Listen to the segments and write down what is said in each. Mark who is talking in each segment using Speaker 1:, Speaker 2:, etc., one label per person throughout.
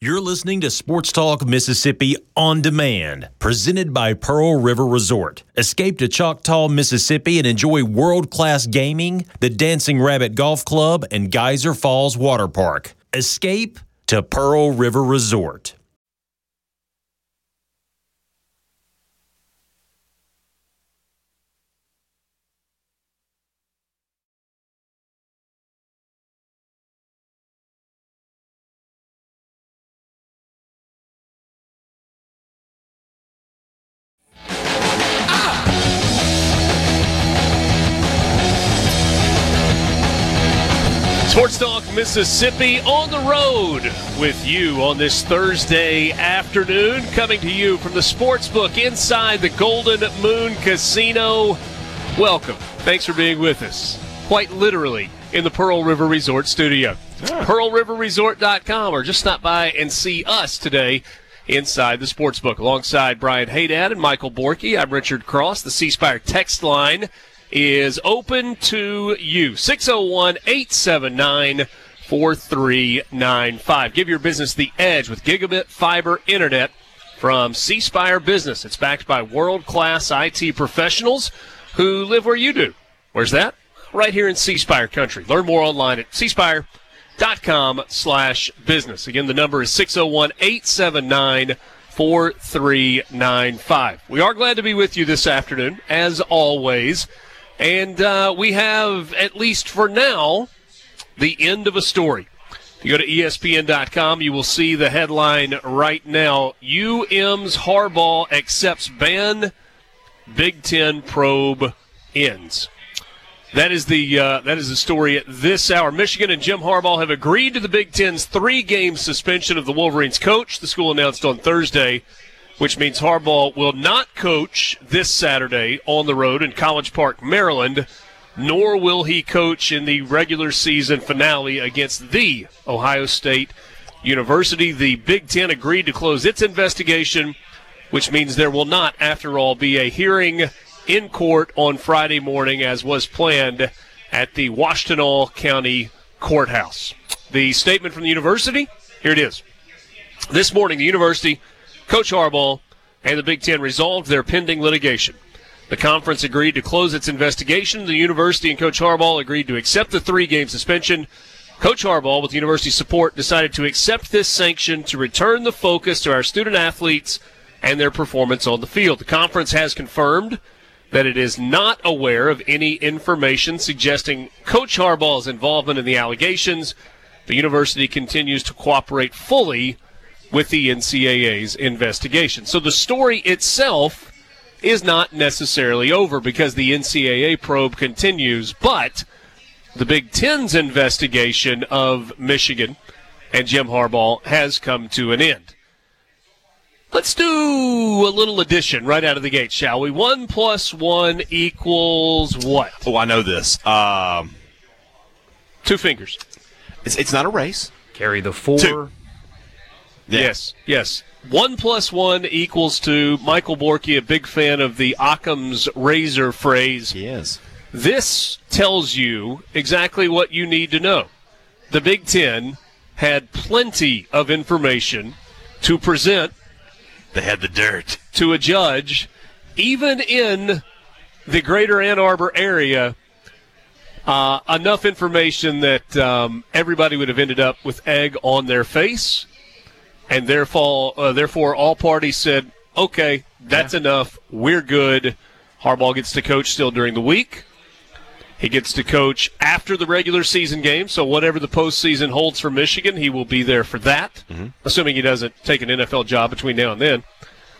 Speaker 1: You're listening to Sports Talk Mississippi on demand, presented by Pearl River Resort. Escape to Choctaw, Mississippi and enjoy world class gaming, the Dancing Rabbit Golf Club, and Geyser Falls Water Park. Escape to Pearl River Resort.
Speaker 2: Sports Talk Mississippi on the road with you on this Thursday afternoon, coming to you from the Sportsbook inside the Golden Moon Casino. Welcome. Thanks for being with us. Quite literally in the Pearl River Resort studio. PearlRiverResort.com or just stop by and see us today inside the Sportsbook alongside Brian Haydad and Michael Borky. I'm Richard Cross. The C Spire text line is open to you. 601 879 4395. Give your business the edge with gigabit fiber internet from C Spire Business. It's backed by world class IT professionals who live where you do. Where's that? Right here in C Spire country. Learn more online at cspire.com slash business. Again, the number is 601 879 4395. We are glad to be with you this afternoon, as always. And uh, we have, at least for now, the end of a story. If you go to E ESPN.com, you will see the headline right now UM's Harbaugh accepts ban, Big Ten probe ends. That is the uh, that is the story at this hour. Michigan and Jim Harbaugh have agreed to the Big Ten's three-game suspension of the Wolverines' coach. The school announced on Thursday, which means Harbaugh will not coach this Saturday on the road in College Park, Maryland, nor will he coach in the regular season finale against the Ohio State University. The Big Ten agreed to close its investigation, which means there will not, after all, be a hearing in court on Friday morning as was planned at the Washtenaw County Courthouse. The statement from the university here it is. This morning, the university, Coach Harbaugh, and the Big Ten resolved their pending litigation. The conference agreed to close its investigation. The university and Coach Harbaugh agreed to accept the three game suspension. Coach Harbaugh, with university support, decided to accept this sanction to return the focus to our student athletes and their performance on the field. The conference has confirmed that it is not aware of any information suggesting Coach Harbaugh's involvement in the allegations. The university continues to cooperate fully with the NCAA's investigation. So the story itself is not necessarily over because the NCAA probe continues, but the Big Ten's investigation of Michigan and Jim Harbaugh has come to an end. Let's do a little addition right out of the gate, shall we? One plus one equals what?
Speaker 3: Oh, I know this. Um,
Speaker 2: Two fingers.
Speaker 3: it's, it's not a race.
Speaker 4: Carry the four.
Speaker 3: Two. Yeah.
Speaker 2: Yes, yes. One plus one equals two. Michael Borky, a big fan of the Occam's razor phrase.
Speaker 3: He is.
Speaker 2: This tells you exactly what you need to know. The Big Ten had plenty of information to present
Speaker 3: They had the dirt.
Speaker 2: to a judge, even in the greater Ann Arbor area, uh, enough information that um, everybody would have ended up with egg on their face, and therefore, uh, therefore, all parties said, "Okay, that's enough. We're good." Harbaugh gets to coach still during the week. He gets to coach after the regular season game, so whatever the postseason holds for Michigan, he will be there for that, assuming he doesn't take an NFL job between now and then.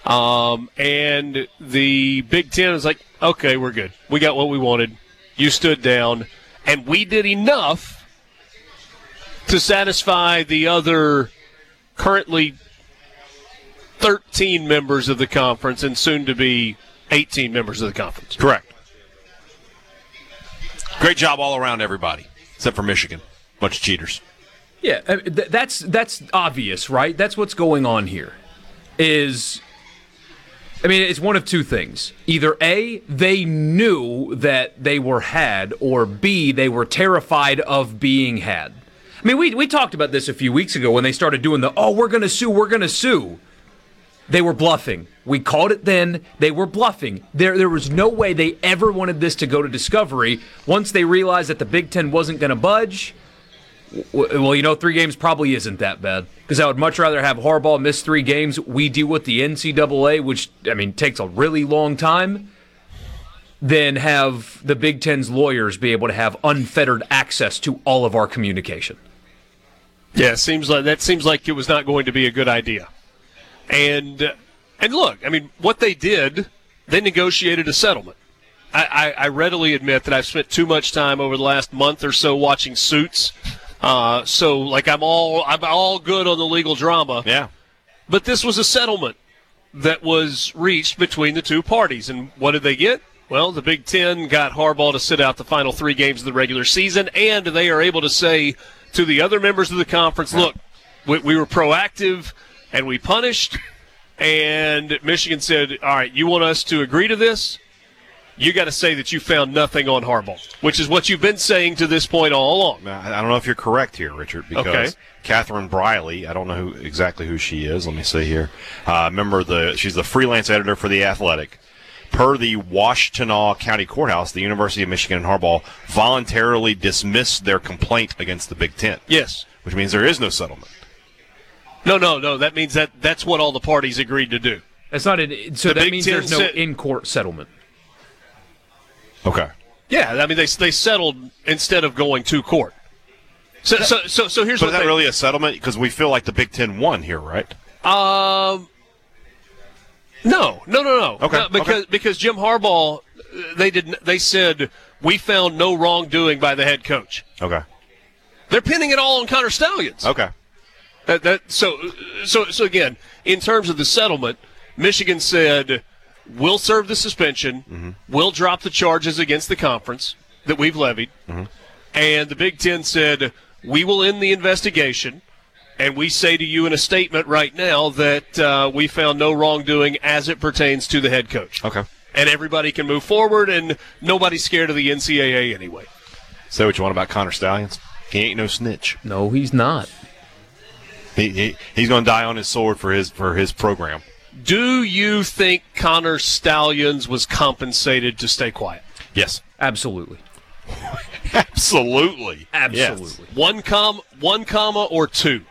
Speaker 2: Um, and the Big Ten is like, okay, we're good. We got what we wanted. You stood down, and we did enough to satisfy the other currently 13 members of the conference and soon to be 18 members of the conference.
Speaker 3: Correct. Great job all around, everybody, except for Michigan. Bunch of cheaters.
Speaker 4: Yeah, I mean, th- that's that's obvious, right? That's what's going on here. Is I mean, it's one of two things. Either A, they knew that they were had, or B, they were terrified of being had. I mean, we, we talked about this a few weeks ago when they started doing the, oh, we're going to sue, we're going to sue. They were bluffing. We called it then. They were bluffing. There, there was no way they ever wanted this to go to discovery. Once they realized that the Big Ten wasn't going to budge, w- well, you know, three games probably isn't that bad because I would much rather have Harbaugh miss three games. We deal with the NCAA, which I mean takes a really long time, than have the Big Ten's lawyers be able to have unfettered access to all of our communication.
Speaker 2: Yeah, it seems like that seems like it was not going to be a good idea. And uh, and look, I mean, what they did, they negotiated a settlement. I, I, I readily admit that I've spent too much time over the last month or so watching Suits. Uh, so like I'm all I'm all good on the legal drama.
Speaker 3: Yeah.
Speaker 2: But this was a settlement that was reached between the two parties. And what did they get? Well, the Big Ten got Harbaugh to sit out the final three games of the regular season, and they are able to say to the other members of the conference, look, we, we were proactive and we punished. And Michigan said, all right, you want us to agree to this? You got to say that you found nothing on Harbaugh, which is what you've been saying to this point all along.
Speaker 3: Now, I I don't know if you're correct here, Richard, because
Speaker 2: Okay.
Speaker 3: Catherine Briley, I don't know who, exactly who she is. Let me see here. Uh, remember, the she's the freelance editor for The Athletic. Per the Washtenaw County Courthouse, the University of Michigan and Harbaugh voluntarily dismissed their complaint against the Big Ten,
Speaker 2: Yes.
Speaker 3: which means there is no settlement.
Speaker 2: No, no, no. That means that that's what all the parties agreed to do.
Speaker 4: That's not an, so
Speaker 2: The
Speaker 4: that
Speaker 2: Big
Speaker 4: means
Speaker 2: Ten
Speaker 4: there's no
Speaker 2: said-
Speaker 4: in court settlement.
Speaker 3: Okay.
Speaker 2: Yeah, I mean they they settled instead of going to court. So so so, so here's
Speaker 3: So
Speaker 2: what
Speaker 3: is that
Speaker 2: they,
Speaker 3: really a settlement? Because we feel like the Big Ten won here, right?
Speaker 2: Um, no, no, no, no.
Speaker 3: Okay,
Speaker 2: No, because
Speaker 3: okay.
Speaker 2: because Jim Harbaugh, uh, they did not they said we found no wrongdoing by the head coach.
Speaker 3: Okay.
Speaker 2: They're pinning it all on Connor Stallions.
Speaker 3: Okay.
Speaker 2: That, that so so so again, in terms of the settlement, Michigan said we'll serve the suspension, we'll drop the charges against the conference that we've levied, and the Big Ten said we will end the investigation, and we say to you in a statement right now that uh, we found no wrongdoing as it pertains to the head coach.
Speaker 3: Okay.
Speaker 2: And everybody can move forward, and nobody's scared of the NCAA anyway.
Speaker 3: Say what you want about Connor Stallions. He ain't no snitch.
Speaker 4: No, he's not.
Speaker 3: He, he he's going to die on his sword for his for his program.
Speaker 2: Do you think Connor Stallions was compensated to stay quiet?
Speaker 3: Yes,
Speaker 4: Absolutely.
Speaker 3: absolutely,
Speaker 4: Absolutely.
Speaker 3: Yes.
Speaker 2: One com, one comma, or two.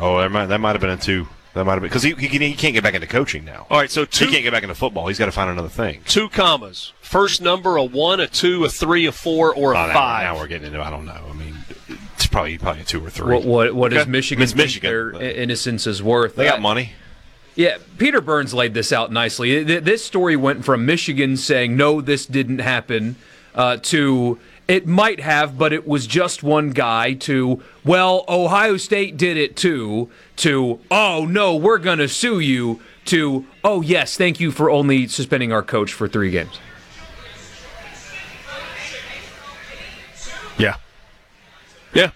Speaker 3: Oh, that might that might have been a two. That might have been because he, he can- he can't get back into coaching now.
Speaker 2: All right, so
Speaker 3: He can't
Speaker 2: two,
Speaker 3: get back into football. He's got to find another thing.
Speaker 2: two commas. First number, a one, a two, a three, a four, or a
Speaker 3: Oh, now-
Speaker 2: five.
Speaker 3: Now, we're getting into I don't know. I mean, it's probably probably a two or three.
Speaker 4: What what what is
Speaker 3: Okay.
Speaker 4: Michigan?
Speaker 3: It's Michigan,
Speaker 4: Their
Speaker 3: but-
Speaker 4: innocence is worth.
Speaker 3: they
Speaker 4: Uh,
Speaker 3: got money.
Speaker 4: Yeah, Peter Burns laid this out nicely. Th- This story went from Michigan saying, no, this didn't happen, uh, to it might have, but it was just one guy, to, well, Ohio State did it too, to, oh, no, we're going to sue you, to, oh, yes, thank you for only suspending our coach for three games.
Speaker 3: Yeah.
Speaker 2: Yeah.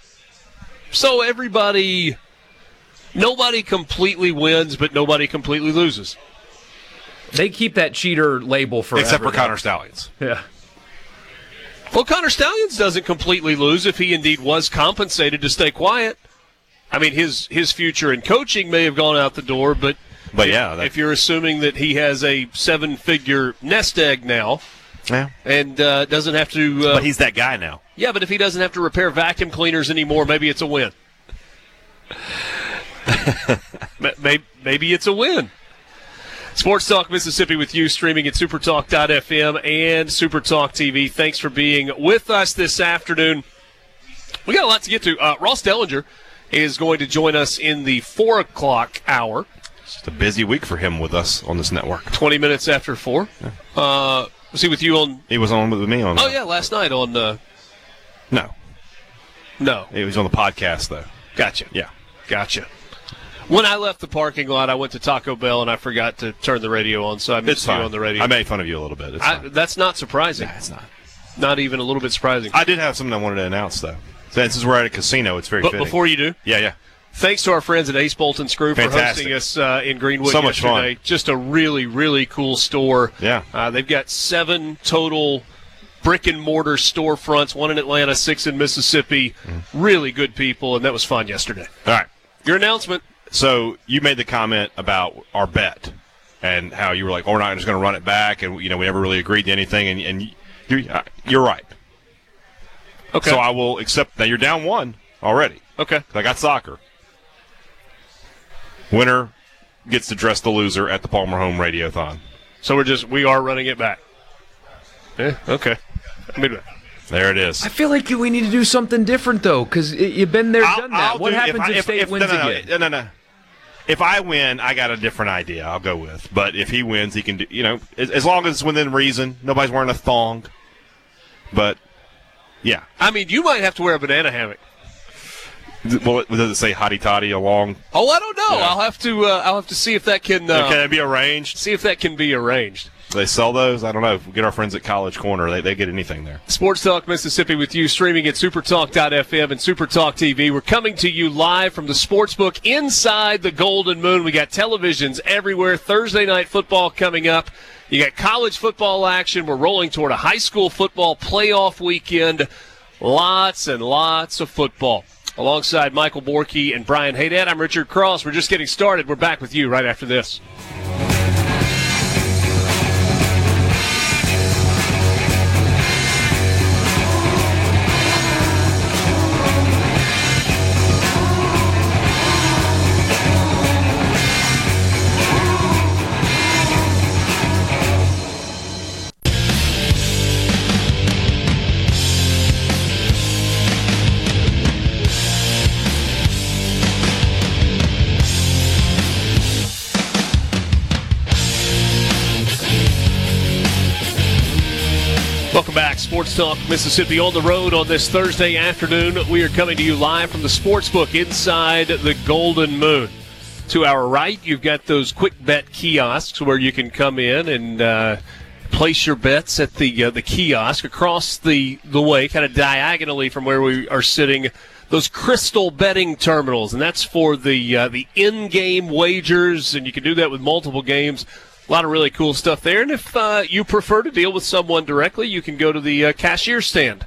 Speaker 2: So everybody, nobody completely wins, but nobody completely loses.
Speaker 4: They keep that cheater label forever.
Speaker 3: Except for Connor Stallions.
Speaker 4: Yeah.
Speaker 2: Well, Connor Stallions doesn't completely lose if he indeed was compensated to stay quiet. I mean, his his future in coaching may have gone out the door, but
Speaker 3: But yeah, that,
Speaker 2: if you're assuming that he has a seven figure nest egg now
Speaker 3: yeah.
Speaker 2: and uh, doesn't have to, uh,
Speaker 3: But he's that guy now.
Speaker 2: yeah, but if he doesn't have to repair vacuum cleaners anymore, maybe it's a win. maybe, maybe it's a win. Sports Talk Mississippi with you, streaming at supertalk.fm and supertalk TV. Thanks for being with us this afternoon. We got a lot to get to. Uh, Ross Dellinger is going to join us in the four o'clock hour.
Speaker 3: It's just a busy week for him with us on this network.
Speaker 2: 20 minutes after four. Uh, was he with you on?
Speaker 3: He was on with me on.
Speaker 2: Oh yeah, last night on. Uh,
Speaker 3: No,
Speaker 2: no,
Speaker 3: he was on the podcast though.
Speaker 2: Gotcha.
Speaker 3: Yeah.
Speaker 2: Gotcha. When I left the parking lot, I went to Taco Bell and I forgot to turn the radio on, so I missed
Speaker 3: It's fine.
Speaker 2: you on the radio.
Speaker 3: I made fun of you a little bit. It's
Speaker 2: I-
Speaker 3: fine.
Speaker 2: that's not surprising.
Speaker 3: It's not.
Speaker 2: Not even a little bit surprising.
Speaker 3: I did have something I wanted to announce though. Since we're at a casino, it's very
Speaker 2: but
Speaker 3: fitting.
Speaker 2: before you do,
Speaker 3: yeah, yeah.
Speaker 2: Thanks to our friends at Ace Bolt and Screw for
Speaker 3: Fantastic.
Speaker 2: hosting us uh, in Greenwood
Speaker 3: So much
Speaker 2: yesterday.
Speaker 3: fun.
Speaker 2: Just a really, really cool store.
Speaker 3: Yeah.
Speaker 2: uh, they've got seven total brick and mortar storefronts, one in Atlanta, six in Mississippi.
Speaker 3: Mm.
Speaker 2: Really good people, and that was fun yesterday.
Speaker 3: All right.
Speaker 2: Your announcement.
Speaker 3: So you made the comment about our bet and how you were like, oh, "We're not just going to run it back," and you know we never really agreed to anything. And, and you, uh, you're right.
Speaker 2: Okay.
Speaker 3: So I will accept that you're down one already.
Speaker 2: okay.
Speaker 3: I got soccer. Winner gets to dress the loser at the Palmer Home Radiothon.
Speaker 2: So we're just we are running it back. Yeah. Okay. I mean,
Speaker 3: There it is.
Speaker 4: I feel like we need to do something different though, because you've been there, done that. what
Speaker 3: do- if
Speaker 4: happens
Speaker 3: I-
Speaker 4: if,
Speaker 3: if-
Speaker 4: State
Speaker 3: if-
Speaker 4: wins
Speaker 3: no, no, no,
Speaker 4: again?
Speaker 3: No, no, no. If I win, I got a different idea. I'll go with. But if he wins, he can do. You know, as, as long as it's within reason. Nobody's wearing a thong. But yeah,
Speaker 2: I mean, you might have to wear a banana hammock.
Speaker 3: Th- well, it, does it say hottie toddy along?
Speaker 2: Oh, I don't know.
Speaker 3: Yeah.
Speaker 2: I'll have to. Uh, I'll have to see if that can. Uh,
Speaker 4: Oh.
Speaker 3: Can that be arranged?
Speaker 2: See if that can be arranged.
Speaker 3: Do they sell those? I don't know. We get our friends at College Corner. They they get anything there.
Speaker 2: Sports Talk Mississippi with you, streaming at supertalk.fm and supertalk TV. We're coming to you live from the Sportsbook inside the Golden Moon. We got televisions everywhere. Thursday night football coming up. You got college football action. We're rolling toward a high school football playoff weekend. Lots and lots of football. Alongside Michael Borky and Brian Haydad, I'm Richard Cross. We're just getting started. We're back with you right after this. Welcome back, Sports Talk Mississippi on the road on this Thursday afternoon. We are coming to you live from the Sportsbook inside the Golden Moon. To our right, you've got those quick bet kiosks where you can come in and uh, place your bets at the uh, the kiosk across the the way, kind of diagonally from where we are sitting. Those crystal betting terminals, and that's for the uh, the in game wagers, and you can do that with multiple games. A lot of really cool stuff there. And if uh, you prefer to deal with someone directly, you can go to the uh, cashier stand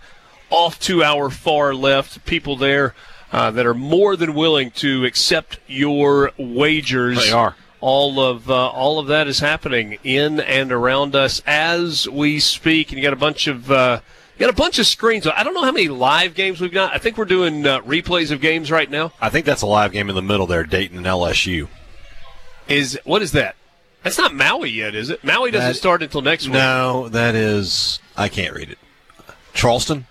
Speaker 2: off to our far left. People there uh, that are more than willing to accept your wagers.
Speaker 3: They are.
Speaker 2: All of uh, all of that is happening in and around us as we speak, and you got a bunch of uh, you got a bunch of screens. I don't know how many live games we've got. I think we're doing uh, replays of games right now.
Speaker 3: I think that's a live game in the middle there, Dayton and LSU.
Speaker 2: Is what is that? That's not Maui yet, is it? Maui doesn't
Speaker 3: That-
Speaker 2: start until next week.
Speaker 3: No, that is I can't read it. Charleston.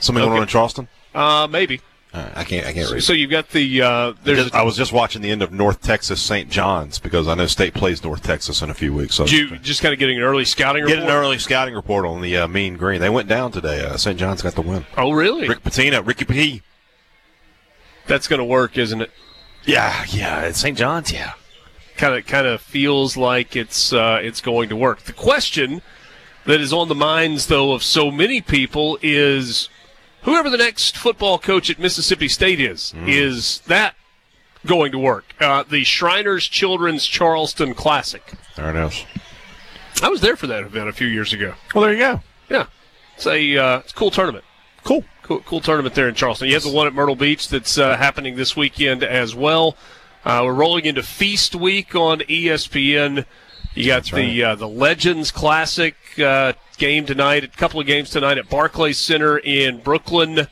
Speaker 3: Something going
Speaker 2: Okay.
Speaker 3: on in Charleston.
Speaker 2: Uh, maybe.
Speaker 3: Uh, I can't. I can't read.
Speaker 2: So you've got the uh, there's
Speaker 3: Just- I was just watching the end of North Texas St. John's because I know State plays North Texas in a few weeks. So
Speaker 2: Did you just kind of getting an early scouting
Speaker 3: get
Speaker 2: report.
Speaker 3: an early scouting report on the uh, Mean Green. They went down today. Uh, St. John's got the win.
Speaker 2: oh, really?
Speaker 3: Rick Pitino, Ricky P.
Speaker 2: That's going to work, isn't it?
Speaker 3: Yeah, yeah, it's St. John's. Yeah,
Speaker 2: Kind of, kind of feels like it's uh, it's going to work. The question that is on the minds, though, of so many people is whoever the next football coach at Mississippi State is, is that going to work? Uh, the Shriners Children's Charleston Classic.
Speaker 3: there it is.
Speaker 2: I was there for that event a few years ago.
Speaker 3: Well, there you go.
Speaker 2: Yeah, it's a uh, it's a cool tournament.
Speaker 3: Cool.
Speaker 2: cool, cool tournament there in Charleston. You have the one at Myrtle Beach that's uh, happening this weekend as well. Uh, we're rolling into Feast Week on E ESPN. You got the uh, the Legends Classic uh, game tonight. A couple of games tonight at Barclays Center in Brooklyn.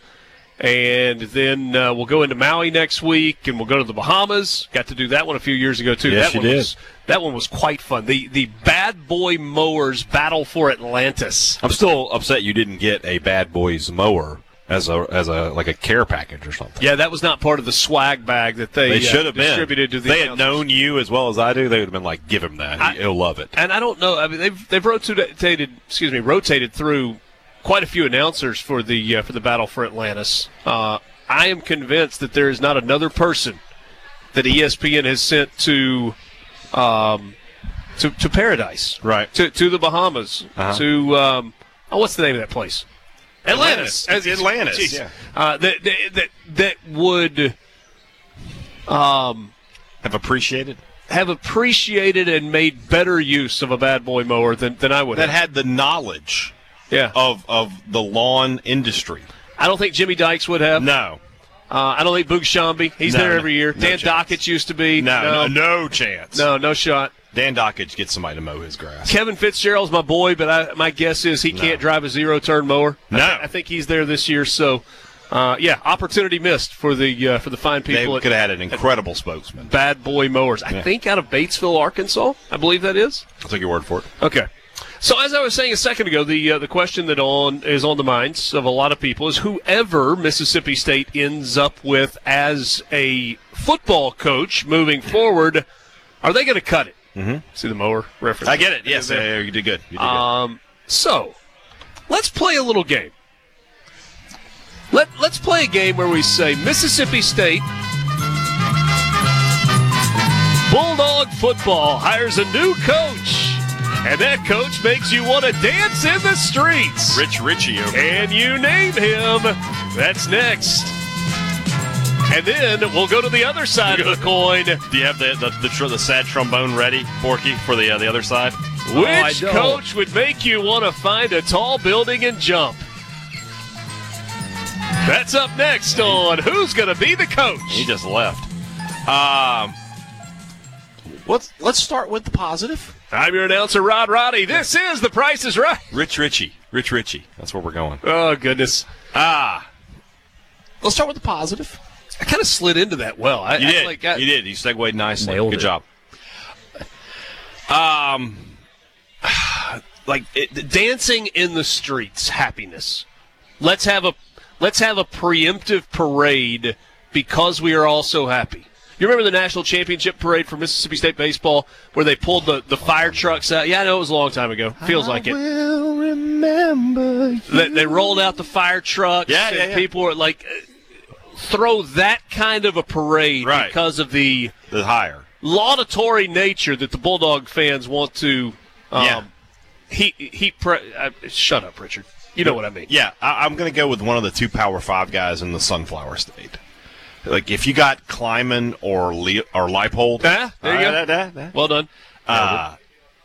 Speaker 2: And then uh, we'll go into Maui next week, and we'll go to the Bahamas. Got to do that one a few years ago too.
Speaker 3: Yes,
Speaker 2: that
Speaker 3: you
Speaker 2: one
Speaker 3: did.
Speaker 2: Was, that one was quite fun. The the Bad Boy Mowers battle for Atlantis.
Speaker 3: I'm still upset you didn't get a Bad Boys mower as a as a like a care package or something.
Speaker 2: Yeah, that was not part of the swag bag that they,
Speaker 3: They
Speaker 2: uh,
Speaker 3: should have been
Speaker 2: distributed to the.
Speaker 3: They had
Speaker 2: announcers.
Speaker 3: known you as well as I do. They would have been like, "Give him that.
Speaker 2: I-
Speaker 3: He'll love it."
Speaker 2: and I don't know. I mean, they've they've rotated, excuse me, rotated through quite a few announcers for the uh, for the battle for Atlantis. Uh, I am convinced that there is not another person that E ESPN has sent to um, to, to paradise,
Speaker 3: Right.
Speaker 2: To to the Bahamas,
Speaker 3: Uh-huh.
Speaker 2: to um, oh, what's the name of that place? Atlantis.
Speaker 3: Atlantis. It's Atlantis,
Speaker 2: Jeez.
Speaker 3: yeah.
Speaker 2: Uh, that, that that that would
Speaker 3: Have appreciated
Speaker 2: have appreciated and made better use of a bad boy mower than, than I would.
Speaker 3: that
Speaker 2: have.
Speaker 3: had the knowledge
Speaker 2: yeah,
Speaker 3: of of the lawn industry.
Speaker 2: I don't think Jimmy Dykes would have.
Speaker 3: No,
Speaker 2: Uh, I don't think Boog Shambi. He's
Speaker 3: No,
Speaker 2: there
Speaker 3: no,
Speaker 2: every year.
Speaker 3: no
Speaker 2: Dan
Speaker 3: chance.
Speaker 2: Dockett used to be.
Speaker 3: no,
Speaker 2: no,
Speaker 3: no, no chance.
Speaker 2: no, no shot.
Speaker 3: Dan Dockage gets somebody to mow his grass.
Speaker 2: Kevin Fitzgerald's my boy, but I, my guess is he can't drive a zero turn mower. I
Speaker 3: No.
Speaker 2: thi- I think he's there this year. So, uh, yeah, opportunity missed for the uh, for the fine
Speaker 3: They
Speaker 2: people
Speaker 3: could
Speaker 2: at
Speaker 3: have had an incredible spokesman.
Speaker 2: Bad Boy Mowers. I
Speaker 3: Yeah.
Speaker 2: think out of Batesville, Arkansas. I believe that is.
Speaker 3: I'll take your word for it.
Speaker 2: Okay. So as I was saying a second ago, the uh, the question that on is on the minds of a lot of people is whoever Mississippi State ends up with as a football coach moving forward, are they going to cut it? Mm-hmm. See the mower reference.
Speaker 3: I get it. Yes, yeah, yeah, you did good. You did
Speaker 2: Um, so let's play a little game. Let Let's play a game where we say Mississippi State Bulldog football hires a new coach, and that coach makes you want to dance in the streets.
Speaker 3: good. Rich Richie over
Speaker 2: And you name him. That's next. And then we'll go to the other side of the coin.
Speaker 3: Do you have the the, the, tr- the sad trombone ready, Forky, for the uh, the other side?
Speaker 4: I
Speaker 2: Which
Speaker 4: don't.
Speaker 2: coach would make you want to find a tall building and jump? That's up next on Who's Gonna Be the
Speaker 3: He
Speaker 2: Coach?
Speaker 3: just left. Um, let's let's start with the positive.
Speaker 2: I'm your announcer, Rod Roddy. This is The Price is Right.
Speaker 3: Rich Richie, Rich Richie. That's where we're going.
Speaker 2: Oh, goodness.
Speaker 3: Ah,
Speaker 2: Let's start with the positive. I kind of slid into that well. I,
Speaker 3: you
Speaker 2: I
Speaker 3: did.
Speaker 2: like I-
Speaker 3: you did. You segued nicely.
Speaker 4: Nailed
Speaker 3: good
Speaker 4: it.
Speaker 3: job. Um,
Speaker 2: like it, dancing in the streets happiness let's have a let's have a preemptive parade because we are all so happy you remember the national championship parade for mississippi state baseball where they pulled the, the fire trucks out yeah i know it was a long time ago feels like it they, they rolled out the fire trucks
Speaker 3: Yeah,
Speaker 2: and
Speaker 3: yeah, yeah.
Speaker 2: people were like uh, throw that kind of a parade
Speaker 3: Right.
Speaker 2: because of the
Speaker 3: the higher.
Speaker 2: laudatory nature that the bulldog fans want to um,
Speaker 3: Yeah.
Speaker 2: he he. Pre- uh, shut up, Richard. You know what I mean.
Speaker 3: Yeah, I, I'm going to go with one of the two Power Five guys in the Sunflower State. Like if you got Kleiman or Le- or Leipold,
Speaker 2: Ah, there you
Speaker 3: Ah,
Speaker 2: go.
Speaker 3: da- da- da.
Speaker 2: Well done.
Speaker 3: Uh,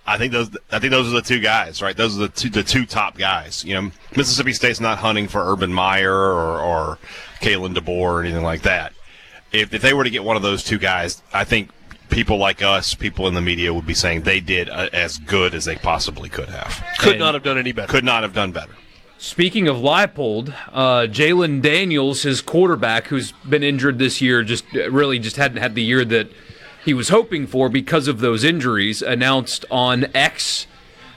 Speaker 3: I think those. I think those are the two guys, right? Those are the two, the two top guys. You know, Mississippi State's not hunting for Urban Meyer or, or Kalen DeBoer or anything like that. If, if they were to get one of those two guys, I think people like us, people in the media, would be saying they did uh, as good as they possibly could have.
Speaker 2: Could
Speaker 4: And-
Speaker 2: not have done any better.
Speaker 3: Could not have done better.
Speaker 4: Speaking of Leipold, uh, Jalen Daniels, his quarterback, who's been injured this year, just uh, really just hadn't had the year that he was hoping for because of those injuries, announced on X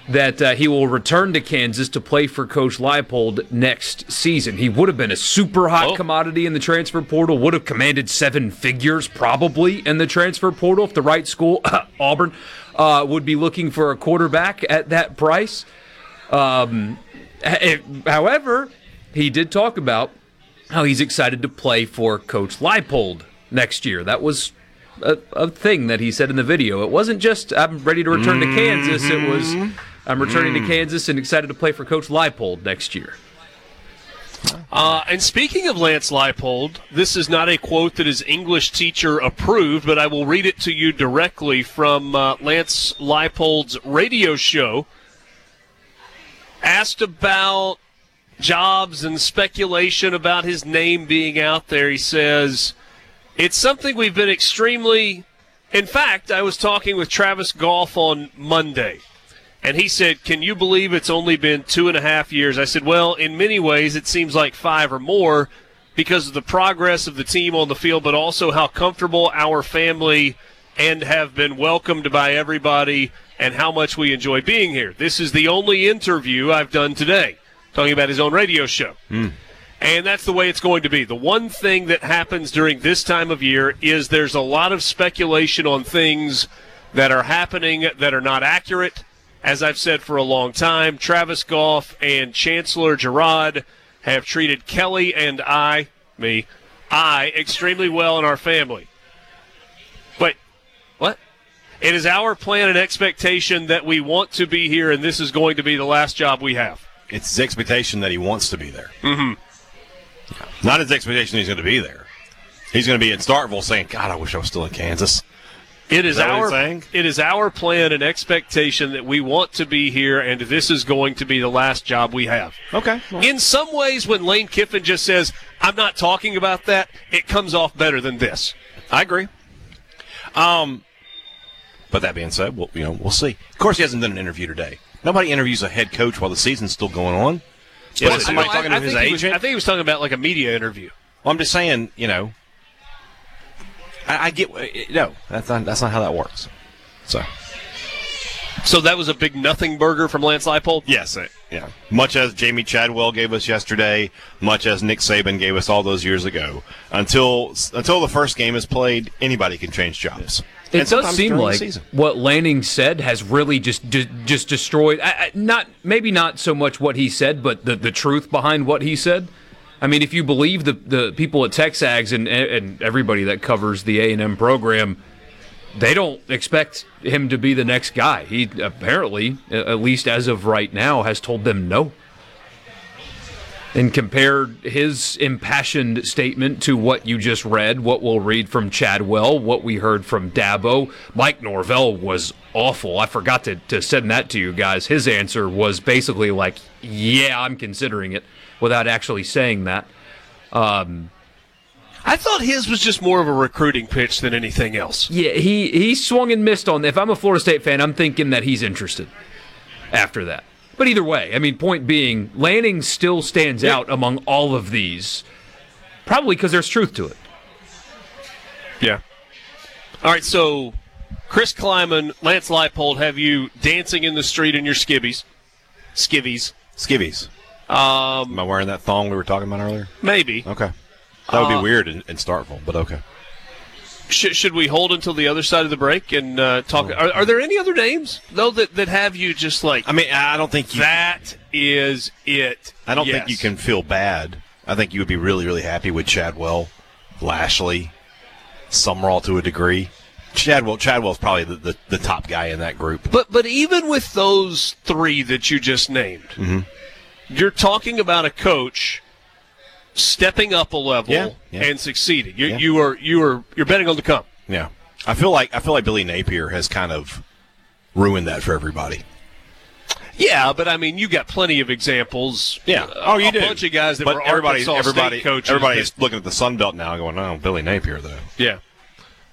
Speaker 4: that uh, he will return to Kansas to play for Coach Leipold next season. He would have been a super hot
Speaker 2: Oh.
Speaker 4: commodity in the transfer portal, would have commanded seven figures probably in the transfer portal if the right school, Auburn, uh, would be looking for a quarterback at that price. It- Eh, however, he did talk about how he's excited to play for Coach Leipold next year. That was a, a thing that he said in the video. It wasn't just I'm ready to return to Kansas. It was I'm returning to Kansas and excited to play for Coach Leipold next year.
Speaker 2: Uh, and speaking of Lance Leipold, this is not a quote that is English teacher approved, but I will read it to you directly from uh, Lance Leipold's radio show. Asked about jobs and speculation about his name being out there, he says, It's something we've been extremely. In fact, I was talking with Travis Goff on Monday. And he said, Can you believe it's only been two and a half years? I said, Well, in many ways, it seems like five or more because of the progress of the team on the field, but also how comfortable our family and have been welcomed by everybody and how much we enjoy being here. This is the only interview I've done today, talking about his own radio show. And that's the way it's going to be. The one thing that happens during this time of year is there's a lot of speculation on things that are happening that are not accurate. As I've said for a long time, Travis Goff and Chancellor Gerard have treated Kelly and I, me, I extremely well in our family. But what? It is our plan and expectation that we want to be here, and this is going to be the last job we have.
Speaker 3: It's his expectation that he wants to be there. Mm-hmm. Not his expectation he's going to be there. He's going to be in Starkville saying, God, I wish I was still in Kansas.
Speaker 2: It is
Speaker 3: that what
Speaker 2: our
Speaker 3: he's saying?
Speaker 2: it is our plan and expectation that we want to be here, and this is going to be the last job we have.
Speaker 3: Okay.
Speaker 2: In some ways, when Lane Kiffin just says, "I'm not talking about that," it comes off better than this.
Speaker 3: I agree. Um, but that being said, we'll, you know, we'll see. Of course, he hasn't done an interview today. Nobody interviews a head coach while the season's still going on.
Speaker 2: Well,
Speaker 3: but is somebody
Speaker 2: I-
Speaker 3: talking
Speaker 2: I
Speaker 3: to his
Speaker 2: think he was-
Speaker 3: agent?
Speaker 2: I think he was talking about like a media interview.
Speaker 3: Well, I'm just saying, you know, I, I get. uh, No, that's not that's not how that works. So
Speaker 2: So that was a big nothing burger from Lance Leipold.
Speaker 3: yes, I- yeah. Much as Jamie Chadwell gave us yesterday, much as Nick Saban gave us all those years ago, until until the first game is played, anybody can change jobs. And
Speaker 4: It does
Speaker 3: sometimes
Speaker 4: seem
Speaker 3: during the
Speaker 4: like
Speaker 3: season.
Speaker 4: what Lanning said has really just de- just destroyed. I, I, not maybe not so much what he said, but the, the truth behind what he said. I mean, if you believe the, the people at Texags and and everybody that covers the A and M program, they don't expect him to be the next guy. He apparently, a- at least as of right now, has told them no. And compared his impassioned statement to what you just read, what we'll read from Chadwell, what we heard from Dabo, Mike Norvell was awful. I forgot to, to send that to you guys. His answer was basically like, yeah, I'm considering it, without actually saying that.
Speaker 2: I thought his was just more of a recruiting pitch than anything else.
Speaker 4: Yeah, he, he swung and missed on. If I'm a Florida State fan, I'm thinking that he's interested after that. But either way, I mean, point being, Lanning still stands out among all of these, probably because there's truth to it.
Speaker 2: Yeah. All right, so Chris Kleiman, Lance Leipold have you dancing in the street in your skivvies. Skivvies.
Speaker 3: skivvies. Um, Am I wearing that thong we were talking about earlier?
Speaker 2: Maybe.
Speaker 3: Okay, that would be weird and, and startful, but okay.
Speaker 2: Should, should we hold until the other side of the break and uh, talk? Are, are there any other names, though, that, that have you just like,
Speaker 3: Oh. I mean, I don't think you.
Speaker 2: that is it?
Speaker 3: I don't
Speaker 2: Yes.
Speaker 3: think you can feel bad. I think you would be really, really happy with Chadwell, Lashley, Summerall to a degree. Chadwell, Chadwell's probably the, the, the top guy in that group.
Speaker 2: But but even with those three that you just named,
Speaker 3: Mm-hmm.
Speaker 2: you're talking about a coach stepping up a level
Speaker 3: Yeah, yeah.
Speaker 2: and succeeding. You,
Speaker 3: Yeah.
Speaker 2: you are you are you're betting on the come.
Speaker 3: Yeah, I feel like I feel like Billy Napier has kind of ruined that for everybody.
Speaker 2: Yeah, but I mean, you got plenty of examples.
Speaker 3: Yeah. Oh,
Speaker 2: Uh, a bunch of guys that
Speaker 3: but
Speaker 2: were
Speaker 3: everybody's
Speaker 2: Arkansas
Speaker 3: everybody
Speaker 2: State coaches.
Speaker 3: everybody's looking at the Sun Belt now, and going, "Oh, Billy Napier though."
Speaker 2: that- yeah,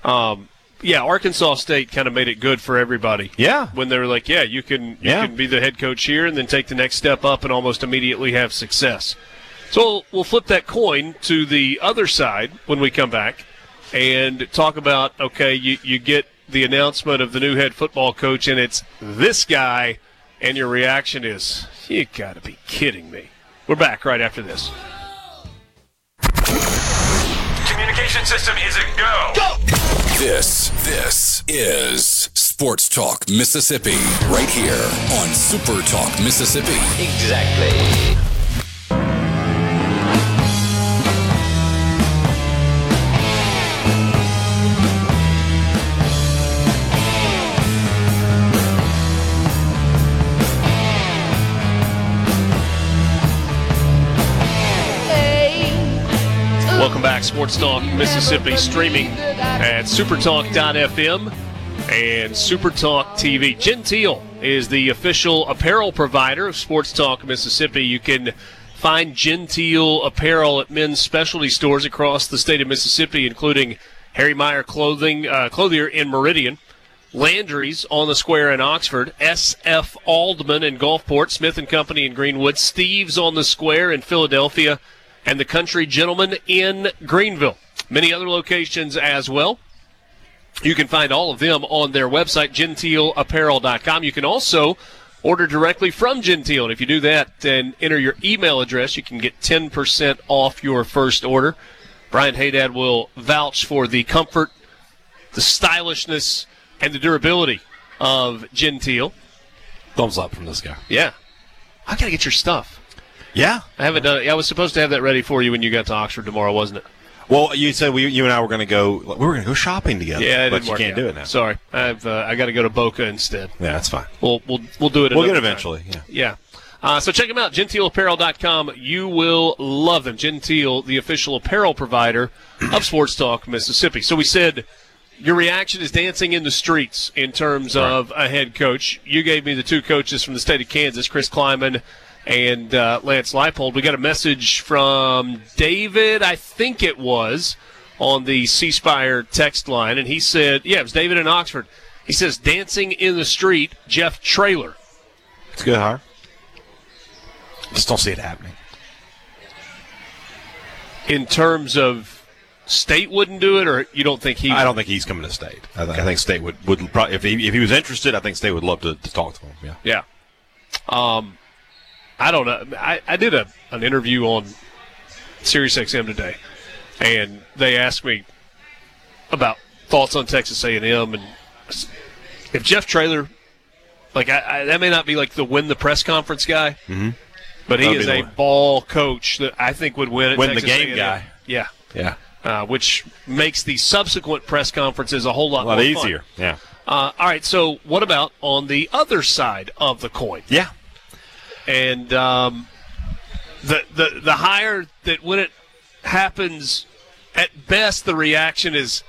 Speaker 2: um, yeah. Arkansas State kind of made it good for everybody.
Speaker 3: Yeah.
Speaker 2: when they were like, yeah, you can you
Speaker 3: Yeah.
Speaker 2: can be the head coach here and then take the next step up and almost immediately have success. So we'll, we'll flip that coin to the other side when we come back and talk about okay, you, you get the announcement of the new head football coach and it's this guy, and your reaction is you got to be kidding me. We're back right after this.
Speaker 5: Communication system is a go. Go!
Speaker 6: This, this is Sports Talk Mississippi, right here on Super Talk Mississippi.
Speaker 2: Welcome back, Sports Talk Mississippi, streaming at supertalk.fm and Supertalk TV. Genteel is the official apparel provider of Sports Talk Mississippi. You can find Genteel apparel at men's specialty stores across the state of Mississippi, including Harry Meyer Clothing, uh, Clothier in Meridian. Landry's on the square in Oxford, SF Aldman in Gulfport, Smith and Company in Greenwood, Steve's on the square in Philadelphia, and the Country Gentleman in Greenville. Many other locations as well. You can find all of them on their website, genteelapparel.com. You can also order directly from Genteel. And if you do that and enter your email address, you can get 10% off your first order. Brian Haydad will vouch for the comfort, the stylishness, and the durability of Genteel.
Speaker 3: Thumbs up from this guy.
Speaker 2: Yeah. I got to get your stuff.
Speaker 3: Yeah,
Speaker 2: I haven't done it. I was supposed to have that ready for you when you got to Oxford tomorrow, wasn't it?
Speaker 3: Well, you said we, you and I were going to go. We were going to go shopping together.
Speaker 2: Yeah, it
Speaker 3: but
Speaker 2: didn't
Speaker 3: you
Speaker 2: work
Speaker 3: can't
Speaker 2: out.
Speaker 3: do it now.
Speaker 2: Sorry, I've uh, I got to go to Boca instead.
Speaker 3: yeah, that's fine.
Speaker 2: We'll we'll we'll do it.
Speaker 3: We'll get
Speaker 2: another time.
Speaker 3: eventually. Yeah.
Speaker 2: Yeah. Uh, so check them out, genteelapparel.com. You will love them. Genteel, the official apparel provider of Sports Talk Mississippi. So we said your reaction is dancing in the streets in terms of a head coach. You gave me the two coaches from the state of Kansas, Chris Kleiman and uh, Lance Leipold. We got a message from David, I think it was, on the C Spire text line, and he said, yeah, it was David in Oxford. He says, dancing in the street, Jeff Trailer.
Speaker 3: It's a good hire. Just don't see it happening.
Speaker 2: in terms of state wouldn't do it, or you don't think he?
Speaker 3: I don't think he's coming to state. I, th- I think state would would probably if he, if he was interested, I think state would love to, to talk to him. Yeah.
Speaker 2: Yeah. Um, I don't know. I, I did a an interview on SiriusXM today, and they asked me about thoughts on Texas A and M, and s- if Jeff Trailer, like I, I, that may not be like the win the press conference guy, mm-hmm. but he
Speaker 3: That'd be
Speaker 2: is
Speaker 3: the
Speaker 2: a
Speaker 3: one.
Speaker 2: ball coach that I think would win at
Speaker 3: Win the
Speaker 2: Texas
Speaker 3: game
Speaker 2: A&M.
Speaker 3: guy.
Speaker 2: Yeah.
Speaker 3: Yeah.
Speaker 2: Uh, which makes the subsequent press conferences a whole lot,
Speaker 3: A lot
Speaker 2: more fun.
Speaker 3: easier. Yeah.
Speaker 2: Uh, all right, so what about on the other side of the coin?
Speaker 3: Yeah.
Speaker 2: And um, the, the the higher that when it happens, at best the reaction is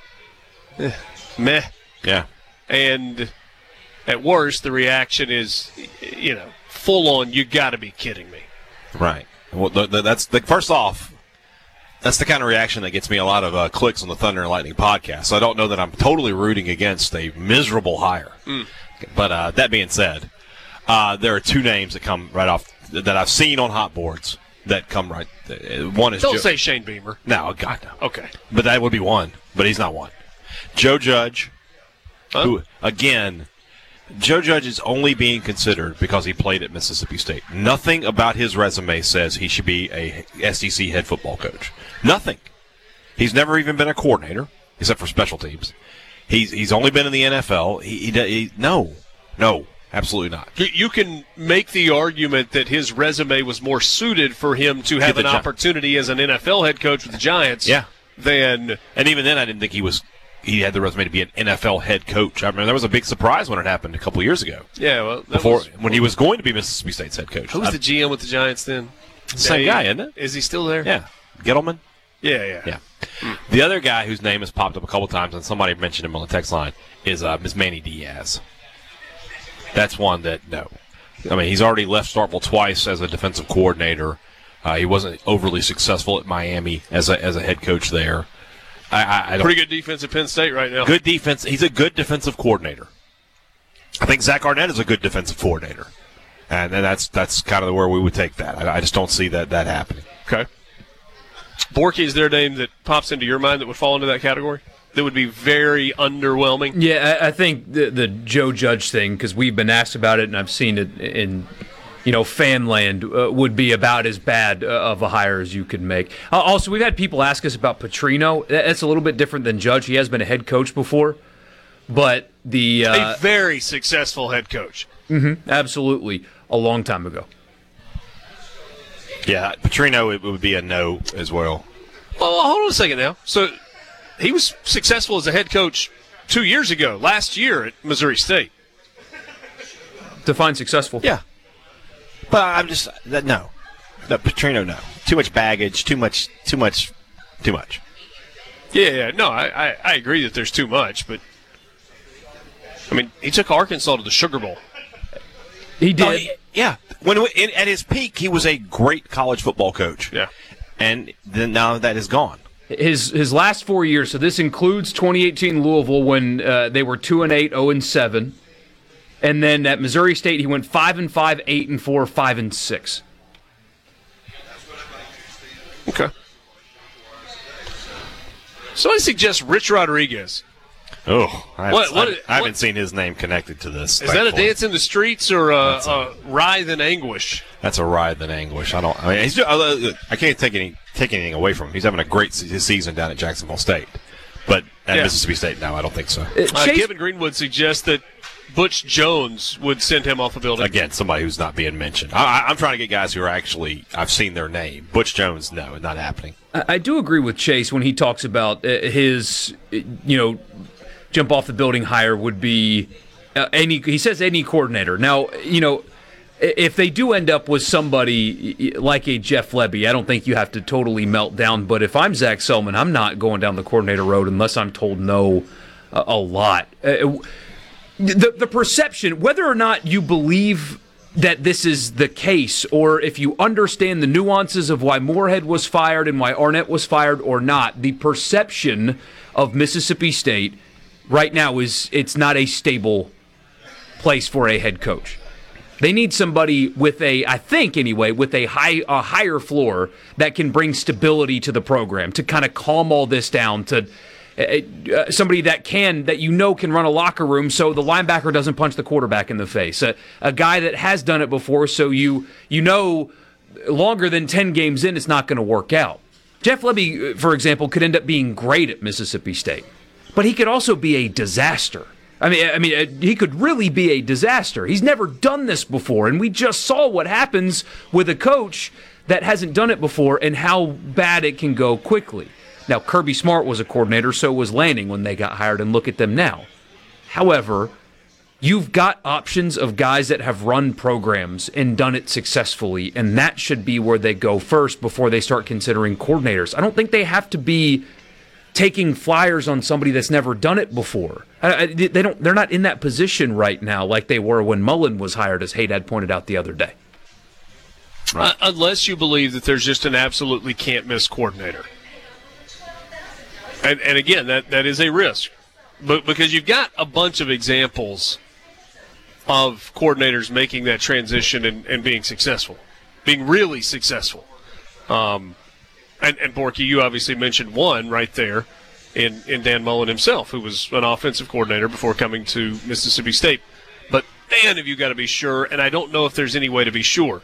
Speaker 2: eh, meh,
Speaker 3: Yeah.
Speaker 2: and at worst the reaction is y- you know full on. You got to be kidding me.
Speaker 3: Right. Well, th- th- that's the first off. That's the kind of reaction that gets me a lot of uh, clicks on the Thunder and Lightning podcast. So I don't know that I'm totally rooting against a miserable hire.
Speaker 2: Mm.
Speaker 3: But uh, that being said, uh, there are two names that come right off that I've seen on hot boards that come right. uh, One is
Speaker 2: Don't
Speaker 3: Joe-
Speaker 2: say Shane Beamer.
Speaker 3: no, God no.
Speaker 2: Okay,
Speaker 3: But that would be one. But he's not one. Joe Judge, who again, Joe Judge is only being considered because he played at Mississippi State. Nothing about his resume says he should be a SEC head football coach. Nothing. He's never even been a coordinator except for special teams. He's he's only been in the NFL. He, he, d- he no, no, absolutely not.
Speaker 2: you, you can make the argument that his resume was more suited for him to have
Speaker 3: the
Speaker 2: an
Speaker 3: Gi-
Speaker 2: opportunity as an NFL head coach with the Giants.
Speaker 3: Yeah.
Speaker 2: Than
Speaker 3: And even then, I didn't think he was. He had the resume to be an NFL head coach. I remember that was a big surprise when it happened a couple years ago.
Speaker 2: yeah, well, that
Speaker 3: before
Speaker 2: was-
Speaker 3: when he was going to be Mississippi State's head coach.
Speaker 2: Who was the GM with the Giants then?
Speaker 3: Same
Speaker 2: Dave-
Speaker 3: guy, isn't it?
Speaker 2: Is he still there?
Speaker 3: yeah, Gettleman.
Speaker 2: Yeah, yeah.
Speaker 3: Yeah,
Speaker 2: Hmm.
Speaker 3: the other guy whose name has popped up a couple times and somebody mentioned him on the text line is uh, Miss Manny Diaz. That's one that no, I mean he's already left Starkville twice as a defensive coordinator. Uh, he wasn't overly successful at Miami as a as a head coach there. I, I, I don't
Speaker 2: Pretty good defense at Penn State right now.
Speaker 3: good defense. He's a good defensive coordinator. I think Zach Arnett is a good defensive coordinator, and, and that's that's kind of where we would take that. I, I just don't see that that happening.
Speaker 2: Okay. Borky is their name that pops into your mind that would fall into that category? That would be very underwhelming.
Speaker 4: Yeah, I, I think the, the Joe Judge thing, because we've been asked about it and I've seen it in, you know, fan land, uh, would be about as bad uh, of a hire as you could make. Uh, also, we've had people ask us about Petrino. That- That's a little bit different than Judge. He has been a head coach before, but the uh,
Speaker 2: a very successful head coach.
Speaker 4: absolutely a long time ago.
Speaker 3: Yeah, Petrino it would be a no as well.
Speaker 2: Well, hold on a second now. So he was successful as a head coach two years ago, last year at Missouri State.
Speaker 4: Define successful.
Speaker 3: Yeah, but I'm just that no, no Petrino no. Too much baggage. Too much. Too much. Too much.
Speaker 2: Yeah, yeah. No, I, I, I agree that there's too much, but I mean, he took Arkansas to the Sugar Bowl.
Speaker 4: he did.
Speaker 3: yeah, when we- in, at his peak, he was a great college football coach.
Speaker 2: Yeah.
Speaker 3: and then now that is gone.
Speaker 4: his his last four years. So this includes 2018 Louisville when uh, they were two and eight, zero and seven, and then at Missouri State he went five and five, eight and four, five and six.
Speaker 2: Okay. Somebody suggest Rich Rodriguez.
Speaker 3: Oh, I,
Speaker 2: What- what-
Speaker 3: I haven't
Speaker 2: what-
Speaker 3: seen his name connected to this.
Speaker 2: Is that a
Speaker 3: thankfully.
Speaker 2: dance in the streets or a, a writhe in anguish?
Speaker 3: That's a writhe in anguish. I don't. I mean, he's. ju- although, look, I can't take any take anything away from him. He's having a great se- season down at Jacksonville State, but at
Speaker 2: Yeah.
Speaker 3: Mississippi State, no, I don't think so.
Speaker 2: Uh,
Speaker 4: Chase-
Speaker 2: Kevin Greenwood suggests that Butch Jones would send him off a building.
Speaker 3: Again, somebody who's not being mentioned. I, I- I'm trying to get guys who are actually I've seen their name. Butch Jones, no, not happening.
Speaker 4: I, I do agree with Chase when he talks about uh, his, uh, you know, jump off the building higher would be uh, any. He says any coordinator. Now, you know, i- if they do end up with somebody y- y- like a Jeff Levy, I don't think you have to totally melt down. But if I'm Zach Selman, I'm not going down the coordinator road unless I'm told no a, a lot. Uh, the the perception whether or not you believe that this is the case or if you understand the nuances of why Moorhead was fired and why Arnett was fired or not the perception of Mississippi State right now is it's not a stable place for a head coach they need somebody with a I think anyway with a high a higher floor that can bring stability to the program to kind of calm all this down to uh, uh, somebody that can that you know can run a locker room so the linebacker doesn't punch the quarterback in the face a, a guy that has done it before so you you know longer than 10 games in it's not going to work out Jeff Levy uh, for example could end up being great at Mississippi State but he could also be a disaster. I mean, I mean, uh, he could really be a disaster. He's never done this before, and we just saw what happens with a coach that hasn't done it before, and how bad it can go quickly. Now, Kirby Smart was a coordinator, so was Lanning when they got hired, and look at them now. However, you've got options of guys that have run programs and done it successfully, and that should be where they go first before they start considering coordinators. I don't think they have to be taking flyers on somebody that's never done it before. I, I- they don't. They're not in that position right now like they were when Mullen was hired, as Haydad pointed out the other day.
Speaker 2: Uh, unless you believe that there's just an absolutely can't miss coordinator. And, and again, that, that is a risk. But because you've got a bunch of examples of coordinators making that transition and, and being successful, being really successful. Um, and, and Borky, you obviously mentioned one right there in, in Dan Mullen himself, who was an offensive coordinator before coming to Mississippi State. But man, have you got to be sure, and I don't know if there's any way to be sure.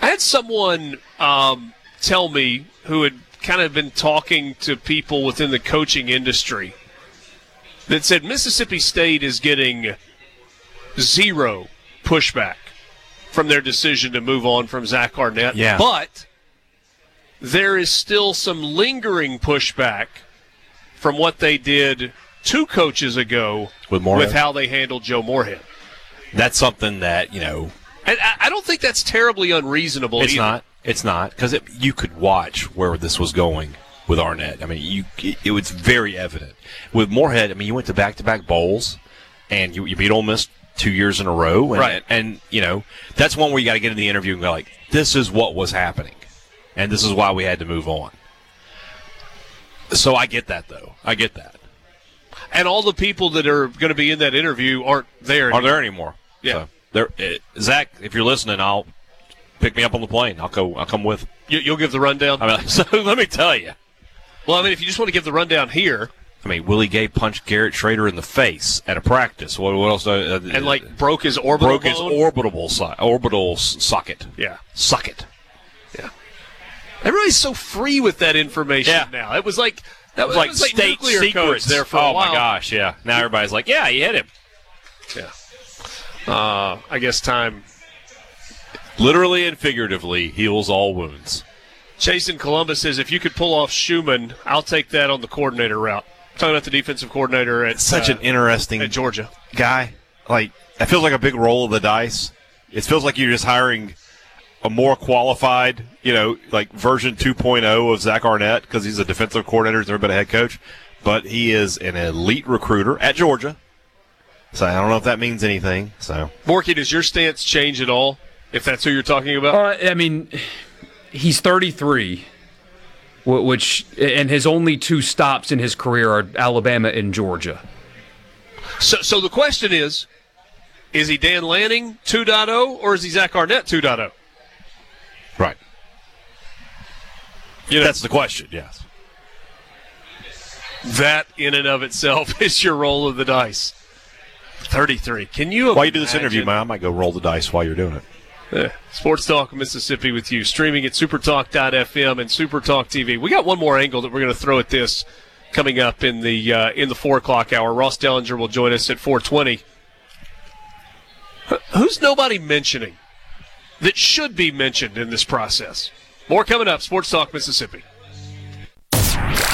Speaker 2: I had someone um, tell me who had kind of been talking to people within the coaching industry that said Mississippi State is getting zero pushback from their decision to move on from Zach Arnett.
Speaker 3: Yeah.
Speaker 2: But there is still some lingering pushback from what they did two coaches ago
Speaker 3: With Moorhead?
Speaker 2: with how they handled Joe Moorhead.
Speaker 3: That's something that you know
Speaker 2: And I, I don't think that's terribly unreasonable.
Speaker 3: It's
Speaker 2: either.
Speaker 3: not. It's not because it, you could watch where this was going with Arnett. I mean, you it, it was very evident with Moorhead. I mean, you went to back-to-back bowls, and you, you beat Ole Miss two years in a row, and,
Speaker 2: Right.
Speaker 3: And you know that's one where you got to get in the interview and go like, "This is what was happening, and this is why we had to move on." So I get that, though. I get that.
Speaker 2: and all the people that are going to be in that interview aren't there.
Speaker 3: Are there anymore?
Speaker 2: Yeah.
Speaker 3: So, there, uh, Zach, if you're listening, I'll pick me up on the plane. I'll go. I'll come with.
Speaker 2: You, you'll give the rundown.
Speaker 3: I mean, so let me tell you.
Speaker 2: well, I mean, if you just want to give the rundown here
Speaker 3: I mean, Willie Gay punched Garrett Schrader in the face at a practice. What, what else? Uh,
Speaker 2: and like broke his orbital
Speaker 3: broke his
Speaker 2: bone.
Speaker 3: orbital so- orbital s- socket.
Speaker 2: yeah,
Speaker 3: socket.
Speaker 2: everybody's so free with that information
Speaker 3: Yeah.
Speaker 2: now. It was like that
Speaker 3: It
Speaker 2: was
Speaker 3: was like
Speaker 2: it was like
Speaker 3: state
Speaker 2: nuclear codes
Speaker 3: secrets.
Speaker 2: there for
Speaker 3: oh
Speaker 2: a while.
Speaker 3: my gosh, yeah. Now everybody's like, yeah, he hit him.
Speaker 2: Uh, I guess time.
Speaker 3: Literally and figuratively heals all wounds.
Speaker 2: Chase in Columbus says if you could pull off Schumann, I'll take that on the coordinator route. Talking about the defensive coordinator at
Speaker 3: Such
Speaker 2: uh,
Speaker 3: an interesting
Speaker 2: at Georgia.
Speaker 3: guy. Like that feels like a big roll of the dice. It feels like you're just hiring a more qualified, you know, like version 2.0 of Zach Arnett because he's a defensive coordinator, he's never been a head coach, but he is an elite recruiter at Georgia. So I don't know if that means anything. So
Speaker 2: Borky, does your stance change at all? If that's who you're talking about,
Speaker 4: Uh, I mean, he's 33, wh- which and his only two stops in his career are Alabama and Georgia.
Speaker 2: So, so the question is, is he Dan Lanning 2.0 or is he Zach Arnett oh? 2.0?
Speaker 3: right, that's the question. Yes,
Speaker 2: That in and of itself is your roll of the dice. 33. Can you
Speaker 3: while you do this
Speaker 2: imagine-
Speaker 3: interview, man, I might go roll the dice while you're doing it.
Speaker 2: Eh, Sports Talk Mississippi with you, streaming at supertalk.fm and supertalk TV. We got one more angle that we're going to throw at this coming up in the uh, in the four o'clock hour. Ross Dellinger will join us at 4:20. Who's nobody mentioning that should be mentioned in this process? More coming up. Sports Talk Mississippi.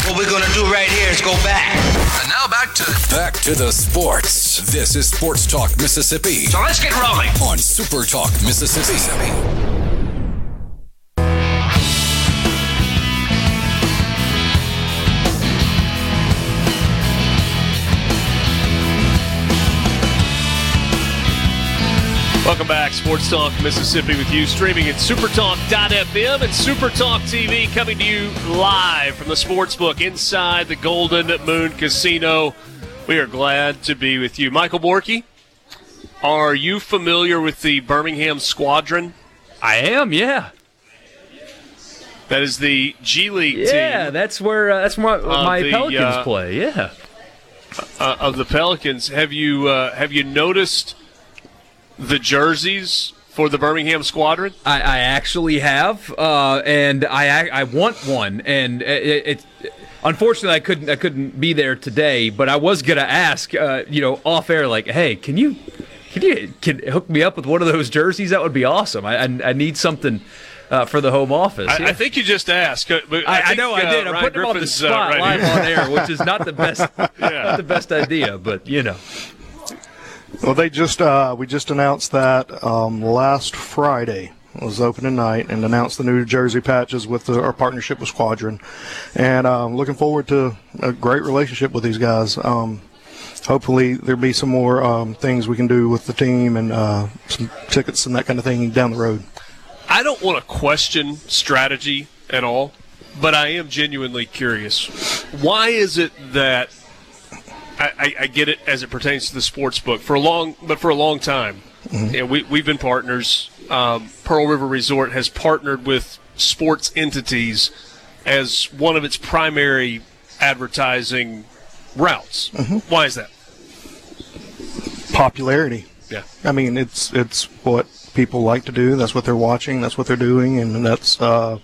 Speaker 7: What we're gonna do right here is go back.
Speaker 5: And now back to.
Speaker 6: Back to the sports. This is Sports Talk Mississippi
Speaker 5: So let's get rolling.
Speaker 6: on Super Talk Mississippi.
Speaker 2: Welcome back, Sports Talk Mississippi, with you streaming at supertalk.fm and Supertalk TV, coming to you live from the Sportsbook inside the Golden Moon Casino. We are glad to be with you. Michael Borky, are you familiar with the Birmingham Squadron?
Speaker 4: I am, yeah,
Speaker 2: That is the G League
Speaker 4: yeah.
Speaker 2: team
Speaker 4: That's where uh, that's where my,
Speaker 2: Uh,
Speaker 4: my
Speaker 2: the,
Speaker 4: Pelicans
Speaker 2: uh,
Speaker 4: play. Yeah,
Speaker 2: uh, of the Pelicans. Have you uh, have you noticed the jerseys for the Birmingham Squadron?
Speaker 4: I, I actually have, uh, and I ac- I want one, and it, it unfortunately I couldn't I couldn't be there today, but I was gonna ask, uh, you know, off air, like, hey, can you can you can hook me up with one of those jerseys? That would be awesome. I I, I need something. Uh, for the home office,
Speaker 2: I,
Speaker 4: Yeah.
Speaker 2: I think you just asked. uh, but
Speaker 4: I, I
Speaker 2: think,
Speaker 4: know I
Speaker 2: uh,
Speaker 4: did. I'm
Speaker 2: Ryan
Speaker 4: putting him on the
Speaker 2: Griffin's, uh,
Speaker 4: spot
Speaker 2: right
Speaker 4: live
Speaker 2: here.
Speaker 4: on air, which is not the best, not the best idea. But you know,
Speaker 8: Well, they just uh, we just announced that um, last Friday was opening night and announced the new Jersey patches with the, our partnership with Squadron, and um, looking forward to a great relationship with these guys. Um, hopefully, there'll be some more um, things we can do with the team and uh, some tickets and that kind of thing down the road.
Speaker 2: I don't want to question strategy at all, but I am genuinely curious. Why is it that I, I, I get it as it pertains to the sports book for a long, but for a long time, yeah, we, we've been partners. Um, Pearl River Resort has partnered with sports entities as one of its primary advertising routes. Why is that?
Speaker 8: Popularity.
Speaker 2: Yeah.
Speaker 8: I mean, it's it's what people like to do. That's what they're watching. That's what they're doing, and that's uh,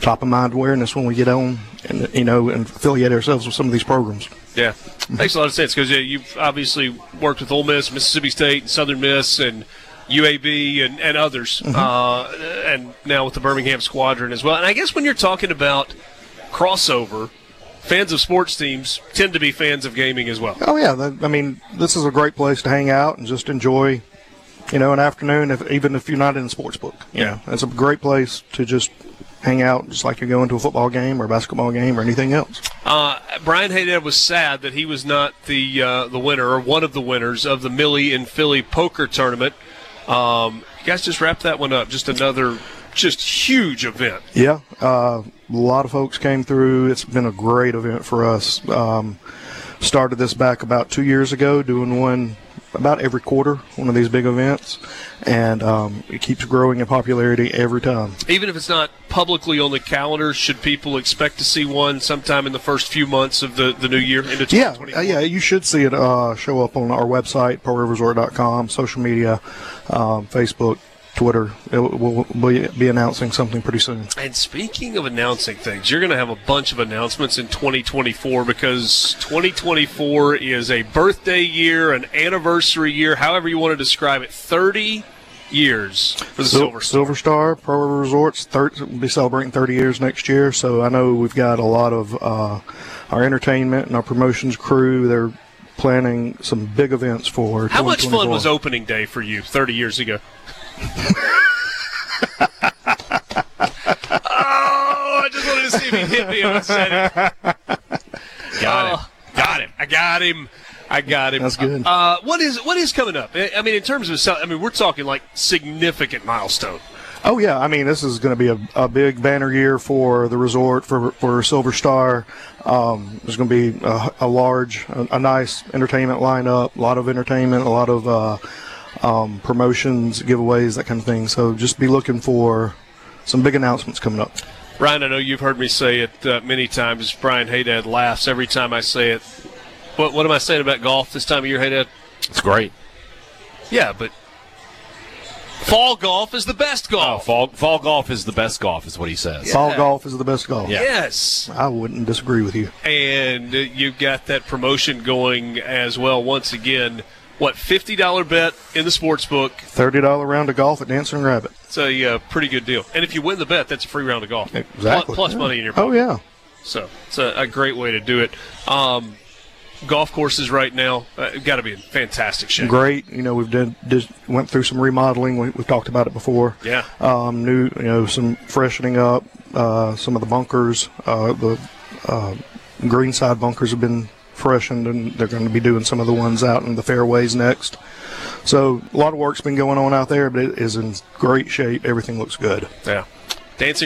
Speaker 8: top of mind awareness when we get on and you know and affiliate ourselves with some of these programs.
Speaker 2: Yeah, makes a lot of sense because yeah, you've obviously worked with Ole Miss, Mississippi State, and Southern Miss, and UAB, and and others, uh, and now with the Birmingham Squadron as well. And I guess when you're talking about crossover, fans of sports teams tend to be fans of gaming as well.
Speaker 8: Oh yeah, that, I mean, this is a great place to hang out and just enjoy, you know, an afternoon. If even if you're not in a sports book, you
Speaker 2: Yeah.
Speaker 8: know, it's a great place to just hang out, just like you're going to a football game or a basketball game or anything else.
Speaker 2: Uh, Brian Haydad was sad that he was not the uh, the winner or one of the winners of the Millie and Philly poker tournament. Um, you guys just wrapped that one up. Just another just huge event.
Speaker 8: Yeah, uh, a lot of folks came through. It's been a great event for us. Um, started this back about two years ago, doing one about every quarter, one of these big events, and um, it keeps growing in popularity every time.
Speaker 2: even if it's not publicly on the calendar, should people expect to see one sometime in the first few months of the, the new year into
Speaker 8: Yeah,
Speaker 2: 2024?
Speaker 8: uh, yeah, you should see it uh, show up on our website, pearlriversort.com, social media, um, Facebook, Twitter. It will, will be announcing something pretty soon.
Speaker 2: And speaking of announcing things, you're going to have a bunch of announcements in 2024 because 2024 is a birthday year, an anniversary year, however you want to describe it. 30 years for the Silver Star.
Speaker 8: Silver Star, Pearl River Resorts, thir- will be celebrating 30 years next year. So I know we've got a lot of uh, our entertainment and our promotions crew. They're planning some big events for.
Speaker 2: How much fun was
Speaker 8: 2024.
Speaker 2: opening day for you 30 years ago? oh, I just wanted to see if he hit me when I said it.
Speaker 3: Got
Speaker 2: Oh, got him. I got him. I got him.
Speaker 8: That's good.
Speaker 2: Uh, what is what is coming up? I I mean, in terms of, sell- I mean, we're talking like significant milestone.
Speaker 8: Oh yeah, I mean this is going to be a, a big banner year for the resort for for Silver Star. Um, there's going to be a, a large, a, a nice entertainment lineup, a lot of entertainment, a lot of uh, um, promotions, giveaways, that kind of thing. So just be looking for some big announcements coming up.
Speaker 2: Brian, I know you've heard me say it uh, many times. Brian Haydad laughs every time I say it. What What am I saying about golf this time of year, Haydad?
Speaker 3: It's great.
Speaker 2: Yeah, but fall golf is the best
Speaker 3: Oh,
Speaker 2: golf.
Speaker 3: fall, fall golf is the best golf, is what he says.
Speaker 8: Fall golf is the best golf.
Speaker 2: Oh.
Speaker 3: Yeah.
Speaker 2: Yes,
Speaker 8: I wouldn't disagree with you.
Speaker 2: and uh, you've got that promotion going as well once again what fifty dollar bet in the sports book.
Speaker 8: Thirty dollar round of golf at Dancing Rabbit.
Speaker 2: It's a uh, pretty good deal, and if you win the bet, that's a free round of golf. Plus,
Speaker 8: Exactly.
Speaker 2: plus
Speaker 8: Yeah.
Speaker 2: money in your pocket.
Speaker 8: Oh yeah.
Speaker 2: So it's a, a great way to do it. Um, golf courses right now uh, got to be in fantastic shape.
Speaker 8: Great. You know, we've did, did went through some remodeling. We, we've talked about it before.
Speaker 2: Yeah.
Speaker 8: Um, new, you know, some freshening up. Uh, some of the bunkers, uh, the uh, greenside bunkers have been freshened, and they're going to be doing some of the ones out in the fairways next. So a lot of work's been going on out there, but it is in great shape. Everything looks good.
Speaker 2: Yeah.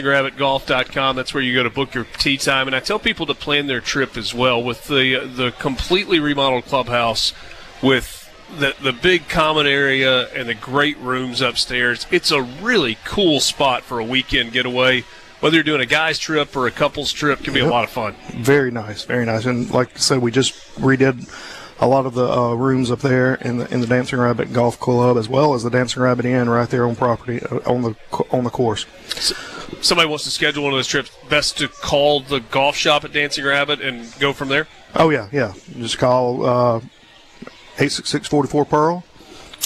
Speaker 2: DancingRabbitGolf.com. That's where you go to book your tee time. And I tell people to plan their trip as well with the the completely remodeled clubhouse, with the the big common area and the great rooms upstairs. It's a really cool spot for a weekend getaway. Whether you're doing a guys trip or a couples trip, can be a lot of fun.
Speaker 8: Very nice, very nice. And like I said, we just redid a lot of the uh, rooms up there in the in the Dancing Rabbit Golf Club, as well as the Dancing Rabbit Inn, right there on property uh, on the co- on the course.
Speaker 2: Somebody wants to schedule one of those trips. Best to call the golf shop at Dancing Rabbit and go from there.
Speaker 8: Oh yeah, yeah. Just call uh, eight six six forty four Pearl,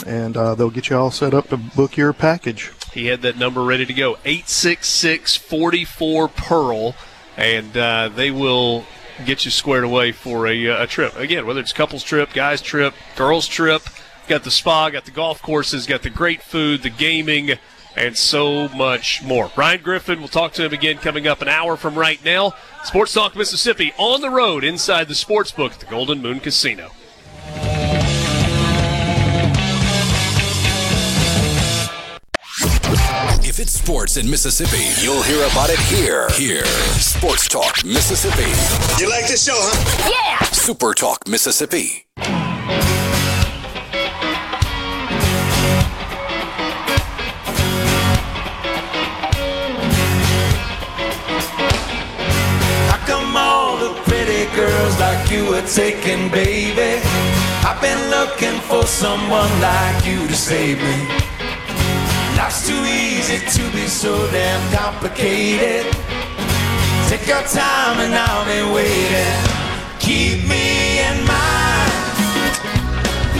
Speaker 8: and uh, they'll get you all set up to book your package.
Speaker 2: He had that number ready to go 866 44 Pearl, and uh, they will get you squared away for a, uh, a trip. Again, whether it's couples trip, guys trip, girls trip, got the spa, got the golf courses, got the great food, the gaming, and so much more. Ryan Griffin, we'll talk to him again coming up an hour from right now. Sports Talk Mississippi on the road inside the sports book at the Golden Moon Casino.
Speaker 6: If it's sports in Mississippi, you'll hear about it here. Here. Sports Talk Mississippi.
Speaker 7: You like this show, huh?
Speaker 6: Super Talk Mississippi.
Speaker 5: How come all the pretty girls like you are taken, baby? I've been looking for someone like you to save me. Life's too easy to be so damn complicated. Take your time and I'll be waiting. Keep me in mind.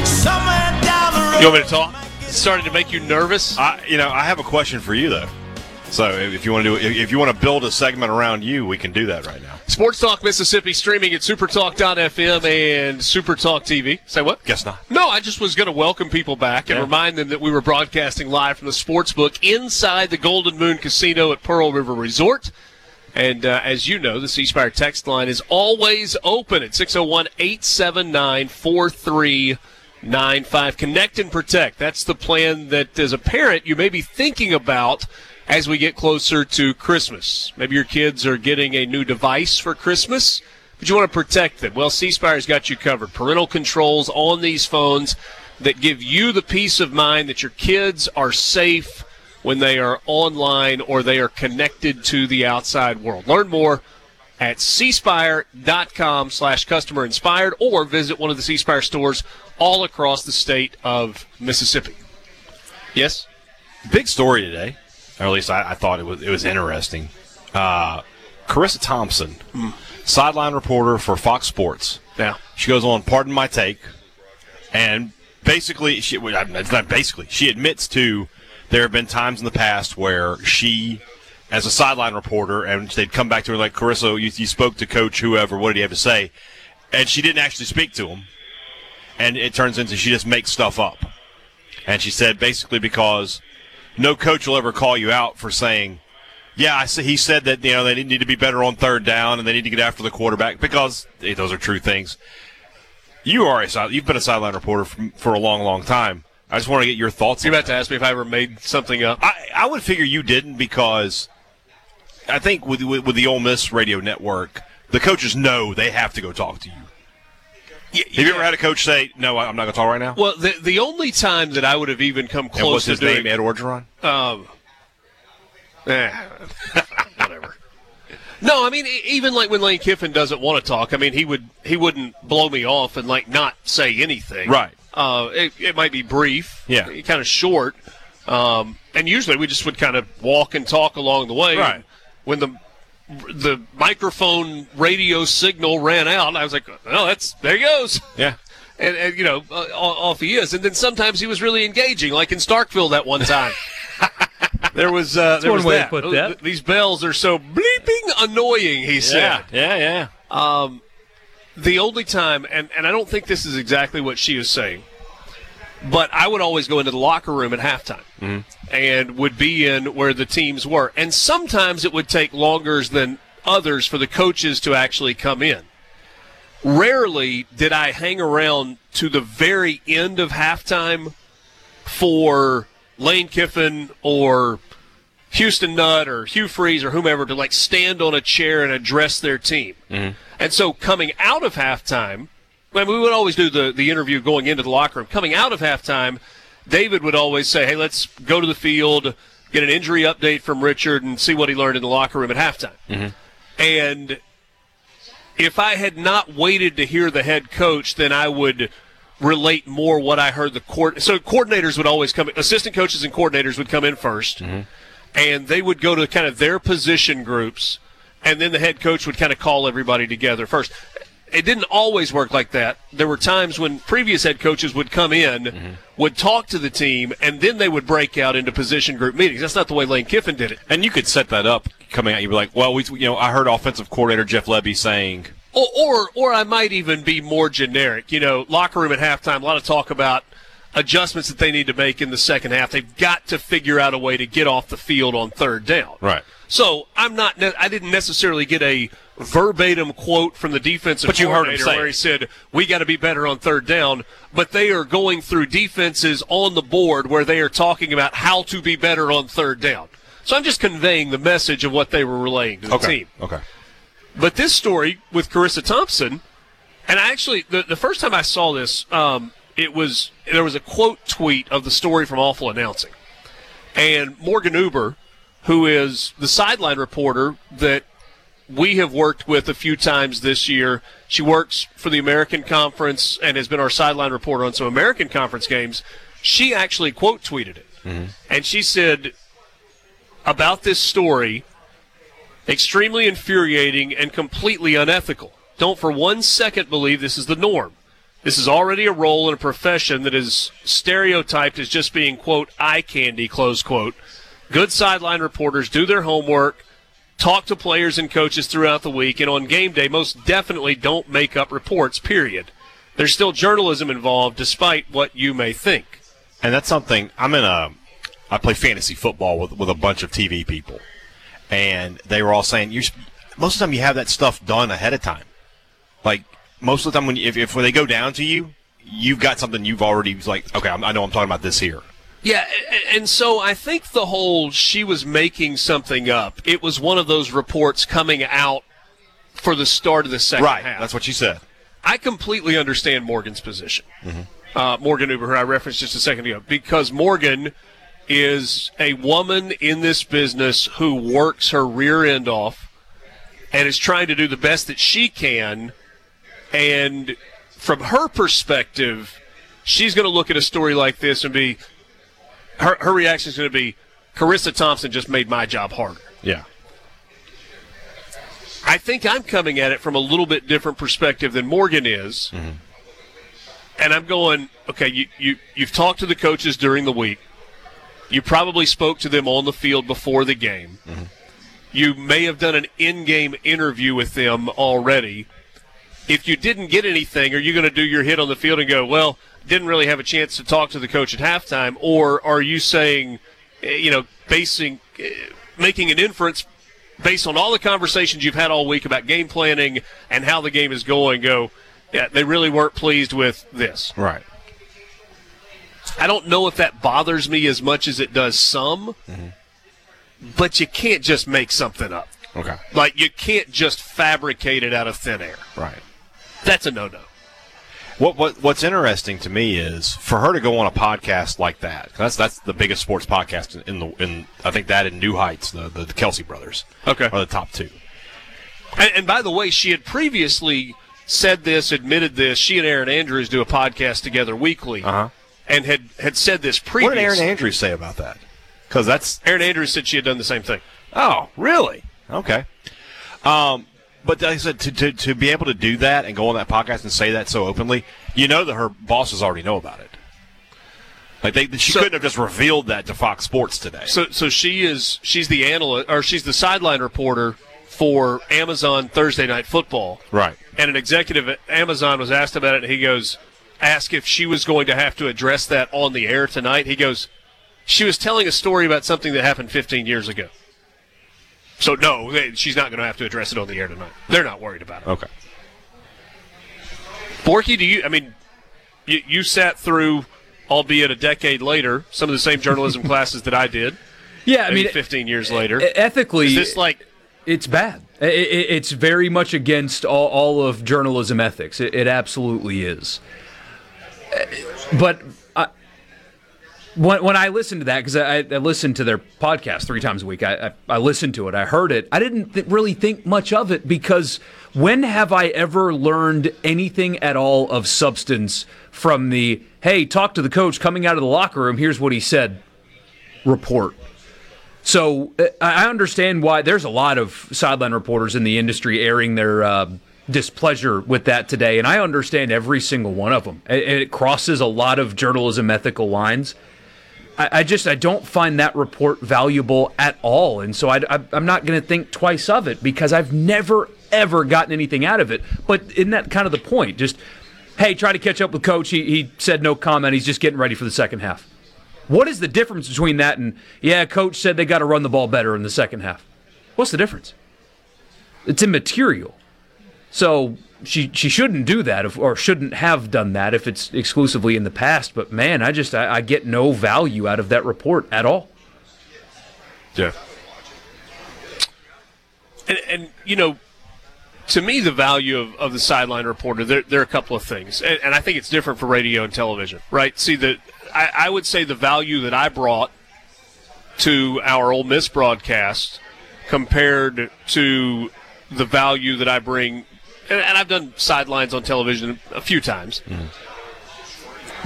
Speaker 5: Somewhere down the road.
Speaker 2: You want me to talk? It's starting to make you nervous?
Speaker 3: I, you know, I have a question for you though. So if if you want to do, if- if you want to build a segment around you, we can do that right now.
Speaker 2: Sports Talk Mississippi streaming at supertalk.fm and Supertalk TV. Say what?
Speaker 3: Guess not.
Speaker 2: No, I just was going to welcome people back and
Speaker 3: Yeah.
Speaker 2: remind them that we were broadcasting live from the sports book inside the Golden Moon Casino at Pearl River Resort. And uh, as you know, the C Spire text line is always open at 601 879 4395. Connect and protect. That's the plan that, as a parent, you may be thinking about as we get closer to Christmas. Maybe your kids are getting a new device for Christmas, but you want to protect them. Well, C Spire's got you covered. Parental controls on these phones that give you the peace of mind that your kids are safe when they are online or they are connected to the outside world. Learn more at cspire.com slash customer inspired or visit one of the cspire stores all across the state of Mississippi. Yes?
Speaker 3: Big story today, or at least I, I thought it was. It was interesting. Uh, Carissa Thompson, sideline reporter for Fox Sports.
Speaker 2: Now,
Speaker 3: She goes on, pardon my take, and basically, she well, I mean, it's not basically. She admits to there have been times in the past where she, as a sideline reporter, and they'd come back to her like, Carissa, you, you spoke to coach whoever. What did he have to say? And she didn't actually speak to him, and it turns into she just makes stuff up. And she said basically because no coach will ever call you out for saying. Yeah, I see. He said that you know they need to be better on third down and they need to get after the quarterback because eh, those are true things. You are a side, you've been a sideline reporter for, for a long, long time. I just want to get your thoughts.
Speaker 2: you're
Speaker 3: on
Speaker 2: about to ask me if I ever made something up.
Speaker 3: I, I would figure you didn't because I think with, with with the Ole Miss radio network, the coaches know they have to go talk to you. have you ever had a coach say, "No, I- I'm not going to talk right now"?
Speaker 2: Well, the, the only time that I would have even come
Speaker 3: and what's
Speaker 2: close
Speaker 3: his
Speaker 2: to doing
Speaker 3: name? Ed Orgeron.
Speaker 2: Um, eh, whatever. No, I mean e- even like when Lane Kiffin doesn't want to talk, I mean he would he wouldn't blow me off and like not say anything.
Speaker 3: Right.
Speaker 2: Uh, it, it might be brief.
Speaker 3: Yeah.
Speaker 2: Kind of short. Um, and usually we just would kind of walk and talk along the way.
Speaker 3: Right.
Speaker 2: When the the microphone radio signal ran out, I was like, "Well, that's there he goes."
Speaker 3: yeah,
Speaker 2: and, and you know, uh, off he is. And then sometimes he was really engaging, like in Starkville that one time. There was uh, there
Speaker 4: one
Speaker 2: was
Speaker 4: way to
Speaker 2: that.
Speaker 4: put
Speaker 2: Oh,
Speaker 4: that.
Speaker 2: th- These bells are so bleeping annoying. He said. Um,
Speaker 3: yeah, yeah.
Speaker 2: The only time, and, and I don't think this is exactly what she is saying, but I would always go into the locker room at halftime
Speaker 4: Mm-hmm.
Speaker 2: and would be in where the teams were. And sometimes it would take longer than others for the coaches to actually come in. Rarely did I hang around to the very end of halftime for Lane Kiffin or Houston Nutt or Hugh Freeze or whomever to like stand on a chair and address their team. And so coming out of halftime, I mean, we would always do the, the interview going into the locker room. Coming out of halftime, David would always say, hey, let's go to the field, get an injury update from Richard, and see what he learned in the locker room at halftime. And if I had not waited to hear the head coach, then I would relate more what I heard the court. So coordinators would always come, assistant coaches and coordinators would come in 1st and they would go to kind of their position groups, and then the head coach would kind of call everybody together first. It didn't always work like that. There were times when previous head coaches would come in, would talk to the team, and then they would break out into position group meetings. That's not the way Lane Kiffin did it.
Speaker 3: And you could set that up coming out. You'd be like, well, we, you know, I heard offensive coordinator Jeff Levy saying,
Speaker 2: Or, or, or I might even be more generic. You know, locker room at halftime, a lot of talk about adjustments that they need to make in the second half. They've got to figure out a way to get off the field on third down.
Speaker 3: Right.
Speaker 2: So I'm not. ne- I didn't necessarily get a verbatim quote from the defensive
Speaker 3: But you heard him
Speaker 2: coordinator
Speaker 3: say it.
Speaker 2: where he said we got to be better on third down. But they are going through defenses on the board where they are talking about how to be better on third down. So I'm just conveying the message of what they were relaying to the
Speaker 3: okay,
Speaker 2: team.
Speaker 3: okay.
Speaker 2: But this story with Carissa Thompson, and I actually the, the first time I saw this, um, it was there was a quote tweet of the story from Awful Announcing, and Morgan Uber, who is the sideline reporter that we have worked with a few times this year. She works for the American Conference and has been our sideline reporter on some American Conference games. She actually quote tweeted it, and she said about this story extremely infuriating and completely unethical. Don't for one second believe this is the norm. This is already a role in a profession that is stereotyped as just being, quote, eye candy, close quote. Good sideline reporters do their homework, talk to players and coaches throughout the week, and on game day, most definitely don't make up reports, period. There's still journalism involved, despite what you may think.
Speaker 3: And that's something I'm in a. I play fantasy football with with a bunch of TV people, and they were all saying you. s- Most of the time, you have that stuff done ahead of time. Like most of the time, when you, if if when they go down to you, you've got something you've already was like. Okay, I'm, I know I'm talking about this here.
Speaker 2: Yeah, a- a- and so I think the whole she was making something up. It was one of those reports coming out for the start of the second
Speaker 3: Right,
Speaker 2: half.
Speaker 3: that's what she said.
Speaker 2: I completely understand Morgan's position. Uh, Morgan Uber, who I referenced just a second ago, because Morgan is a woman in this business who works her rear end off and is trying to do the best that she can. And from her perspective, she's going to look at a story like this and be her, her reaction is going to be Carissa Thompson just made my job harder.
Speaker 3: Yeah,
Speaker 2: I think I'm coming at it from a little bit different perspective than Morgan is. And I'm going, okay, you, you, you've talked to the coaches during the week. You probably spoke to them on the field before the game. You may have done an in game interview with them already. If you didn't get anything, are you going to do your hit on the field and go, well, didn't really have a chance to talk to the coach at halftime? Or are you saying, eh, you know, basing, eh, making an inference based on all the conversations you've had all week about game planning and how the game is going, go, yeah, they really weren't pleased with this.
Speaker 3: right.
Speaker 2: I don't know if that bothers me as much as it does some, but you can't just make something up.
Speaker 3: Okay,
Speaker 2: Like, you can't just fabricate it out of thin air.
Speaker 3: right.
Speaker 2: That's a no no.
Speaker 3: What, what what's interesting to me is for her to go on a podcast like that. 'cause That's that's the biggest sports podcast in, in the in I think that in New Heights the, the Kelsey brothers.
Speaker 2: Okay.
Speaker 3: are the top two.
Speaker 2: And, and by the way, she had previously said this, admitted this. She and Aaron Andrews do a podcast together weekly
Speaker 3: Uh-huh.
Speaker 2: and had, had said this previously.
Speaker 3: What did Aaron Andrews say about that? Because that's
Speaker 2: Aaron Andrews said she had done the same thing.
Speaker 3: oh really okay. Um, But like I said, to, to, to be able to do that and go on that podcast and say that so openly, you know that her bosses already know about it. Like they, she
Speaker 2: So-
Speaker 3: couldn't have just revealed that to Fox Sports today.
Speaker 2: So, so she is she's the analyst or she's the sideline reporter for Amazon Thursday Night Football.
Speaker 3: Right.
Speaker 2: And an executive at Amazon was asked about it, and he goes, "Ask if she was going to have to address that on the air tonight." He goes, "She was telling a story about something that happened 15 years ago." So no, they- she's not going to have to address it on the air tonight. They're not worried about it.
Speaker 3: okay.
Speaker 2: Borky, do you? I mean, you, you sat through, albeit a decade later, some of the same journalism classes that I did.
Speaker 4: Yeah, I
Speaker 2: maybe
Speaker 4: mean, e-,
Speaker 2: 15 years later.
Speaker 4: ethically,
Speaker 2: Is this like
Speaker 4: it's bad. I- I- it's very much against all, all of journalism ethics. It, it absolutely is. Uh, But I, when, when I listened to that, because I, I listened to their podcast three times a week, I, I, I listened to it, I heard it. I didn't th- really think much of it because when have I ever learned anything at all of substance from the, hey, talk to the coach coming out of the locker room, here's what he said report? So uh, I I understand why there's a lot of sideline reporters in the industry airing their uh, displeasure with that today, and I understand every single one of them. It, it crosses a lot of journalism ethical lines. I, I just I don't find that report valuable at all, and so I, I, I'm not going to think twice of it because I've never ever gotten anything out of it. But isn't that kind of the point? Just hey, try to catch up with coach. He, he said no comment. He's just getting ready for the second half. What is the difference between that and yeah, coach said they got to run the ball better in the second half? What's the difference? It's immaterial. So she she shouldn't do that if, or shouldn't have done that if it's exclusively in the past. But man, I just I, I get no value out of that report at all.
Speaker 3: Yeah.
Speaker 2: and, and you know, to me, the value of, of the sideline reporter, there, there are a couple of things, and, and I think it's different for radio and television, right? See, the I, I would say the value that I brought to our Ole Miss broadcast compared to the value that I bring, and, and I've done sidelines on television a few times.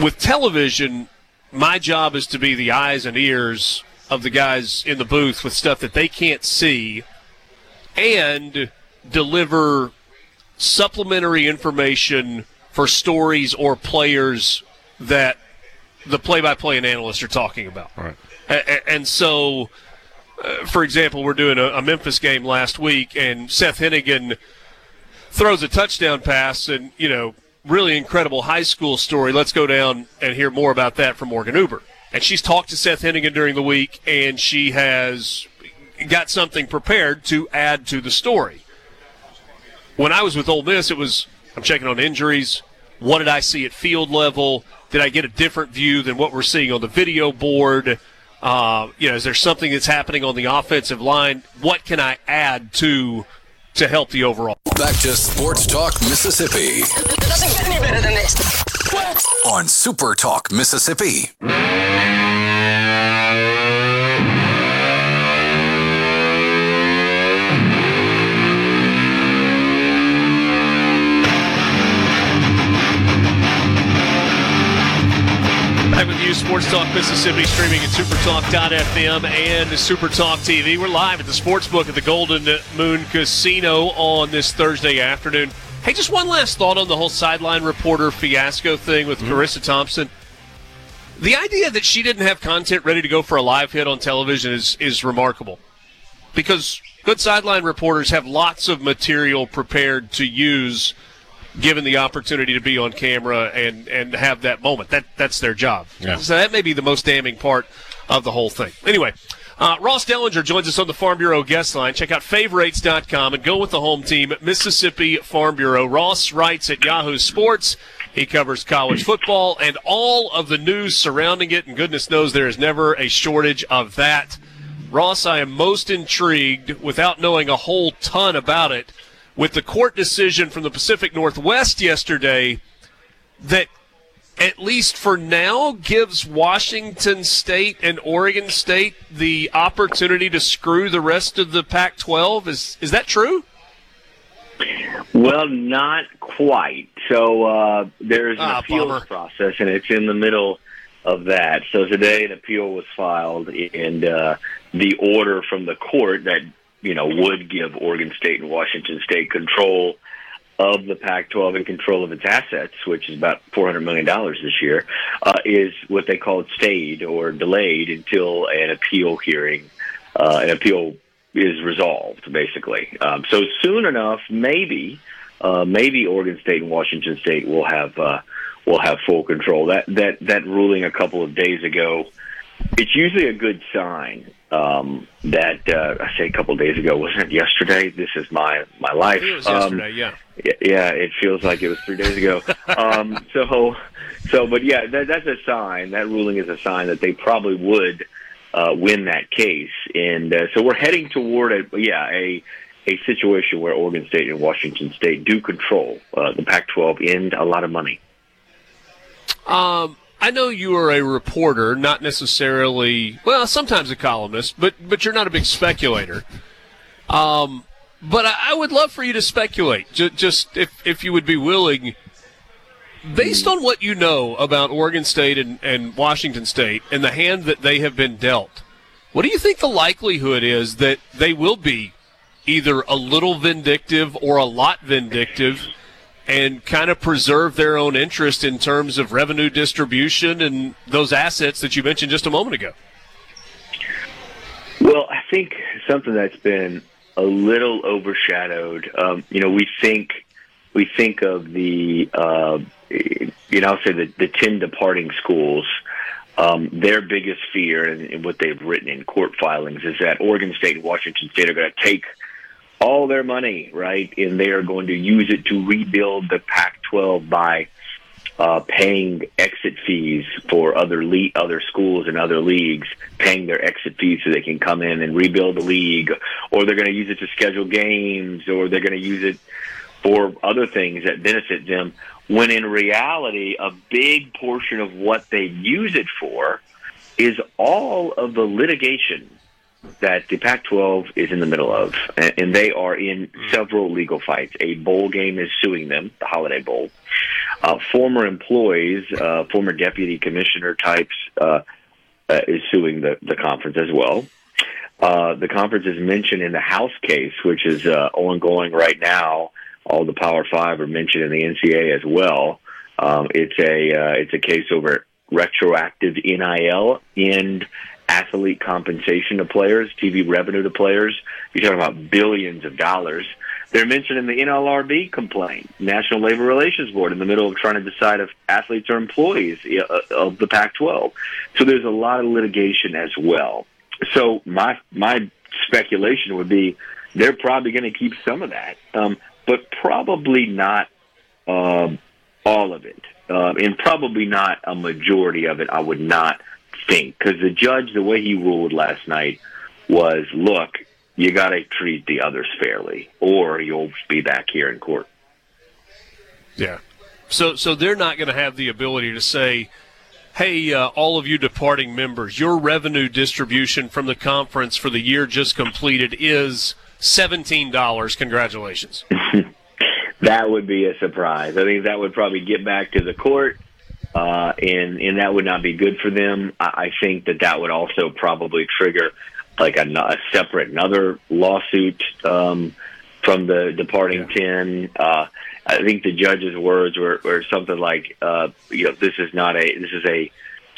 Speaker 2: With television, my job is to be the eyes and ears of the guys in the booth with stuff that they can't see and deliver supplementary information for stories or players that the play-by-play and analysts are talking about. Right. And so, uh, for example, we're doing a, a Memphis game last week, and Seth Hennigan throws a touchdown pass, and you know, really incredible high school story. Let's go down and hear more about that from Morgan Uber. And she's talked to Seth Hennigan during the week, and she has got something prepared to add to the story. When I was with Ole Miss, it was I'm checking on injuries. What did I see at field level? Did I get a different view than what we're seeing on the video board? Uh, you know, is there something that's happening on the offensive line? What can I add to to help the overall?
Speaker 6: Back to Sports Talk Mississippi
Speaker 9: It doesn't get any better than this.
Speaker 6: on Super Talk Mississippi.
Speaker 2: Back with you, Sports Talk Mississippi, streaming at supertalk.fm and Supertalk TV. We're live at the Sportsbook at the Golden Moon Casino on this Thursday afternoon. Hey, just one last thought on the whole sideline reporter fiasco thing with Carissa Thompson. The idea that she didn't have content ready to go for a live hit on television is, is remarkable because good sideline reporters have lots of material prepared to use given the opportunity to be on camera and and have that moment. That that's their job.
Speaker 3: Yeah.
Speaker 2: So that may be the most damning part of the whole thing. Anyway, uh, Ross Dellinger joins us on the Farm Bureau guest line. Check out favorites.com and go with the home team, Mississippi Farm Bureau. Ross writes at Yahoo Sports. He covers college football and all of the news surrounding it, and goodness knows there is never a shortage of that. Ross, I am most intrigued without knowing a whole ton about it with the court decision from the Pacific Northwest yesterday that at least for now gives Washington State and Oregon State the opportunity to screw the rest of the Pac-12 is is that true?
Speaker 10: Well, not quite. So uh, there's an
Speaker 2: Ah,
Speaker 10: appeals
Speaker 2: bummer.
Speaker 10: process, and it's in the middle of that. So today, an appeal was filed, and uh, the order from the court that you know, would give Oregon State and Washington State control of the Pac-12 and control of its assets, which is about four hundred million dollars this year, uh, is what they called stayed or delayed until an appeal hearing, uh, an appeal is resolved, basically. Um, so soon enough, maybe, uh, maybe Oregon State and Washington State will have uh, will have full control. That that that ruling a couple of days ago, it's usually a good sign. Um, that uh, I say a couple of days ago, wasn't it yesterday? This is my my life.
Speaker 2: It was
Speaker 10: Um,
Speaker 2: yesterday, yeah.
Speaker 10: yeah, yeah, it feels like it was three days ago. um, so, so, but yeah, that, that's a sign. That ruling is a sign that they probably would uh, win that case, and uh, so we're heading toward a yeah a a situation where Oregon State and Washington State do control uh, the Pac-12 and a lot of money.
Speaker 2: Um, I know you are a reporter, not necessarily well, sometimes a columnist, but but you're not a big speculator. Um, but I, I would love for you to speculate, ju- just if if you would be willing, based on what you know about Oregon State and, and Washington State and the hand that they have been dealt. What do you think the likelihood is that they will be either a little vindictive or a lot vindictive and kind of preserve their own interest in terms of revenue distribution and those assets that you mentioned just a moment ago?
Speaker 10: Well, I think something that's been a little overshadowed. Um, you know, we think we think of the uh, you know I'll say the, the ten departing schools. Um, their biggest fear and, and what they've written in court filings is that Oregon State and Washington State are going to take all their money, right, and they are going to use it to rebuild the Pac-12 by uh, paying exit fees for other le- other schools and other leagues, paying their exit fees so they can come in and rebuild the league, or they're going to use it to schedule games, or they're going to use it for other things that benefit them. When in reality, a big portion of what they use it for is all of the litigation that the Pac-12 is in the middle of, and and they are in several legal fights. A bowl game is suing them, the Holiday Bowl. Uh, former employees, uh, former deputy commissioner types, uh, uh, is suing the, the conference as well. Uh, the conference is mentioned in the House case, which is uh, ongoing right now. All the Power Five are mentioned in the NCA as well. Um, it's a uh, it's a case over retroactive NIL and athlete compensation to players, TV revenue to players. You're talking about billions of dollars. They're mentioned in the NLRB complaint, National Labor Relations Board, in the middle of trying to decide if athletes are employees uh, of the Pac-12. So there's a lot of litigation as well. So my my speculation would be they're probably going to keep some of that, um, but probably not um, all of it, uh, and probably not a majority of it. I would not think because the judge, the way he ruled last night, was look, you got to treat the others fairly, or you'll be back here in court.
Speaker 2: Yeah. So so they're not going to have the ability to say, "Hey, uh, all of you departing members, your revenue distribution from the conference for the year just completed is seventeen dollars. Congratulations."
Speaker 10: That would be a surprise. I think that would probably get back to the court, uh, and and that would not be good for them. I, I think that that would also probably trigger like a, no- a separate another lawsuit um, from the departing ten. Uh, I think the judge's words were, were something like, uh, you know, this is not a this is a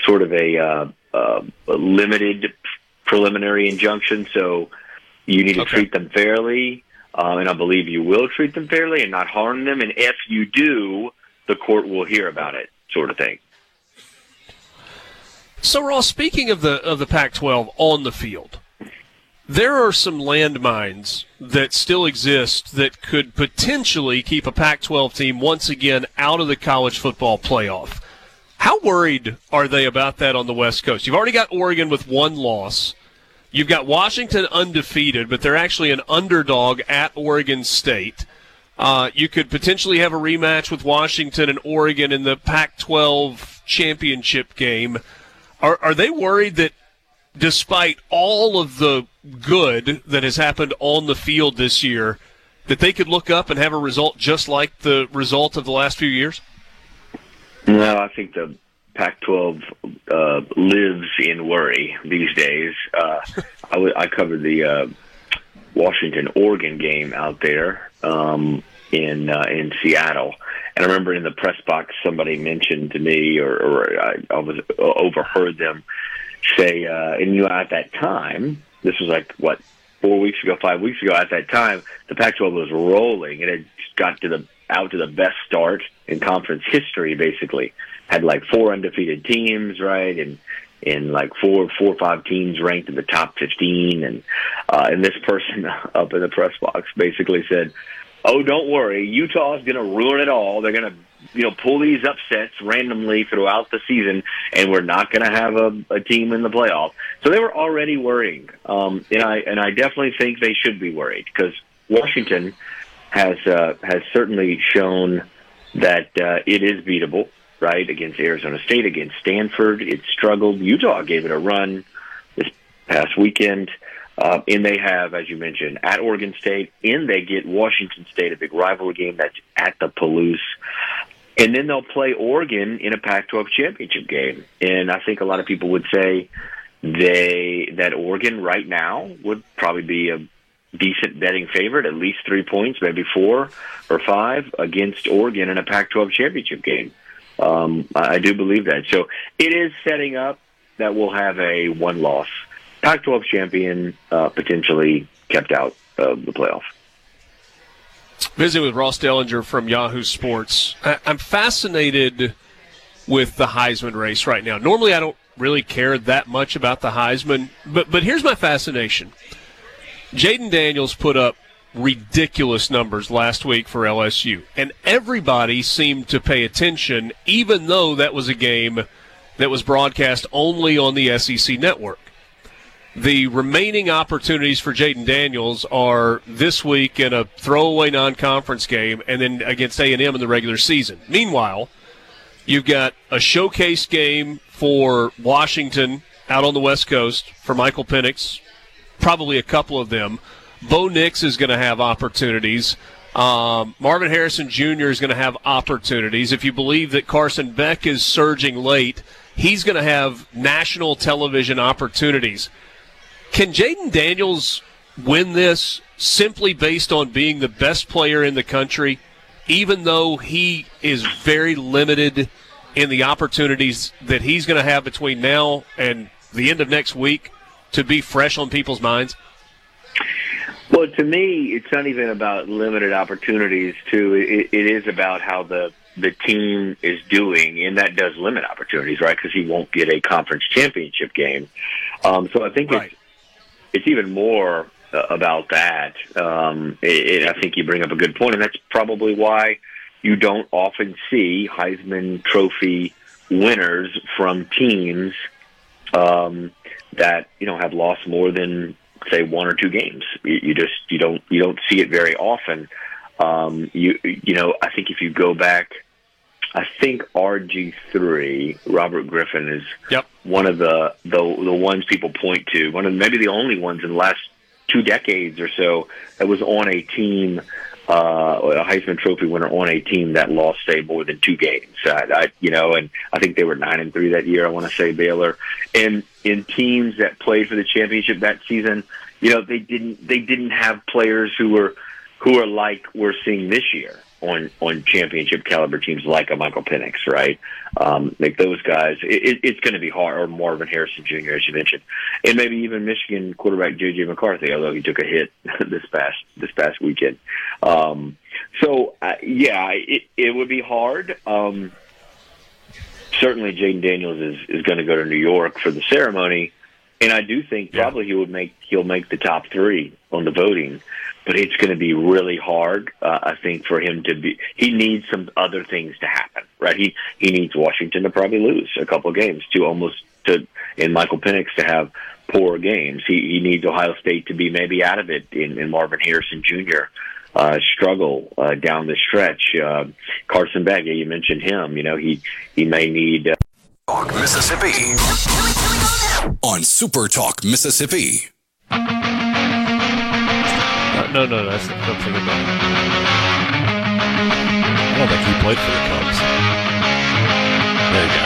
Speaker 10: sort of a, uh, uh, a limited preliminary injunction, so you need to treat them fairly, um, and I believe you will treat them fairly and not harm them. And if you do, the court will hear about it, sort of thing.
Speaker 2: So, Ross, speaking of the of the Pac-12 on the field, there are some landmines that still exist that could potentially keep a Pac-12 team once again out of the college football playoff. How worried are they about that on the West Coast? You've already got Oregon with one loss. You've got Washington undefeated, but they're actually an underdog at Oregon State. Uh, you could potentially have a rematch with Washington and Oregon in the Pac 12 championship game. Are, are they worried that despite all of the good that has happened on the field this year, that they could look up and have a result just like the result of the last few years?
Speaker 10: No, I think the Pac-12 uh, lives in worry these days. Uh, I, w- I covered the uh, Washington Oregon game out there um, in uh, in Seattle. And I remember in the press box, somebody mentioned to me, or, or I, I was uh, overheard them say, uh, and you know, at that time, this was like what four weeks ago, five weeks ago. At that time, the Pac-12 was rolling. It had got to the out to the best start in conference history. Basically, had like four undefeated teams, right, and and like four, four or five teams ranked in the top fifteen. And uh, and this person up in the press box basically said, "Oh, don't worry, Utah's going to ruin it all. They're going to." You know, pull these upsets randomly throughout the season, and we're not going to have a, a team in the playoff. So they were already worrying, um, and I and I definitely think they should be worried because Washington has uh, has certainly shown that uh, it is beatable, right? Against Arizona State, against Stanford, it struggled. Utah gave it a run this past weekend, uh, and they have, as you mentioned, at Oregon State, and they get Washington State, a big rivalry game that's at the Palouse. And then they'll play Oregon in a Pac-12 championship game, and I think a lot of people would say they that Oregon right now would probably be a decent betting favorite, at least three points, maybe four or five against Oregon in a Pac-12 championship game. Um, I I do believe that. So it is setting up that we'll have a one-loss Pac-12 champion uh, potentially kept out of the playoff.
Speaker 2: Visit with Ross Dellinger from Yahoo Sports. I- I'm fascinated with the Heisman race right now. Normally, I don't really care that much about the Heisman, but but here's my fascination. Jaden Daniels put up ridiculous numbers last week for LSU, and everybody seemed to pay attention, even though that was a game that was broadcast only on the SEC network. The remaining opportunities for Jaden Daniels are this week in a throwaway non-conference game, and then against A&M in the regular season. Meanwhile, you've got a showcase game for Washington out on the West Coast for Michael Penix, probably a couple of them. Bo Nix is going to have opportunities. Um, Marvin Harrison Jr. is going to have opportunities. If you believe that Carson Beck is surging late, he's going to have national television opportunities. Can Jaden Daniels win this simply based on being the best player in the country, even though he is very limited in the opportunities that he's going to have between now and the end of next week to be fresh on people's minds?
Speaker 10: Well, to me, it's not even about limited opportunities. Too, it, it is about how the the team is doing, and that does limit opportunities, right? Because he won't get a conference championship game. Um, so I think it's it's even more uh, about that. Um, it, it, I think you bring up a good point, and that's probably why you don't often see Heisman Trophy winners from teams um, that you know have lost more than say one or two games. You, you just you don't you don't see it very often. Um, you you know I think if you go back, I think RG three Robert Griffin is one of the, the the ones people point to. One of maybe the only ones in the last two decades or so that was on a team. Uh, a Heisman Trophy winner on a team that lost, say, more than two games. I, I, you know, and I think they were nine and three that year. I want to say Baylor, and in teams that played for the championship that season, you know, they didn't they didn't have players who were who are like we're seeing this year on on championship caliber teams like a Michael Penix, right? Um, like those guys, it, it, it's going to be hard. Or Marvin Harrison Jr., as you mentioned, and maybe even Michigan quarterback JJ McCarthy, although he took a hit this past this past weekend. Um, so uh, yeah, it, it would be hard. Um, certainly, Jaden Daniels is is going to go to New York for the ceremony. And I do think probably he would make he'll make the top three on the voting, but it's going to be really hard. Uh, I think for him to be, he needs some other things to happen, right? He he needs Washington to probably lose a couple of games to almost to and Michael Penix to have poor games. He he needs Ohio State to be maybe out of it in, in Marvin Harrison Jr. Uh, struggle uh, down the stretch. Uh, Carson Beck, you mentioned him. You know he he may need. Uh,
Speaker 6: Talk Mississippi on Super Talk Mississippi.
Speaker 2: Uh, no, no, that's not for the
Speaker 3: I don't think he played for the Cubs. There you go.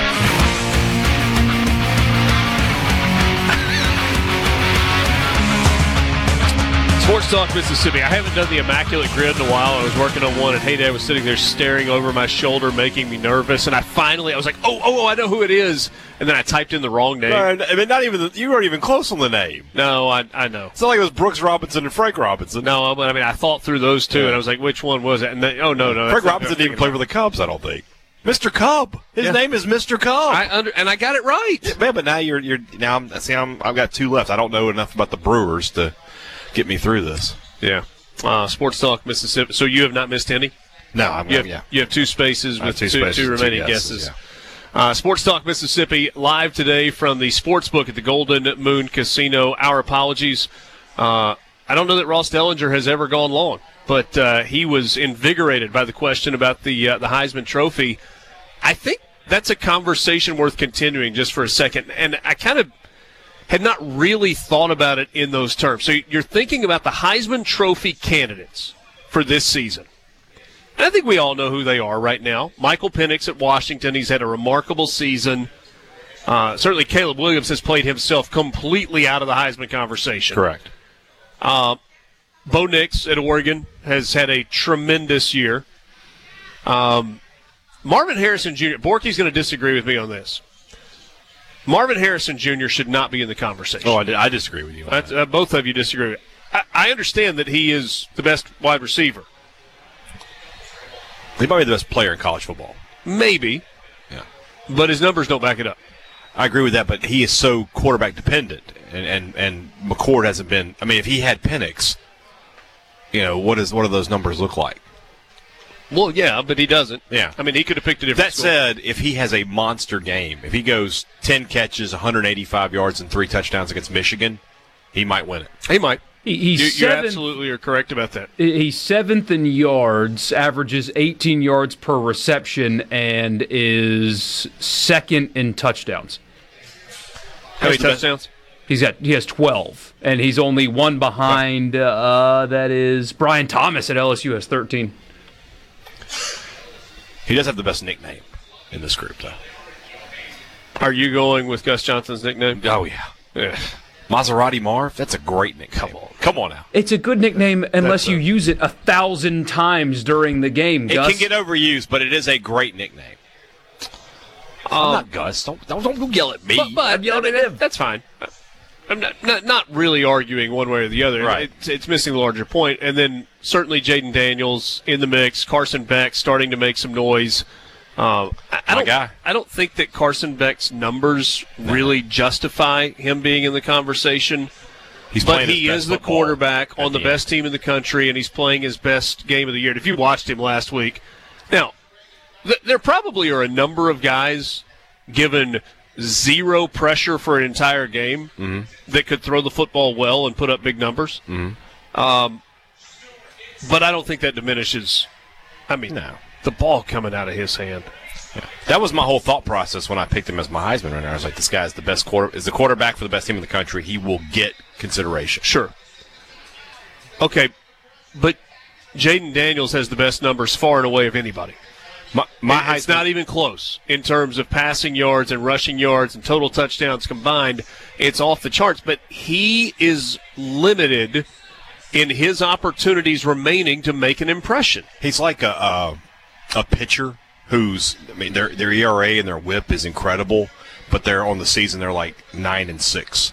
Speaker 2: Sports Sports Talk Mississippi. I haven't done the Immaculate Grid in a while. I was working on one, and Hey Dad was sitting there staring over my shoulder, making me nervous. And I finally, I was like, oh, oh, oh, I know who it is. And then I typed in the wrong name.
Speaker 3: No, I mean, not even the, you weren't even close on the name.
Speaker 2: No, I, I know.
Speaker 3: It's not like it was Brooks Robinson and Frank Robinson.
Speaker 2: No, but I mean, I thought through those two, and I was like, which one was it? And then, oh no, no,
Speaker 3: Frank
Speaker 2: that's not-
Speaker 3: Robinson didn't even play for the Cubs. I don't think. Mr. Cub. His
Speaker 2: Yeah.
Speaker 3: name is Mr. Cub.
Speaker 2: I under, and I got it right.
Speaker 3: Yeah, man, but now you're you're now I'm see I'm I've got two left. I don't know enough about the Brewers to get me through this.
Speaker 2: Yeah. Uh, Sports Talk Mississippi. So you have not missed any.
Speaker 3: No, I'm
Speaker 2: You have,
Speaker 3: yeah.
Speaker 2: you have two spaces
Speaker 3: I
Speaker 2: with
Speaker 3: have
Speaker 2: two,
Speaker 3: two
Speaker 2: two,
Speaker 3: spaces, two
Speaker 2: remaining guesses.
Speaker 3: guesses,
Speaker 2: Uh, Sports Talk Mississippi live today from the Sportsbook at the Golden Moon Casino. Our apologies. Uh, I don't know that Ross Dellinger has ever gone long, but uh, he was invigorated by the question about the uh, the Heisman Trophy. I think that's a conversation worth continuing just for a second. And I kind of had not really thought about it in those terms. So you're thinking about the Heisman Trophy candidates for this season. And I think we all know who they are right now. Michael Penix at Washington. He's had a remarkable season. Uh, certainly, Caleb Williams has played himself completely out of the Heisman conversation.
Speaker 3: Correct.
Speaker 2: Bo Nix at Oregon has had a tremendous year. Um, Marvin Harrison Jr. Borky's going to disagree with me on this. Marvin Harrison Jr. should not be in the conversation.
Speaker 3: Oh, I, did, I disagree with you. on
Speaker 2: That's, uh, both of you disagree. with- I, I understand that he is the best wide receiver.
Speaker 3: that. He might be the best player in college football.
Speaker 2: Maybe.
Speaker 3: Yeah.
Speaker 2: But his numbers don't back it up.
Speaker 3: I agree with that, but he is so quarterback dependent, and and and McCord hasn't been. I mean, if he had Penix, you know what is what do those numbers look like?
Speaker 2: Well, yeah, but he doesn't.
Speaker 3: Yeah.
Speaker 2: I mean, he could have picked a different
Speaker 3: That
Speaker 2: school.
Speaker 3: said, if he has a monster game, if he goes ten catches, 185 yards, and three touchdowns against Michigan, he might win it.
Speaker 2: He might.
Speaker 4: He, he's
Speaker 2: You, you
Speaker 4: seventh-
Speaker 2: absolutely are correct about that.
Speaker 4: He's seventh in yards, averages 18 yards per reception, and is second in touchdowns.
Speaker 2: How many
Speaker 3: the best-
Speaker 2: touchdowns?
Speaker 4: He's got he has 12, and he's only one behind. Uh, that is Brian Thomas at LSU has 13.
Speaker 3: He does have the best nickname in this group, though.
Speaker 2: Are you going with Gus Johnson's nickname?
Speaker 3: Oh yeah,
Speaker 2: Yeah.
Speaker 3: Maserati Marv. That's a great nickname. Come on, come on now.
Speaker 4: It's a good nickname unless you use it a thousand times during the game.
Speaker 3: It
Speaker 4: Gus.
Speaker 3: can get overused, but it is a great nickname. I'm not Gus. Don't don't, don't yell at me.
Speaker 2: Uh, But, but
Speaker 4: I'm yelling
Speaker 2: I mean,
Speaker 4: at him.
Speaker 2: that's fine. I'm not, not not really arguing one way or the other.
Speaker 3: Right.
Speaker 2: It's, it's missing the larger point. And then certainly Jaden Daniels in the mix, Carson Beck starting to make some noise. Um, I, I
Speaker 3: My
Speaker 2: don't,
Speaker 3: guy.
Speaker 2: I don't think that Carson Beck's numbers really justify him being in the conversation.
Speaker 3: He's
Speaker 2: But
Speaker 3: playing his
Speaker 2: he
Speaker 3: best
Speaker 2: is the
Speaker 3: football
Speaker 2: quarterback
Speaker 3: at
Speaker 2: on the,
Speaker 3: the end.
Speaker 2: best team in the country, and he's playing his best game of the year. And if you watched him last week, now th- there probably are a number of guys given zero pressure for an entire game
Speaker 3: Mm-hmm.
Speaker 2: that could throw the football well and put up big numbers. Um,
Speaker 3: Mm-hmm.
Speaker 2: but I don't think that diminishes. I mean,
Speaker 3: No.
Speaker 2: the ball coming out of his hand.
Speaker 3: That was my whole thought process when I picked him as my Heisman runner. I was like, this guy's the best quarter is the quarterback for the best team in the country. He will get consideration.
Speaker 2: Sure. Okay, but Jaden Daniels has the best numbers far and away of anybody.
Speaker 3: My, my
Speaker 2: It- it's
Speaker 3: Heisman-
Speaker 2: not even close in terms of passing yards and rushing yards and total touchdowns combined. It's off the charts, but he is limited in his opportunities remaining to make an impression.
Speaker 3: he's like a uh, a pitcher who's I mean their their ERA and their WHIP is incredible, but they're on the season they're like nine and six.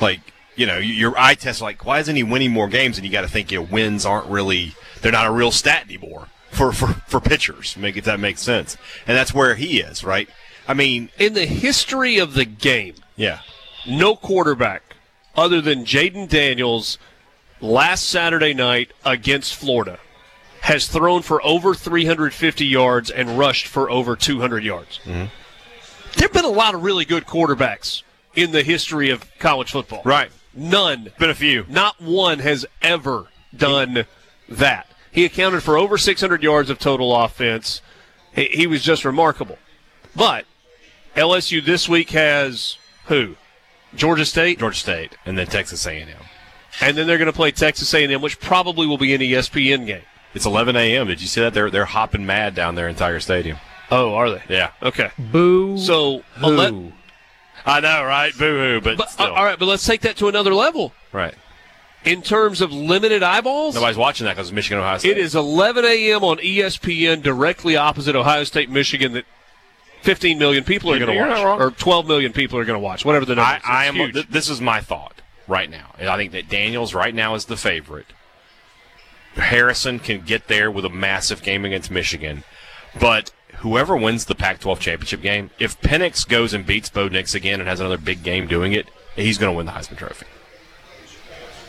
Speaker 3: Like you know y- your eye test like why isn't he winning more games? And you got to think you know wins aren't really they're not a real stat anymore for for for pitchers. Make if that makes sense, and that's where he is right. I mean
Speaker 2: In the history of the game,
Speaker 3: yeah.
Speaker 2: no quarterback other than Jaden Daniels last Saturday night against Florida has thrown for over 350 yards and rushed for over 200 yards.
Speaker 3: Mm-hmm.
Speaker 2: There have been a lot of really good quarterbacks in the history of college football.
Speaker 3: Right.
Speaker 2: None.
Speaker 3: Been a few.
Speaker 2: Not one has ever done that. He accounted for over 600 yards of total offense. He, he was just remarkable. But LSU this week has who? Georgia State,
Speaker 3: Georgia State, and then Texas A&M.
Speaker 2: and then they're going to play Texas A&M, which probably will be an E ESPN game.
Speaker 3: It's 11 a.m. Did you see that? They're they're hopping mad down there in Tiger Stadium.
Speaker 2: Oh, are they?
Speaker 3: Yeah,
Speaker 2: Okay.
Speaker 4: Boo.
Speaker 2: So
Speaker 4: hoo.
Speaker 2: ele-
Speaker 3: I know, right? Boo hoo, but,
Speaker 2: but, uh,
Speaker 3: still.
Speaker 2: all right, but let's take that to another level.
Speaker 3: right.
Speaker 2: in terms of limited eyeballs?
Speaker 3: Nobody's watching that because Michigan Ohio State.
Speaker 2: It is 11 a.m. on E ESPN, directly opposite Ohio State, Michigan. That 15 million people are
Speaker 3: You're
Speaker 2: going to
Speaker 3: not wrong.
Speaker 2: watch, or 12 million people are going to watch, whatever the number.
Speaker 3: I,
Speaker 2: is.
Speaker 3: I
Speaker 2: It's
Speaker 3: am.
Speaker 2: huge.
Speaker 3: th- this is my thought right now. And I think that Daniels right now is the favorite. Harrison can get there with a massive game against Michigan, but whoever wins the Pac-12 championship game, if Penix goes and beats Bo Nix again and has another big game doing it, he's going to win the Heisman Trophy.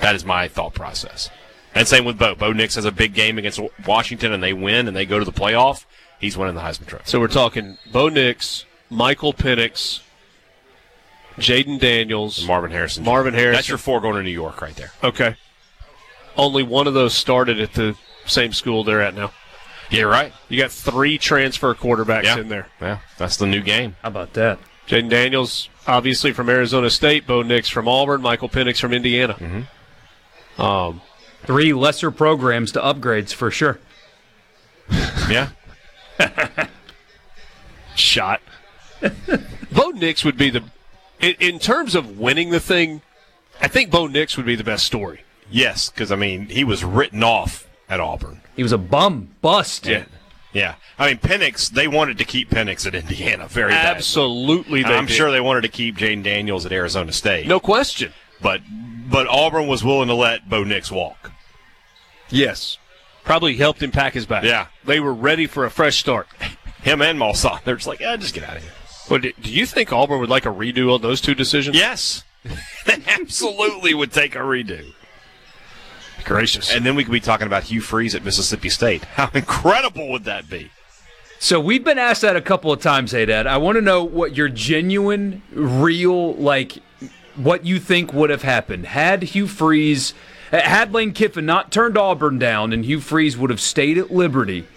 Speaker 3: That is my thought process. And same with Bo. Bo Nix has a big game against Washington, and they win, and they go to the playoff. He's winning the Heisman Trophy.
Speaker 2: So we're talking Bo Nix, Michael Penix, Jaden Daniels,
Speaker 3: Marvin Harrison.
Speaker 2: Marvin Harrison.
Speaker 3: That's your four going to New York right there.
Speaker 2: okay. Only one of those started at the same school they're at now.
Speaker 3: Yeah, right.
Speaker 2: You got three transfer quarterbacks
Speaker 3: Yeah.
Speaker 2: in there.
Speaker 3: Yeah, that's the new game.
Speaker 4: How about that?
Speaker 2: Jaden Daniels, obviously from Arizona State, Bo Nix from Auburn, Michael Penix from Indiana.
Speaker 3: Mm-hmm.
Speaker 2: Um,
Speaker 4: Three lesser programs to upgrades for sure.
Speaker 3: Yeah.
Speaker 2: shot. Bo Nix would be the, in, in terms of winning the thing, I think Bo Nix would be the best story.
Speaker 3: Yes, because I mean he was written off at Auburn.
Speaker 4: He was a bum bust.
Speaker 3: Yeah. Yeah. I mean Penix. They wanted to keep Penix at Indiana very badly.
Speaker 2: Absolutely,
Speaker 3: And
Speaker 2: they
Speaker 3: I'm
Speaker 2: did.
Speaker 3: sure they wanted to keep Jaden Daniels at Arizona State.
Speaker 2: No question.
Speaker 3: But but Auburn was willing to let Bo Nix walk.
Speaker 2: Yes. Probably helped him pack his bag.
Speaker 3: Yeah.
Speaker 2: They were ready for a fresh start.
Speaker 3: Him and Malson. They're just like, yeah, just get out of here.
Speaker 2: But do you think Auburn would like a redo on those two decisions?
Speaker 3: Yes. they absolutely would take a redo.
Speaker 2: Gracious.
Speaker 3: And then we could be talking about Hugh Freeze at Mississippi State. How incredible would that be?
Speaker 4: So we've been asked that a couple of times, hey Dad. I want to know what your genuine, real, like, what you think would have happened had Hugh Freeze, had Lane Kiffin not turned Auburn down, and Hugh Freeze would have stayed at Liberty.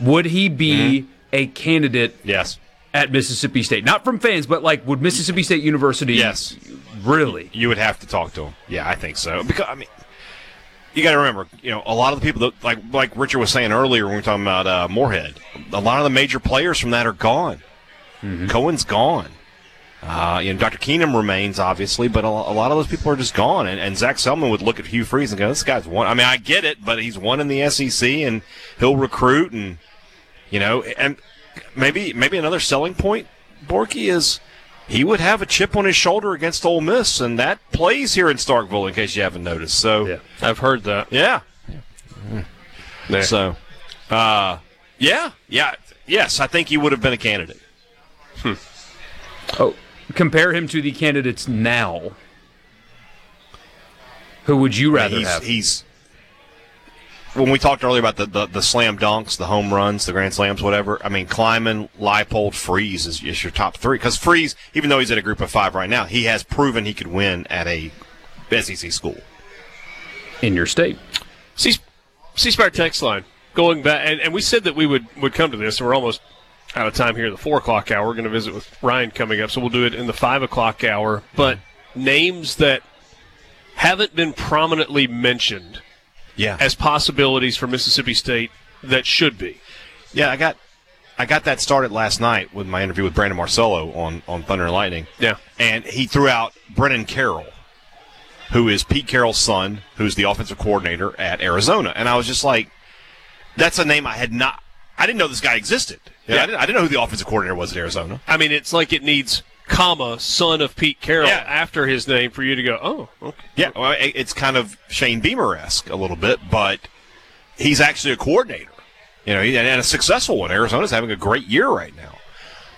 Speaker 4: Would he be a candidate
Speaker 3: Yes.
Speaker 4: at Mississippi State? Not from fans, but like, would Mississippi State University?
Speaker 3: Yes.
Speaker 4: really.
Speaker 3: You would have to talk to him. Yeah, I think so. Because I mean, you got to remember, you know, a lot of the people that like like Richard was saying earlier when we were talking about uh, Moorhead, a lot of the major players from that are gone. Cohen's gone. Uh, you know, Dr. Keenum remains obviously, but a, lo- a lot of those people are just gone. And, and Zach Selman would look at Hugh Freeze and go, "This guy's one." I mean, I get it, but he's one in the SEC, and he'll recruit, and you know, and maybe maybe another selling point, Borky is he would have a chip on his shoulder against Ole Miss, and that plays here in Starkville, in case you haven't noticed. So yeah,
Speaker 2: I've heard that. Yeah.
Speaker 3: so uh, yeah, yeah, yes, I think he would have been a candidate.
Speaker 4: Oh, compare him to the candidates now. Who would you rather
Speaker 3: he's,
Speaker 4: have?
Speaker 3: he's when we talked earlier about the, the, the slam dunks, the home runs, the grand slams, whatever. I mean, Kleiman, Leipold, Freeze is, is your top three because Freeze, even though he's at a group of five right now, he has proven he could win at a SEC school.
Speaker 4: in your state.
Speaker 2: C Spire text line going back, and, and we said that we would would come to this, and we're almost out of time here. at The four o'clock hour, we're going to visit with Ryan coming up, so we'll do it in the five o'clock hour. But names that haven't been prominently mentioned
Speaker 3: Yeah,
Speaker 2: as possibilities for Mississippi State that should be.
Speaker 3: Yeah, I got I got that started last night with my interview with Brandon Marcello on, on Thunder and Lightning.
Speaker 2: Yeah.
Speaker 3: And he threw out Brennan Carroll, who is Pete Carroll's son, who's the offensive coordinator at Arizona. And I was just like, that's a name I had not I didn't know this guy existed. Yeah. I, didn't, I didn't know who the offensive coordinator was at Arizona.
Speaker 2: I mean, it's like it needs comma son of Pete Carroll
Speaker 3: Yeah.
Speaker 2: after his name for you to go. Oh, okay.
Speaker 3: Yeah, well, it- it's kind of Shane Beamer esque a little bit, but he's actually a coordinator, you know, and and a successful one. Arizona's having a great year right now.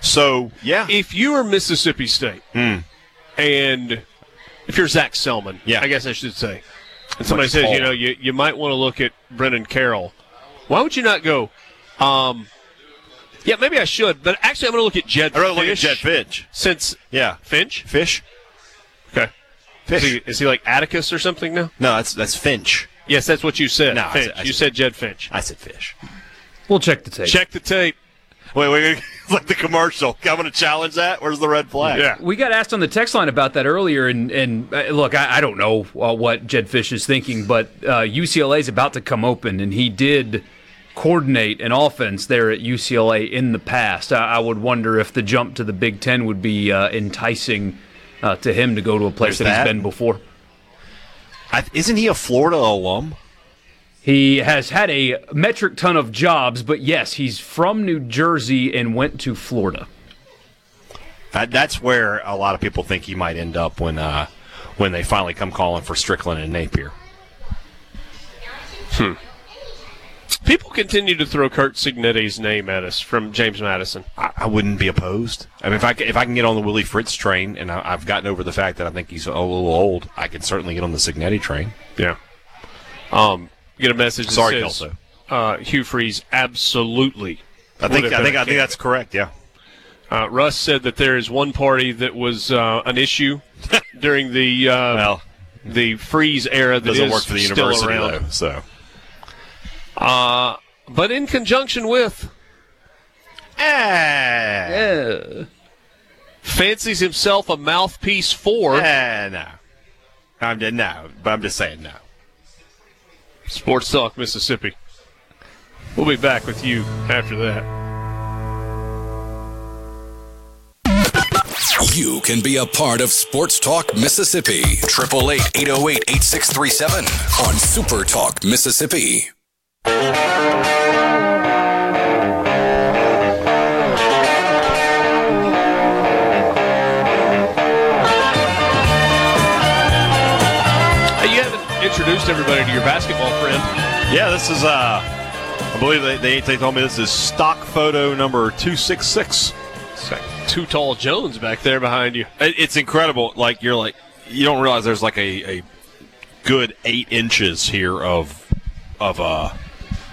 Speaker 3: So yeah,
Speaker 2: if you are Mississippi State
Speaker 3: Hmm.
Speaker 2: and if you're Zach Selman,
Speaker 3: Yeah.
Speaker 2: I guess I should say, and somebody
Speaker 3: Much
Speaker 2: says, you
Speaker 3: taller.
Speaker 2: know, you, you might want to look at Brendan Carroll, why would you not go, um, yeah, maybe I should, but actually I'm going to look at Jed
Speaker 3: I'd rather look at
Speaker 2: Fish
Speaker 3: Jed Finch.
Speaker 2: Since
Speaker 3: Yeah,
Speaker 2: Finch?
Speaker 3: Fish.
Speaker 2: Okay. Is
Speaker 3: Fish.
Speaker 2: he, is he like Atticus or something now?
Speaker 3: no, that's that's Finch.
Speaker 2: Yes, that's what you said.
Speaker 3: No, I said-
Speaker 2: Finch.
Speaker 3: I
Speaker 2: you
Speaker 3: said-
Speaker 2: said Jed Finch.
Speaker 3: I said Fish.
Speaker 4: We'll check the tape.
Speaker 2: Check the tape.
Speaker 3: Wait, wait, wait. It's like the commercial. I'm going to challenge that. Where's the red flag?
Speaker 2: Yeah.
Speaker 4: We got asked on the text line about that earlier, and and uh, look, I, I don't know uh, what Jed Fish is thinking, but uh, UCLA is about to come open, and he did coordinate an offense there at UCLA in the past. I, I would wonder if the jump to the Big Ten would be uh, enticing uh, to him to go to a place
Speaker 3: There's
Speaker 4: that he's
Speaker 3: that.
Speaker 4: been before.
Speaker 3: I, isn't he a Florida alum?
Speaker 4: He has had a metric ton of jobs, but yes, he's from New Jersey and went to Florida.
Speaker 3: That, that's where a lot of people think he might end up when uh, when they finally come calling for Strickland and Napier.
Speaker 2: Hmm. People continue to throw Kurt Signetti's name at us from James Madison.
Speaker 3: I, I wouldn't be opposed. I mean, if I c- if I can get on the Willie Fritz train, and I, I've gotten over the fact that I think he's a little old, I could certainly get on the Signetti train.
Speaker 2: Yeah. Um, get a message. That
Speaker 3: Sorry,
Speaker 2: says,
Speaker 3: Kelso.
Speaker 2: Uh, Hugh Freeze, absolutely.
Speaker 3: I
Speaker 2: would
Speaker 3: think
Speaker 2: have been a
Speaker 3: I think I think
Speaker 2: candidate.
Speaker 3: that's correct. Yeah.
Speaker 2: Uh, Russ said that there is one party that was uh, an issue during the uh,
Speaker 3: Well,
Speaker 2: the freeze era that
Speaker 3: doesn't
Speaker 2: is
Speaker 3: work for the
Speaker 2: still
Speaker 3: university
Speaker 2: around.
Speaker 3: though. So
Speaker 2: Uh, but in conjunction with
Speaker 4: Yeah.
Speaker 2: fancies himself a mouthpiece for
Speaker 3: eh, no, I'm just, no, but I'm just saying no.
Speaker 2: Sports Talk Mississippi. We'll be back with you after that.
Speaker 6: You can be a part of Sports Talk Mississippi. 888 808 8637 on Super Talk Mississippi.
Speaker 2: Hey, you haven't introduced everybody to your basketball friend.
Speaker 3: Yeah, this is uh, I believe they, they they told me this is stock photo number two six six.
Speaker 2: It's like Too Tall Jones back there behind you.
Speaker 3: It, it's incredible. Like you're like you don't realize there's like a, a good eight inches here of of uh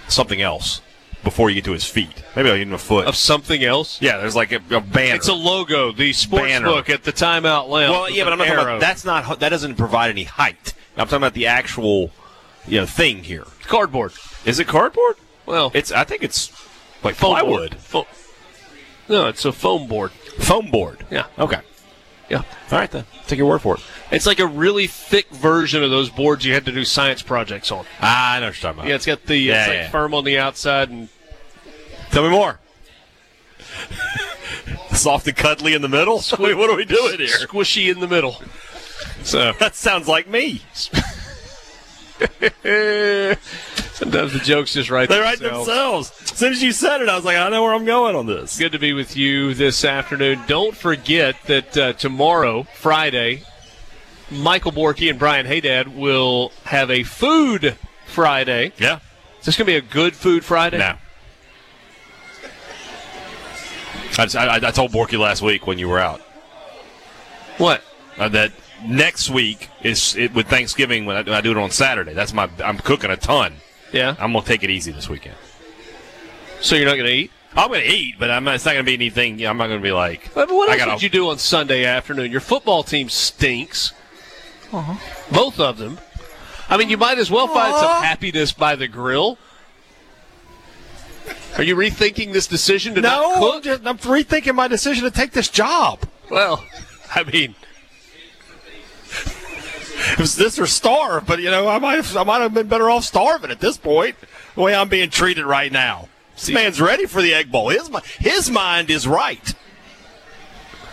Speaker 3: something else before you get to his feet. Maybe not even a foot.
Speaker 2: Of something else?
Speaker 3: yeah, there's like a, a banner.
Speaker 2: It's a logo, the sports
Speaker 3: Banner.
Speaker 2: book at the timeout lounge.
Speaker 3: well, yeah, but I'm not talking about that's not that doesn't provide any height. I'm talking about the actual you know thing here.
Speaker 2: cardboard.
Speaker 3: Is it cardboard?
Speaker 2: Well,
Speaker 3: It's I think it's like
Speaker 2: foam
Speaker 3: plywood,
Speaker 2: board. Fo- no, it's a foam board.
Speaker 3: foam board.
Speaker 2: Yeah.
Speaker 3: Okay.
Speaker 2: Yeah.
Speaker 3: All right then. Take your word for it.
Speaker 2: It's like a really thick version of those boards you had to do science projects on.
Speaker 3: Ah, I know what you're talking about.
Speaker 2: Yeah, it's got the
Speaker 3: Yeah,
Speaker 2: it's like
Speaker 3: yeah.
Speaker 2: firm on the outside and
Speaker 3: Tell me more. Soft and cuddly in the middle. Wait, what are we doing here?
Speaker 2: squishy in the middle. So
Speaker 3: That sounds like me.
Speaker 2: eh, sometimes the jokes just right
Speaker 3: They write
Speaker 2: themselves.
Speaker 3: themselves. As soon as you said it, I was like, I know where I'm going on this.
Speaker 2: Good to be with you this afternoon. Don't forget that uh, tomorrow, Friday, Michael Borky and Brian Haydad will have a food Friday.
Speaker 3: Yeah.
Speaker 2: Is this going to be a good food Friday?
Speaker 3: No. I, just, I, I told Borky last week when you were out
Speaker 2: What?
Speaker 3: uh, that next week is it, with Thanksgiving when I, when I do it on Saturday. That's my. I'm cooking a ton.
Speaker 2: Yeah.
Speaker 3: I'm gonna take it easy this weekend.
Speaker 2: So you're not going to eat?
Speaker 3: I'm gonna eat, but I'm not, it's not gonna be anything. I'm not gonna be like.
Speaker 2: But what
Speaker 3: I
Speaker 2: else
Speaker 3: gotta-
Speaker 2: would you do on Sunday afternoon? Your football team stinks.
Speaker 3: Uh-huh.
Speaker 2: Both of them. I mean, you might as well find some happiness by the grill. Are you rethinking this decision to not
Speaker 3: No, I'm,
Speaker 2: cook?
Speaker 3: just, I'm rethinking my decision to take this job.
Speaker 2: Well, I mean,
Speaker 3: It was this or starve, but you know, I might have, I might have been better off starving at this point. The way I'm being treated right now, this man's ready for the egg bowl. His mi- his mind is right.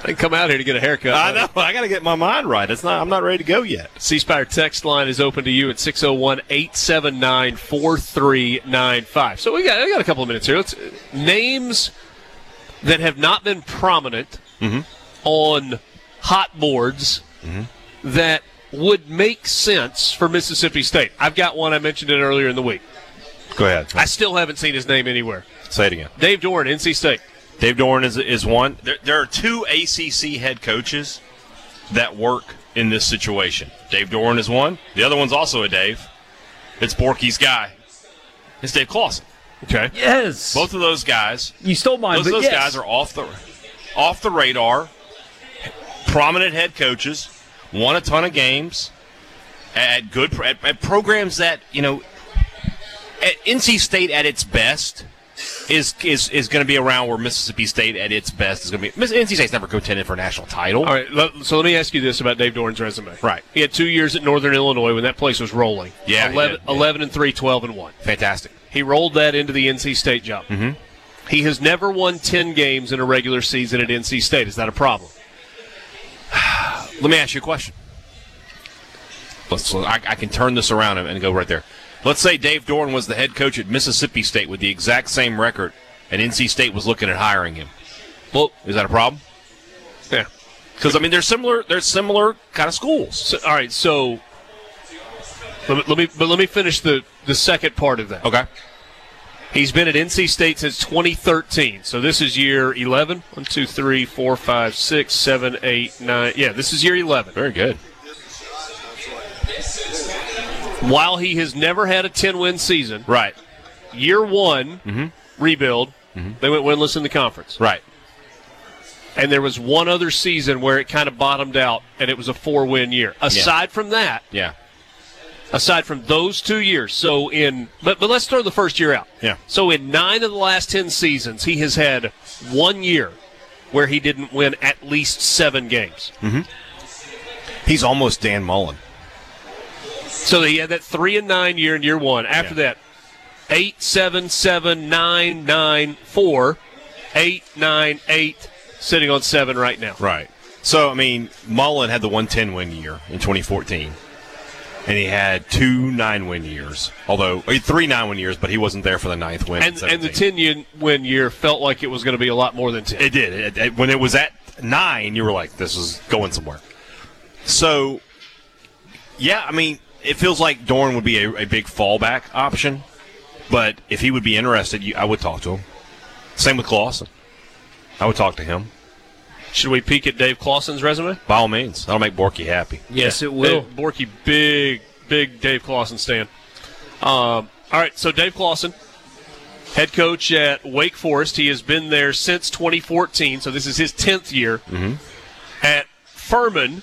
Speaker 2: I didn't come out here to get a haircut.
Speaker 3: I know. I got to get my mind right. It's not. I'm not ready to go yet.
Speaker 2: C Spire text line is open to you at 601 879 4395. So we got, we got a couple of minutes here. Let's, names that have not been prominent on hot boards that would make sense for Mississippi State. I've got one, I mentioned it earlier in the week.
Speaker 3: Go ahead.
Speaker 2: I still haven't seen his name anywhere.
Speaker 3: Say it again.
Speaker 2: Dave Doran, NC State.
Speaker 3: Dave Doran is is one. There, there are two ACC head coaches that work in this situation. Dave Doran is one. The other one's also a Dave. It's Borky's guy. It's Dave Clawson.
Speaker 2: Okay.
Speaker 4: Yes.
Speaker 3: Both of those guys
Speaker 4: you stole mine,
Speaker 3: Most
Speaker 4: but
Speaker 3: of those
Speaker 4: yes.
Speaker 3: guys are off the off the radar. Prominent head coaches won a ton of games at good pro- at, at programs that you know at NC State at its best is is, is going to be around where Mississippi State at its best is going to be. Miss- NC State's never contended for a national title.
Speaker 2: All right, let- so let me ask you this about Dave Doran's resume.
Speaker 3: Right.
Speaker 2: He had two years at Northern Illinois when that place was rolling.
Speaker 3: Yeah, he
Speaker 2: 11,
Speaker 3: did, yeah.
Speaker 2: 11 and 3, 12 and 1.
Speaker 3: Fantastic.
Speaker 2: He rolled that into the NC State job. Mm-hmm. He has never won 10 games in a regular season at NC State. Is that a problem?
Speaker 3: Let me ask you a question. Let's. I, I can turn this around and, and go right there. Let's say Dave Dorn was the head coach at Mississippi State with the exact same record, and NC State was looking at hiring him. Well, is that a problem?
Speaker 2: Yeah.
Speaker 3: Because I mean, they're similar. They're similar kind of schools.
Speaker 2: all right, so let me, let me but let me finish the the second part of that.
Speaker 3: Okay.
Speaker 2: He's been at NC State since 2013. So this is year 11. 1, 2, 3, 4, 5, 6, 7, 8, 9. Yeah, this is year 11.
Speaker 3: Very good.
Speaker 2: While he has never had a 10 win season,
Speaker 3: right? Mm-hmm.
Speaker 2: year one, rebuild, they went winless in the conference.
Speaker 3: Right.
Speaker 2: And there was one other season where it kind of bottomed out, and it was a four win year. Aside from that,
Speaker 3: Yeah.
Speaker 2: aside from those two years. So in but but let's throw the first year out.
Speaker 3: Yeah.
Speaker 2: So in nine of the last ten seasons, he has had one year where he didn't win at least seven games.
Speaker 3: He's almost Dan Mullen.
Speaker 2: So he had that three and nine year in year one. After
Speaker 3: Yeah.
Speaker 2: that, eight seven seven nine nine four, eight nine eight, sitting on seven right now.
Speaker 3: Right. So I mean, Mullen had the 110 win year in 2014, and he had two nine win years. Although or three nine win years, but he wasn't there for the ninth win. in
Speaker 2: And and the
Speaker 3: 17.
Speaker 2: ten year win year felt like it was going to be a lot more than ten.
Speaker 3: It did. It- it- when it was at nine, you were like, "This is going somewhere." So, yeah, I mean, it feels like Dorn would be a, a big fallback option, but if he would be interested, you, I would talk to him. Same with Clawson. I would talk to him
Speaker 2: Should we peek at Dave Clawson's resume?
Speaker 3: by all means. That'll make Borky happy.
Speaker 4: Yes, it
Speaker 2: Bill Borky, big, big Dave Clawson stand. Um, all right, so Dave Clawson, head coach at Wake Forest. He has been there since 2014, so this is his 10th year.
Speaker 3: Mm-hmm.
Speaker 2: At Furman,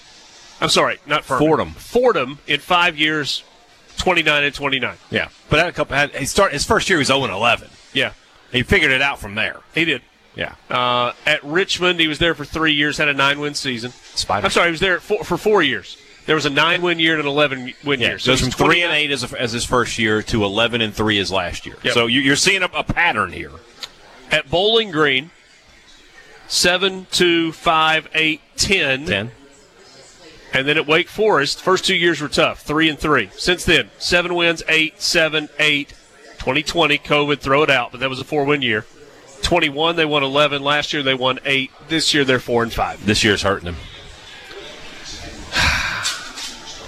Speaker 2: I'm sorry, not Furman.
Speaker 3: Fordham.
Speaker 2: Fordham in five years, 29 and 29.
Speaker 3: Yeah, but had a couple. Had, he start his first year was 0 11.
Speaker 2: Yeah,
Speaker 3: He figured it out from there.
Speaker 2: he did.
Speaker 3: Yeah,
Speaker 2: Uh, at Richmond, he was there for three years, had a nine win season.
Speaker 3: Spider.
Speaker 2: I'm sorry, he was there for, for four years. There was a nine win year and an 11 win
Speaker 3: Yeah,
Speaker 2: year.
Speaker 3: so goes from
Speaker 2: he's
Speaker 3: three and
Speaker 2: 29
Speaker 3: eight as, a, as his first year to eleven and three as last year.
Speaker 2: Yep.
Speaker 3: So you, you're seeing a, a pattern here.
Speaker 2: at Bowling Green, 7, 2, 5, 8, 10.
Speaker 3: Ten.
Speaker 2: And then at Wake Forest, first two years were tough, 3 and 3. Since then, 7 wins, 8, 7, 8. 2020, COVID, throw it out, but that was a four win year. 21, they won 11. Last year, they won 8. This year, they're 4 and 5.
Speaker 3: This year's hurting him.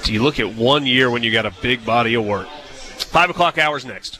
Speaker 2: Do you look at one year when you got a big body of work? 5 o'clock hours next.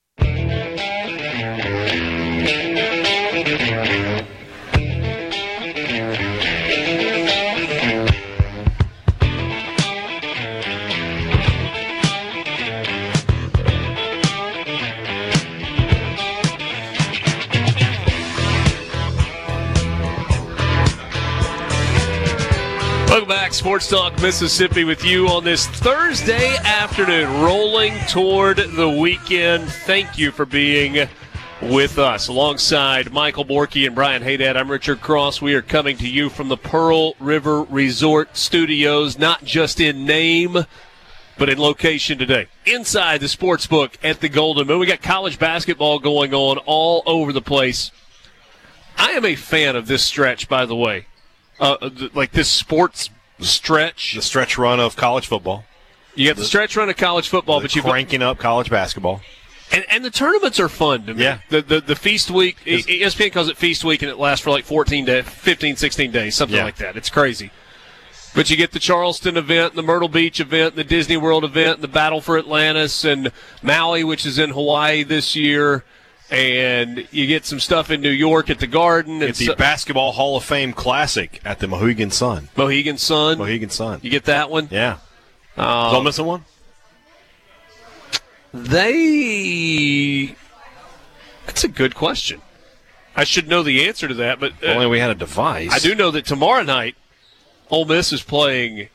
Speaker 2: Welcome back, Sports Talk Mississippi, with you on this Thursday afternoon, rolling toward the weekend. Thank you for being with us. Alongside Michael Borky and Brian Haydad, I'm Richard Cross. We are coming to you from the Pearl River Resort Studios, not just in name, but in location today. Inside the sports book at the Golden Moon, we got college basketball going on all over the place. I am a fan of this stretch, by the way. Uh, th- like this sports stretch.
Speaker 3: The stretch run of college football,
Speaker 2: You got the stretch run of college football,
Speaker 3: Oh, but
Speaker 2: but you've
Speaker 3: cranking up college basketball.
Speaker 2: and, and the tournaments are fun to me.
Speaker 3: Yeah.
Speaker 2: The, the the feast week, E- ESPN calls it feast week, and it lasts for like 14 to 15, 16 days, something
Speaker 3: Yeah.
Speaker 2: like that. It's crazy. But you get the Charleston event, the Myrtle Beach event, the Disney World event, the Battle for Atlantis, and Maui, which is in Hawaii this year. And you get some stuff in New York at the Garden.
Speaker 3: It's the
Speaker 2: so-
Speaker 3: Basketball Hall of Fame Classic at the Mohegan Sun.
Speaker 2: Mohegan Sun.
Speaker 3: Mohegan Sun.
Speaker 2: You get that one?
Speaker 3: Yeah. Um, Don't miss one.
Speaker 2: They. That's a good question. I should know the answer to that, but uh,
Speaker 3: Only we had a device.
Speaker 2: I do know that tomorrow night, Ole Miss is playing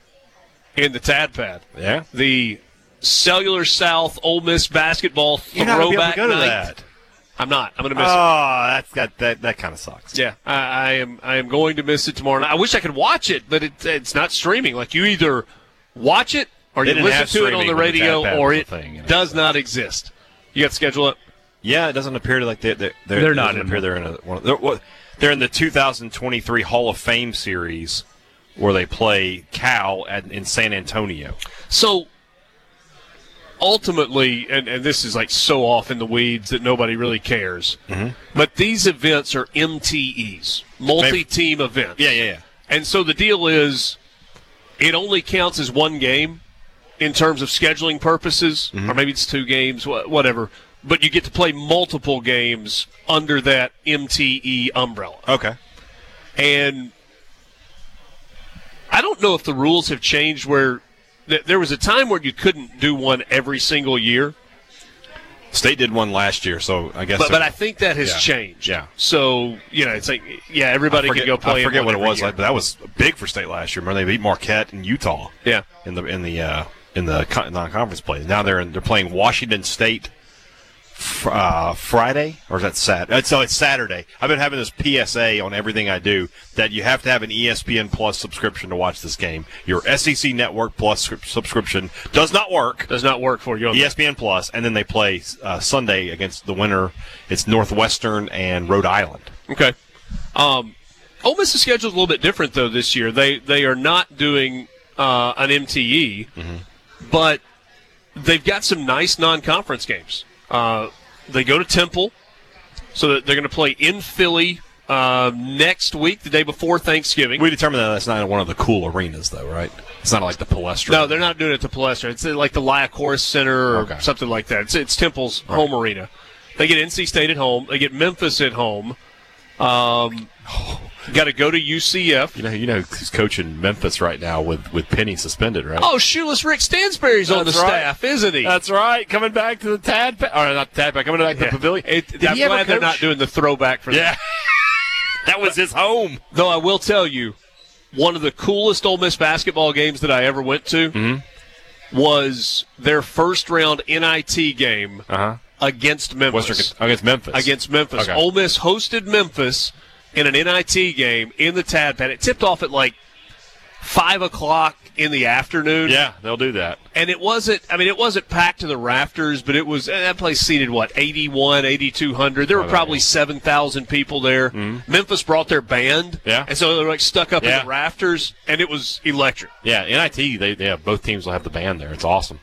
Speaker 2: in the Tad Pad.
Speaker 3: Yeah.
Speaker 2: The Cellular South Ole Miss basketball throwback night. I'm not. I'm going to miss it.
Speaker 3: Oh, that's that that, that kind of sucks.
Speaker 2: Yeah, I, I am. I am going to miss it tomorrow. night. I wish I could watch it, but it, it's not streaming. Like you either watch it or
Speaker 3: They
Speaker 2: you
Speaker 3: didn't
Speaker 2: listen
Speaker 3: have
Speaker 2: to it on
Speaker 3: streaming
Speaker 2: the
Speaker 3: when the
Speaker 2: radio
Speaker 3: Tap app
Speaker 2: or
Speaker 3: was a
Speaker 2: it
Speaker 3: thing, you know.
Speaker 2: does not exist. You got to schedule it.
Speaker 3: Yeah, it doesn't appear like they're they're, they're,
Speaker 4: They're
Speaker 3: it
Speaker 4: not
Speaker 3: doesn't
Speaker 4: in
Speaker 3: appear they're in a, one of, they're, well, they're in the 2023 Hall of Fame series where they play Cal at, in San Antonio.
Speaker 2: So ultimately, and, and this is like so off in the weeds that nobody really cares,
Speaker 3: Mm-hmm.
Speaker 2: but these events are MTEs, multi team events.
Speaker 3: Yeah, yeah, yeah.
Speaker 2: And so the deal is it only counts as one game in terms of scheduling purposes,
Speaker 3: Mm-hmm.
Speaker 2: or maybe it's two games, wha- whatever. But you get to play multiple games under that MTE umbrella.
Speaker 3: Okay.
Speaker 2: And I don't know if the rules have changed where th- there was a time where you couldn't do one every single year,
Speaker 3: State did one last year, so I guess.
Speaker 2: but, but
Speaker 3: they're-
Speaker 2: I think that has
Speaker 3: Yeah.
Speaker 2: changed.
Speaker 3: Yeah.
Speaker 2: So, you know, it's like, yeah, everybody
Speaker 3: I forget,
Speaker 2: can go play
Speaker 3: I
Speaker 2: in
Speaker 3: forget
Speaker 2: one
Speaker 3: what it
Speaker 2: every
Speaker 3: was
Speaker 2: year.
Speaker 3: like, but that was big for State last year. Remember they beat Marquette and Utah
Speaker 2: Yeah.
Speaker 3: in the in the uh, in the con- non-conference play. Now they're in, they're playing Washington State fr- uh, Friday or is that Saturday? So it's Saturday. I've been having this PSA on everything I do that you have to have an E ESPN Plus subscription to watch this game. Your SEC Network Plus scrip- subscription does not work. E
Speaker 2: Does not work for you. On
Speaker 3: ESPN Plus, and then they play uh, Sunday against the winner. It's Northwestern and Rhode Island.
Speaker 2: Okay. Um, Ole Miss's schedule is a little bit different though this year. They they are not doing uh, an MTE,
Speaker 3: Mm-hmm.
Speaker 2: but they've got some nice non-conference games. Uh, they go to Temple, so that they're going to play in Philly uh, next week, the day before Thanksgiving.
Speaker 3: We determined that that's not in one of the cool arenas, though, right? It's not like the Palestra.
Speaker 2: no, they're not doing it at the Palestra. It's at, like the Liacourse Center or
Speaker 3: Okay.
Speaker 2: something like that. It's, it's Temple's home arena. They get NC State at home. They get Memphis at home. Um, got to go to UCF.
Speaker 3: You know, you know who's coaching Memphis right now with, with Penny suspended, right?
Speaker 2: Oh, shoeless Rick Stansbury's on the
Speaker 3: That's right.
Speaker 2: staff, isn't he?
Speaker 3: that's right. Coming back to the Tad, pa- or not Tad, Pack, coming back to the Pavilion.
Speaker 2: It-
Speaker 3: Did
Speaker 2: I'm
Speaker 3: he ever
Speaker 2: glad they're
Speaker 3: coach?
Speaker 2: not doing the throwback for
Speaker 3: Yeah,
Speaker 2: that.
Speaker 3: that was his home.
Speaker 2: Though I will tell you, one of the coolest Ole Miss basketball games that I ever went to
Speaker 3: Mm-hmm.
Speaker 2: was their first round NIT game
Speaker 3: Uh huh.
Speaker 2: against Memphis.
Speaker 3: Western against Memphis.
Speaker 2: against Memphis.
Speaker 3: Okay.
Speaker 2: Ole Miss hosted Memphis in an NIT game in the Tad Pad. It tipped off at like five o'clock in the afternoon.
Speaker 3: Yeah, they'll do that.
Speaker 2: and it wasn't i mean it wasn't packed to the rafters but it was eh, that place seated what 81 8200 there were
Speaker 3: Oh,
Speaker 2: probably
Speaker 3: yeah. Mm-hmm.
Speaker 2: 7000 people there memphis brought their band
Speaker 3: Yeah.
Speaker 2: and so they were like stuck up
Speaker 3: Yeah.
Speaker 2: in the rafters and it was electric
Speaker 3: Yeah, NIT. They yeah, both teams will have the band there. It's awesome.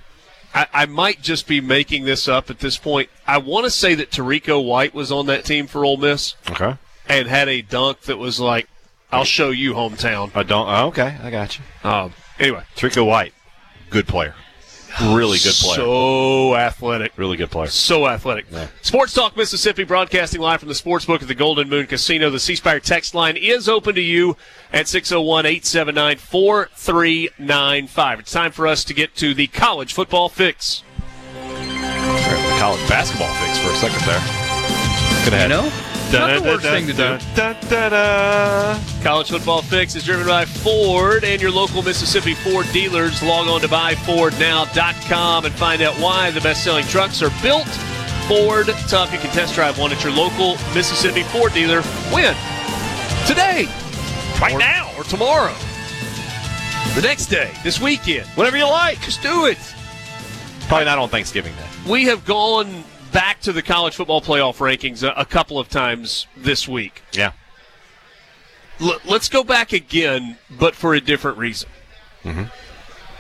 Speaker 2: I, I might just be making this up at this point i want to say that Tarico white was on that team for Ole miss
Speaker 3: Okay.
Speaker 2: and had a dunk that was like i'll show you hometown
Speaker 3: I don't. Oh, okay, I got you.
Speaker 2: um, anyway
Speaker 3: Trico White, good player. Really good player.
Speaker 2: so athletic
Speaker 3: really good player.
Speaker 2: So athletic. Sports Talk Mississippi, broadcasting live from the Sportsbook at the Golden Moon Casino. The C Spire text line is open to you at 601 879 4395. It's time for us to get to the college football fix.
Speaker 3: college basketball fix for a second there. Could
Speaker 4: You know? Not the worst thing to do.
Speaker 2: College football fix is driven by Ford and your local Mississippi Ford dealers. Log on to buyfordnow.com and find out why the best selling trucks are built Ford tough. You can test drive one at your local Mississippi Ford dealer. When? Today.
Speaker 3: Right now.
Speaker 2: or tomorrow, the next day, this weekend, whatever you like, just do it.
Speaker 3: Probably not on Thanksgiving Day.
Speaker 2: We have gone back to the college football playoff rankings a, a couple of times this week.
Speaker 3: Yeah.
Speaker 2: L- let's go back again, but for a different reason.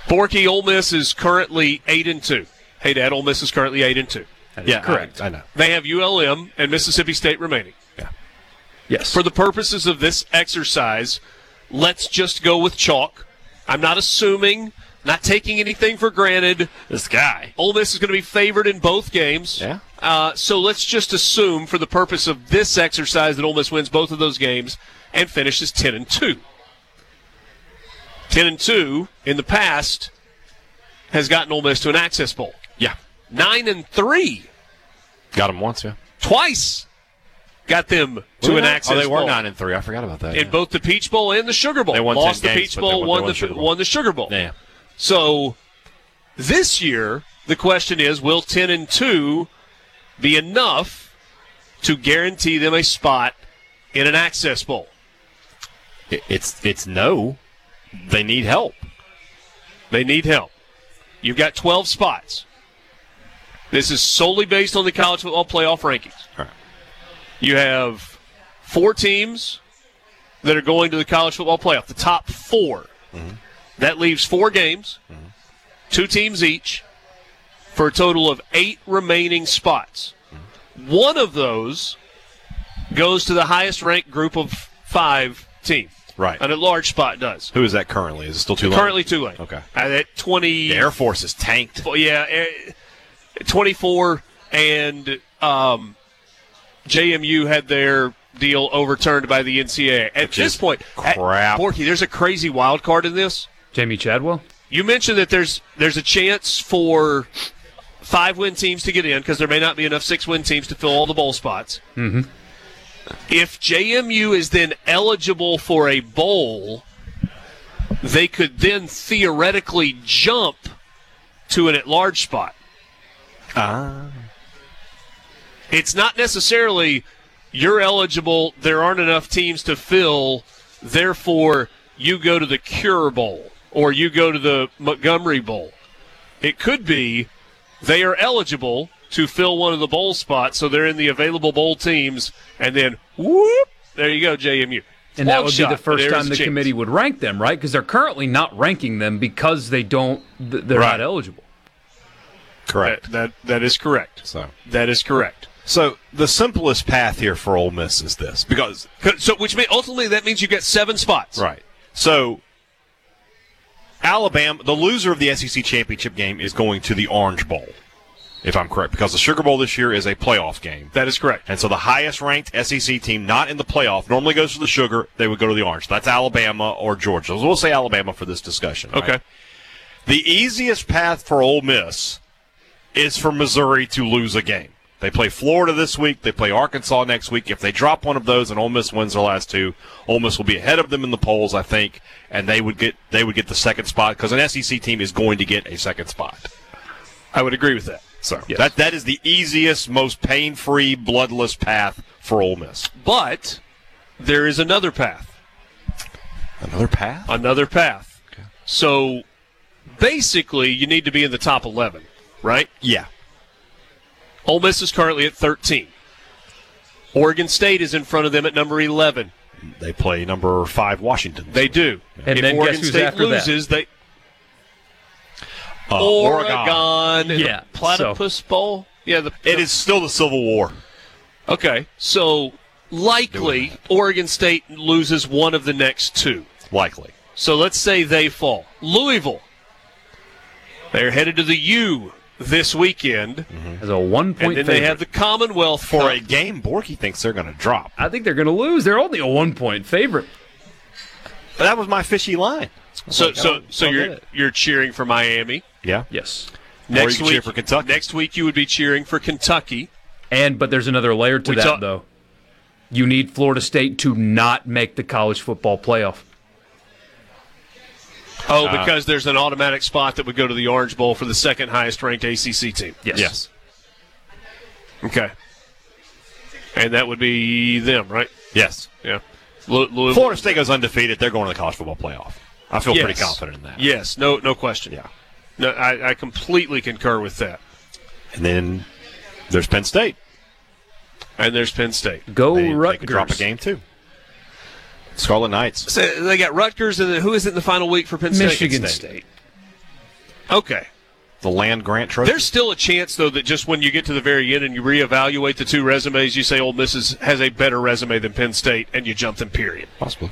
Speaker 2: Borky Ole Miss is currently eight and two. Hey, Dad, Ole Miss is currently eight and two.
Speaker 3: Yeah,
Speaker 4: correct.
Speaker 3: I, I know.
Speaker 2: They have ULM and Mississippi State remaining.
Speaker 4: Yes.
Speaker 2: For the purposes of this exercise, let's just go with chalk. I'm not assuming, not taking anything for granted.
Speaker 3: This guy.
Speaker 2: Ole Miss is going to be favored in both games.
Speaker 3: Yeah.
Speaker 2: Uh, so let's just assume, for the purpose of this exercise, that Ole Miss wins both of those games and finishes ten and two. Ten and two in the past has gotten Ole Miss to an access bowl.
Speaker 3: Yeah.
Speaker 2: Nine and three
Speaker 3: Got him once, yeah.
Speaker 2: twice got them to an access
Speaker 3: Oh, they were
Speaker 2: bowl.
Speaker 3: nine and three. I forgot about that.
Speaker 2: in
Speaker 3: yeah.
Speaker 2: both the Peach Bowl and the Sugar Bowl.
Speaker 3: They won
Speaker 2: Lost
Speaker 3: 10
Speaker 2: the
Speaker 3: games,
Speaker 2: Peach
Speaker 3: but they
Speaker 2: Bowl,
Speaker 3: won- they
Speaker 2: won,
Speaker 3: won
Speaker 2: the
Speaker 3: the Sugar Bowl.
Speaker 2: won the Sugar Bowl.
Speaker 3: Yeah.
Speaker 2: So this year, the question is, will ten and two be enough to guarantee them a spot in an Access Bowl?
Speaker 3: It- It's it's no. They need help.
Speaker 2: They need help. You've got 12 spots. This is solely based on the college football playoff rankings. You have four teams that are going to the college football playoff, the top 4 That leaves four games, two teams each, for a total of eight remaining spots. One of those goes to the highest ranked group of five team.
Speaker 3: Right.
Speaker 2: An at large spot does.
Speaker 3: Who is that currently? Is it still too long?
Speaker 2: Currently too late.
Speaker 3: Okay.
Speaker 2: At that 20.
Speaker 3: The Air Force is tanked.
Speaker 2: Well, yeah, eh, 24 and um, JMU had their deal overturned by the NCAA. At this point, crap. Borky, there's a crazy wild card in this.
Speaker 4: Jamie Chadwell?
Speaker 2: You mentioned that there's there's a chance for five win teams to get in because there may not be enough six win teams to fill all the bowl spots.
Speaker 4: Mm-hmm.
Speaker 2: If JMU is then eligible for a bowl, they could then theoretically jump to an at large spot.
Speaker 3: Ah.
Speaker 2: It's not necessarily you're eligible, there aren't enough teams to fill, therefore you go to the Cure Bowl or you go to the Montgomery Bowl. It could be they are eligible to fill one of the bowl spots, so they're in the available bowl teams, and then whoop, there you go, JMU.
Speaker 4: And that
Speaker 2: Long
Speaker 4: would
Speaker 2: shot,
Speaker 4: be the
Speaker 2: but
Speaker 4: first
Speaker 2: there is
Speaker 4: time
Speaker 2: a
Speaker 4: the
Speaker 2: chance.
Speaker 4: committee would rank them, right? Because they're currently not ranking them because they don't, th- they're
Speaker 2: Right.
Speaker 4: not eligible.
Speaker 3: Correct.
Speaker 2: that that is correct.
Speaker 3: So
Speaker 2: that is correct.
Speaker 3: So the simplest path here for Ole Miss is this because
Speaker 2: So, which means ultimately that means you get seven spots.
Speaker 3: Right. So Alabama, the loser of the SEC championship game is going to the Orange Bowl, if I'm correct, because the Sugar Bowl this year is a playoff game.
Speaker 2: That is correct.
Speaker 3: And so the highest ranked SEC team not in the playoff normally goes to the Sugar. They would go to the Orange. That's Alabama or Georgia. So we'll say Alabama for this discussion. right?
Speaker 2: Okay.
Speaker 3: The easiest path for Ole Miss is for Missouri to lose a game. They play Florida this week. They play Arkansas next week. If they drop one of those and Ole Miss wins their last two, Ole Miss will be ahead of them in the polls, I think, and they would get they would get the second spot because an SEC team is going to get a second spot.
Speaker 2: I would agree with that.
Speaker 3: So that that is the easiest, most pain free, bloodless path for Ole Miss.
Speaker 2: But there is another path.
Speaker 3: Another path?
Speaker 2: Another path. So basically, you need to be in the top 11, right?
Speaker 3: Yeah.
Speaker 2: Ole Miss is currently at 13. Oregon State is in front of them at number 11.
Speaker 3: They play number five Washington.
Speaker 2: They do.
Speaker 4: And
Speaker 2: if
Speaker 4: then guess
Speaker 2: Oregon
Speaker 4: who's
Speaker 2: State
Speaker 4: after that?
Speaker 2: loses, they
Speaker 3: Uh,
Speaker 2: Oregon,
Speaker 4: Yeah,
Speaker 2: the Platypus Bowl. Yeah, the,
Speaker 3: It is still the Civil War.
Speaker 2: Okay, so likely Oregon State loses one of the next two.
Speaker 3: Likely.
Speaker 2: So let's say they fall. Louisville. They're headed to the U this weekend,
Speaker 3: Mm-hmm.
Speaker 4: As a one
Speaker 2: and
Speaker 4: point
Speaker 2: then
Speaker 4: favorite.
Speaker 2: they have the Commonwealth
Speaker 3: For
Speaker 2: Cup.
Speaker 3: a game Borky thinks they're gonna drop.
Speaker 4: I think they're going to lose. They're only a one point favorite.
Speaker 3: But that was my fishy line.
Speaker 2: So, so, so
Speaker 3: I'll get
Speaker 2: you're
Speaker 3: it.
Speaker 2: you're cheering for Miami
Speaker 3: Yeah.
Speaker 4: Yes.
Speaker 2: next
Speaker 3: you
Speaker 2: week
Speaker 3: cheer for Kentucky.
Speaker 2: Next week you would be cheering for Kentucky.
Speaker 4: And but there's another layer to
Speaker 2: We
Speaker 4: that
Speaker 2: talk-
Speaker 4: though. You need Florida State to not make the college football playoff.
Speaker 3: Uh,
Speaker 2: Oh, because there's an automatic spot that would go to the Orange Bowl for the second highest ranked ACC team.
Speaker 4: Yes.
Speaker 3: Yes.
Speaker 2: Okay. And that would be them, right?
Speaker 3: Yes.
Speaker 2: Yeah. Lou- Louisville.
Speaker 3: Florida State goes undefeated. They're going to the college football playoff. I feel
Speaker 2: Yes.
Speaker 3: pretty confident in that.
Speaker 2: Yes, no, no question.
Speaker 3: Yeah.
Speaker 2: No, I, I completely concur with that.
Speaker 3: And then there's Penn State.
Speaker 2: And there's Penn State.
Speaker 4: Go
Speaker 3: They, they could
Speaker 4: Oh, Rutgers.
Speaker 3: drop a game too. Scarlet Knights.
Speaker 2: So they got Rutgers, and then who is it in the final week for Penn State?
Speaker 4: Michigan State.
Speaker 2: Okay.
Speaker 3: The land grant trophy.
Speaker 2: There's still a chance, though, that just when you get to the very end and you reevaluate the two resumes, you say Ole Miss is, has a better resume than Penn State, and you jump them, period.
Speaker 3: possible.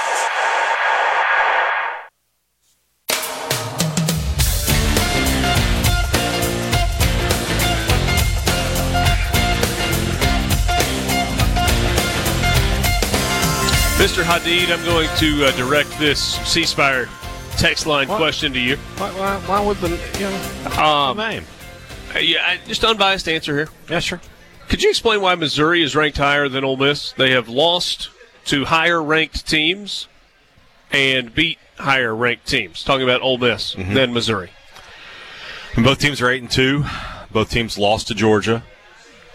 Speaker 2: Mr. Hadid, I'm going to uh, direct this ceasefire text line question to you.
Speaker 3: Why, why, why would the you know,
Speaker 2: Um,
Speaker 3: name?
Speaker 2: uh, yeah, I- just unbiased answer here.
Speaker 3: Yeah, sure.
Speaker 2: Could you explain why Missouri is ranked higher than Ole Miss? They have lost to higher ranked
Speaker 3: Mm-hmm.
Speaker 2: teams and beat higher ranked teams. Talking about Ole Miss than Missouri.
Speaker 3: And both teams are eight and two. Both teams lost to Georgia.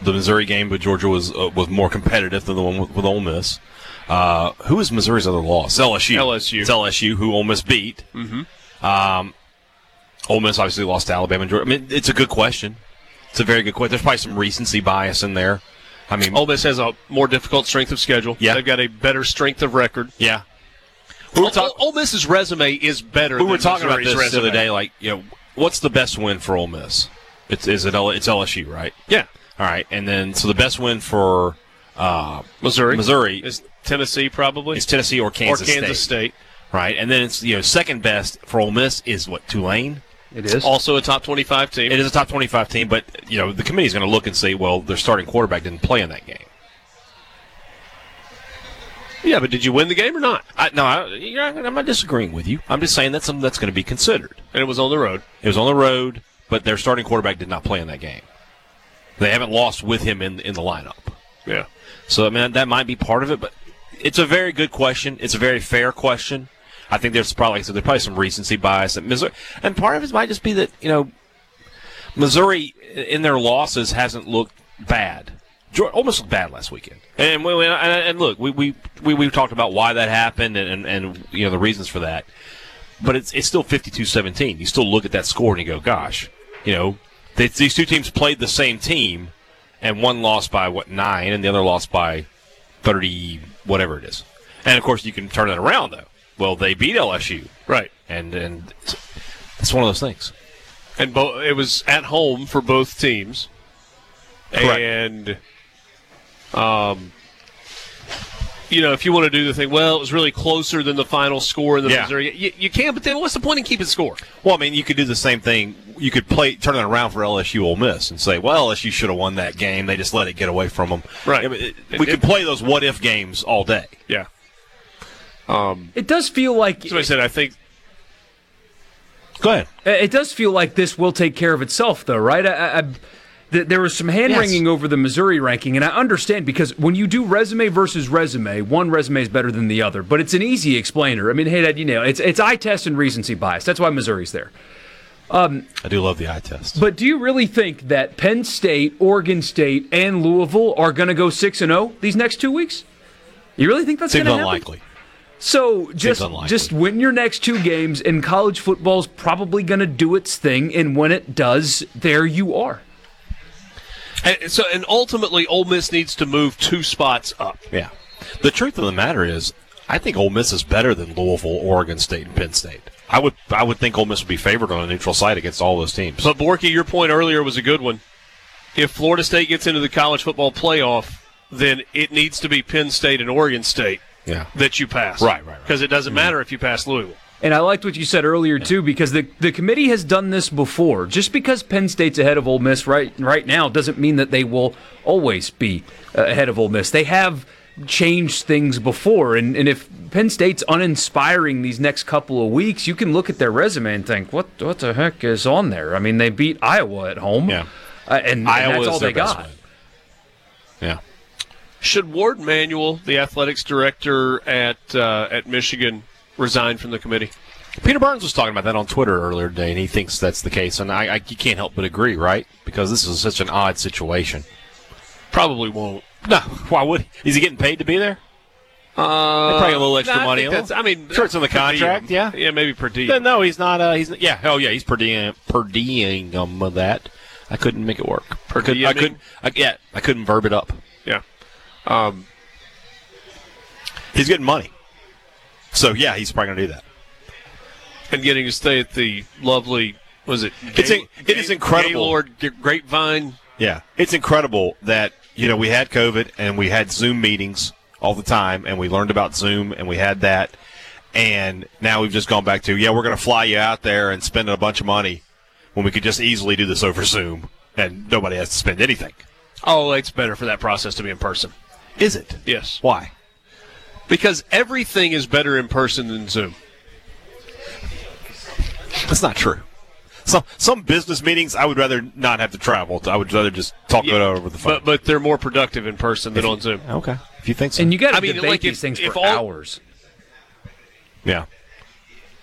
Speaker 3: The Missouri game, but Georgia was uh, was more competitive than the one with, with Ole Miss. Uh, who is Missouri's other loss? LSU.
Speaker 2: LSU.
Speaker 3: It's LSU, who Ole Miss beat.
Speaker 2: Mm-hmm.
Speaker 3: Um, Ole Miss obviously lost to Alabama and Georgia. I mean, it's a good question. It's a very good question. There's probably some recency bias in there. I mean,
Speaker 2: Ole Miss has a more difficult strength of schedule.
Speaker 3: Yeah.
Speaker 2: They've got a better strength of record.
Speaker 3: yeah.
Speaker 2: Ole, Ole Miss's resume is better.
Speaker 3: We were
Speaker 2: than
Speaker 3: talking
Speaker 2: Oh, Missouri's
Speaker 3: about this the
Speaker 2: resume.
Speaker 3: other day. Like, you know, what's the best win for Ole Miss? It's is it L- it's LSU, right?
Speaker 2: Yeah,
Speaker 3: All right, and then so the best win for uh,
Speaker 2: Missouri.
Speaker 3: Missouri
Speaker 2: is Tennessee probably
Speaker 3: is Tennessee or Kansas,
Speaker 2: or Kansas
Speaker 3: State,
Speaker 2: State.
Speaker 3: right? And then it's you know second best for Ole Miss is what Tulane.
Speaker 4: It is.
Speaker 2: Also a top twenty-five team.
Speaker 3: It is a top twenty-five team, but you know the committee's going to look and say, well, their starting quarterback didn't play in that game.
Speaker 2: Yeah, but did you win the game or not?
Speaker 3: I, no, I, you're, not- I'm not disagreeing with you. I'm just saying that's something that's going to be considered.
Speaker 2: And it was on the road.
Speaker 3: It was on the road, but their starting quarterback did not play in that game. They haven't lost with him in in the lineup.
Speaker 2: Yeah.
Speaker 3: So I mean that might be part of it, but it's a very good question. It's a very fair question. I think there's probably so there's probably some recency bias at Missouri, and part of it might just be that you know Missouri in their losses hasn't looked bad. Georgia almost looked bad last weekend, and we, we- and, and look, we we we we talked about why that happened and, and and you know the reasons for that, but it's it's still 52-17. You still look at that score and you go, gosh, you know they, these two teams played the same team, and one lost by what nine, and the other lost by thirty, whatever it is. And of course, you can turn it around though. Well, they beat LSU,
Speaker 2: Right.
Speaker 3: and and it's- it's one of those things.
Speaker 2: And bo- it was at home for both teams.
Speaker 3: Correct.
Speaker 2: And, um, you know, if you want to do the thing, well, it was really closer than the final score in the
Speaker 3: Yeah.
Speaker 2: Missouri. You, you can, but then what's the point in keeping score?
Speaker 3: Well, I mean, you could do the same thing. You could play turn it around for LSU Ole Miss and say, well, LSU should have won that game. They just let it get away from them.
Speaker 2: Right.
Speaker 3: I mean, it- we could play those what if games all day.
Speaker 2: Yeah.
Speaker 4: It does feel like
Speaker 2: So I said, I think
Speaker 3: Go ahead.
Speaker 4: It does feel like this will take care of itself, though, right? I, I, th- there was some hand wringing over the Missouri ranking, and I understand because when you do resume versus resume, one resume is better than the other, but it's an easy explainer. I mean, hey, Dad, you know, it's it's eye test and recency bias. That's why Missouri's there.
Speaker 3: I do love the eye test.
Speaker 4: But do you really think that Penn State, Oregon State, and Louisville are going to go six and zero these next two weeks? You really think that's going
Speaker 3: Seems
Speaker 4: to happen?
Speaker 3: unlikely.
Speaker 4: So just
Speaker 3: unlikely.
Speaker 4: just win your next two games, and college football's probably going to do its thing. And when it does, there you are.
Speaker 2: and, so. And ultimately, Ole Miss needs to move two spots up.
Speaker 3: Yeah. The truth of the matter is, I think Ole Miss is better than Louisville, Oregon State, and Penn State. I would I would think Ole Miss would be favored on a neutral site against all those teams.
Speaker 2: But Borky, your point earlier was a good one. If Florida State gets into the college football playoff, then it needs to be Penn State and Oregon State
Speaker 3: yeah.
Speaker 2: that you pass.
Speaker 3: Right, right, Mm-hmm. right.
Speaker 2: Because it doesn't matter if you pass Louisville.
Speaker 4: And I liked what you said earlier too, because the the committee has done this before. Just because Penn State's ahead of Ole Miss right right now doesn't mean that they will always be uh, ahead of Ole Miss. They have changed things before, and, and if Penn State's uninspiring these next couple of weeks, you can look at their resume and think, what what the heck is on there? I mean, they beat Iowa at home,
Speaker 3: Yeah.
Speaker 4: uh, and, and
Speaker 3: Iowa
Speaker 4: that's
Speaker 3: is
Speaker 4: all
Speaker 3: their
Speaker 4: they
Speaker 3: best
Speaker 4: got.
Speaker 3: win. Yeah.
Speaker 2: Should Ward Manuel, the athletics director at uh, at Michigan, resign from the committee?
Speaker 3: Peter Burns was talking about that on Twitter earlier today, and he thinks that's the case. And I, I you can't help but agree, right? Because this is such an odd situation.
Speaker 2: Probably won't.
Speaker 3: No, why would he? Is he getting paid to be there? Uh, probably a little extra
Speaker 2: No, I
Speaker 3: money.
Speaker 2: think
Speaker 3: a
Speaker 2: that's-
Speaker 3: little-
Speaker 2: I mean,
Speaker 3: sure, it's in the
Speaker 2: per diem.
Speaker 3: contract. Yeah.
Speaker 2: yeah, maybe per diem.
Speaker 3: No, No, he's not. Uh, he's yeah. Oh yeah, he's per diem per diem of that. I couldn't make it work. Per could, I
Speaker 2: dieming?
Speaker 3: couldn't. I, yeah, I couldn't verb it up.
Speaker 2: Yeah,
Speaker 3: He's getting money, so yeah, he's probably gonna do that.
Speaker 2: and getting to stay at the lovely was it?
Speaker 3: It's in- it is incredible.
Speaker 2: Gaylord G- Grapevine.
Speaker 3: Yeah, it's incredible that you know we had COVID and we had Zoom meetings all the time, and we learned about Zoom and we had that, and now we've just gone back to yeah, we're going to fly you out there and spend a bunch of money when we could just easily do this over Zoom and nobody has to spend anything.
Speaker 2: Oh, it's better for that process to be in person
Speaker 3: Is it?
Speaker 2: Yes.
Speaker 3: Why?
Speaker 2: because everything is better in person than Zoom.
Speaker 3: That's not true. Some some business meetings I would rather not have to travel. I would rather just talk it over the phone.
Speaker 2: But but they're more productive in person than on Zoom.
Speaker 3: okay, if you think so.
Speaker 4: And you got to
Speaker 2: I mean,
Speaker 4: debate
Speaker 2: like,
Speaker 4: these
Speaker 2: if-
Speaker 4: things
Speaker 2: if
Speaker 4: for
Speaker 2: all-
Speaker 4: hours.
Speaker 3: yeah.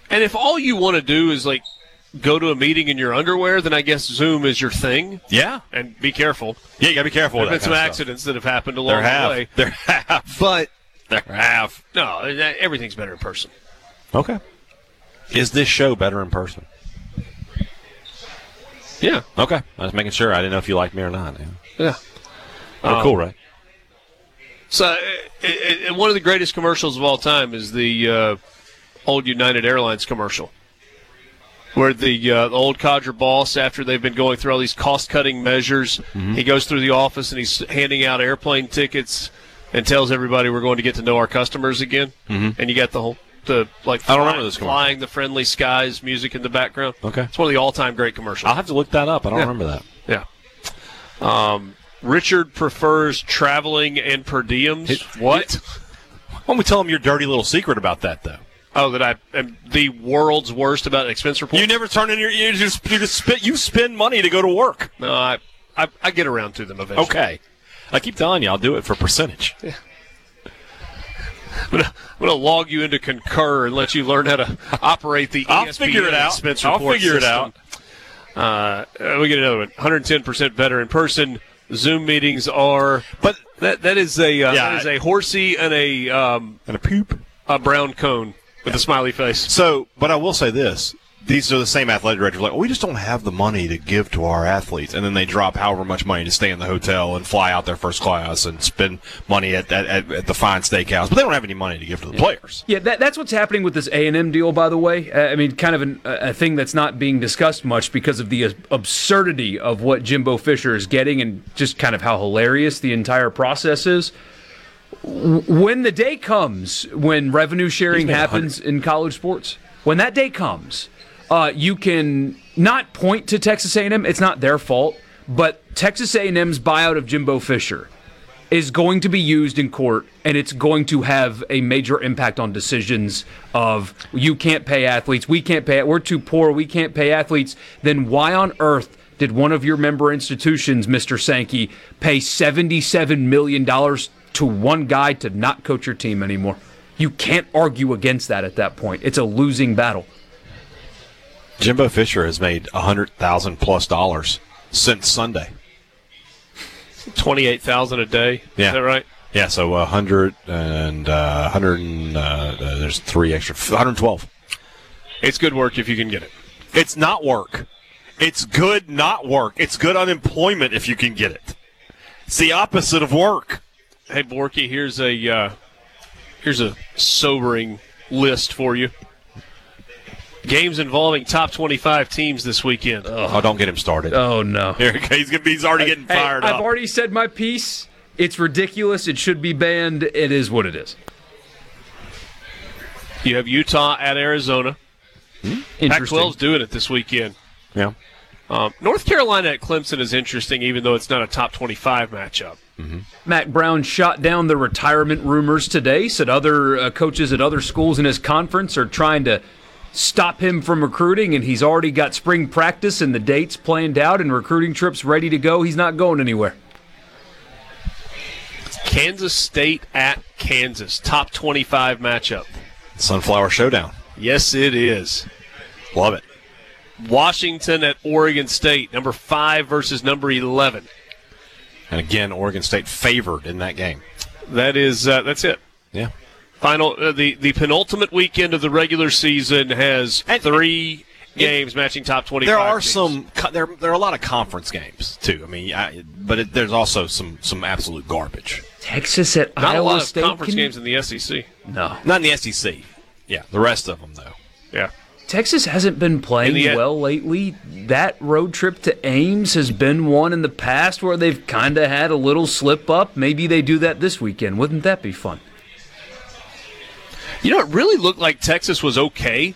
Speaker 2: And if all you want to do is like go to a meeting in your underwear, then I guess Zoom is your thing.
Speaker 3: Yeah.
Speaker 2: And be careful.
Speaker 3: Yeah, you gotta be careful.
Speaker 2: There have
Speaker 3: With
Speaker 2: been
Speaker 3: that
Speaker 2: some
Speaker 3: kind of stuff.
Speaker 2: accidents that have happened along
Speaker 3: there have.
Speaker 2: the way.
Speaker 3: There have.
Speaker 2: But
Speaker 3: There have.
Speaker 2: no, that- everything's better in person.
Speaker 3: Okay. Is this show better in person?
Speaker 2: Yeah.
Speaker 3: Okay. I was making sure. I didn't know if you liked me or not. Yeah.
Speaker 2: Yeah.
Speaker 3: We're cool, right?
Speaker 2: So, uh, uh, uh, one of the greatest commercials of all time is the uh, old United Airlines commercial, where the, uh, the old codger boss, after they've been going through all these cost-cutting measures,
Speaker 3: Mm-hmm.
Speaker 2: he goes through the office and he's handing out airplane tickets and tells everybody we're going to get to know our customers again. Mm-hmm. And you got the whole the like
Speaker 3: I don't remember this commercial.
Speaker 2: flying the friendly skies music in the background.
Speaker 3: Okay.
Speaker 2: it's one of the all-time great commercials.
Speaker 3: I'll have to look that up. I don't
Speaker 2: Yeah.
Speaker 3: remember that.
Speaker 2: Yeah. Um, Richard prefers traveling and per diems. what?
Speaker 3: Why don't we tell them your dirty little secret about that, though?
Speaker 2: Oh, that I am the world's worst about expense reports.
Speaker 3: You never turn in your. You just, you just spit. You spend money to go to work.
Speaker 2: no, I, I, I get around to them eventually.
Speaker 3: Okay. I keep telling you, I'll do it for percentage.
Speaker 2: I'm gonna, I'm gonna log you into Concur and let you learn how to operate the. E
Speaker 3: I'll
Speaker 2: ESPN
Speaker 3: figure it out.
Speaker 2: Expense
Speaker 3: I'll
Speaker 2: report
Speaker 3: figure it
Speaker 2: system. Uh, uh, we get another one. 110 percent better in person. Zoom meetings are, but that that is a uh,
Speaker 3: Yeah,
Speaker 2: that is
Speaker 3: I-
Speaker 2: a horsey and a um,
Speaker 3: And a poop.
Speaker 2: a brown cone with a smiley face.
Speaker 3: So, but I will say this: these are the same athletic directors. Like, "Oh, we just don't have the money to give to our athletes, and then they drop however much money to stay in the hotel and fly out their first class and spend money at at, at, at the fine steakhouse, but they don't have any money to give to the players.
Speaker 4: Yeah, that, that's what's happening with this A and M deal, by the way. Uh, I mean, kind of an, a a thing that's not being discussed much because of the uh, absurdity of what Jimbo Fisher is getting, and just kind of how hilarious the entire process is. W- When the day comes when revenue sharing
Speaker 3: made a
Speaker 4: happens in college sports, when that day comes, uh, you can not point to Texas A and M. It's not their fault, but Texas A and M's buyout of Jimbo Fisher is going to be used in court and it's going to have a major impact on decisions of you can't pay athletes, we can't pay we're too poor, we can't pay athletes, then why on earth did one of your member institutions, Mr. Sankey, pay 77 million dollars to one guy to not coach your team anymore? You can't argue against that at that point. It's a losing battle.
Speaker 3: Jimbo Fisher has made a hundred thousand plus dollars since Sunday.
Speaker 2: Twenty-eight thousand a day.
Speaker 3: Yeah.
Speaker 2: Is that right?
Speaker 3: Yeah, so a hundred and uh, hundred and uh, uh, there's three extra, hundred twelve.
Speaker 2: It's good work if you can get it.
Speaker 3: It's not work. It's good not work. It's good unemployment if you can get it. It's the opposite of work.
Speaker 2: Hey, Borky, here's a uh, here's a sobering list for you. Games involving top 25 teams this weekend.
Speaker 3: Oh, don't get him started.
Speaker 4: Oh no.
Speaker 3: Here, he's gonna be. He's already getting
Speaker 4: Hey,
Speaker 3: fired
Speaker 4: I've
Speaker 3: up.
Speaker 4: already said my piece. It's ridiculous. It should be banned. It is what it is.
Speaker 2: You have Utah at Arizona.
Speaker 4: Interesting.
Speaker 2: Pac-12's doing it this weekend.
Speaker 3: yeah.
Speaker 2: Um, North Carolina at Clemson is interesting, even though it's not a top 25 matchup.
Speaker 4: Mac Brown shot down the retirement rumors today, said other uh, coaches at other schools in his conference are trying to stop him from recruiting, and he's already got spring practice and the dates planned out and recruiting trips ready to go. He's not going anywhere.
Speaker 2: Kansas State at Kansas, top 25 matchup.
Speaker 3: Sunflower Showdown.
Speaker 2: Yes, it is.
Speaker 3: Love it.
Speaker 2: Washington at Oregon State, number five versus number 11.
Speaker 3: And again, Oregon State favored in that game.
Speaker 2: That is uh, that's it.
Speaker 3: Yeah.
Speaker 2: Final uh, the the penultimate weekend of the regular season has
Speaker 3: And-
Speaker 2: three games matching top twenty.
Speaker 3: There are some. co- There, there are a lot of conference games too. I mean, I, but it, there's also some some absolute garbage.
Speaker 4: Texas at
Speaker 2: not
Speaker 4: Iowa
Speaker 2: a lot of
Speaker 4: State.
Speaker 2: conference
Speaker 4: can-
Speaker 2: games in the E SEC.
Speaker 4: No,
Speaker 3: Not in the SEC. Yeah, the rest of them though.
Speaker 2: Yeah,
Speaker 4: Texas hasn't been playing
Speaker 2: In the-
Speaker 4: well lately. That road trip to Ames has been one in the past where they've kind of had a little slip up. Maybe they do that this weekend. Wouldn't that be fun?
Speaker 2: you know it really looked like Texas was okay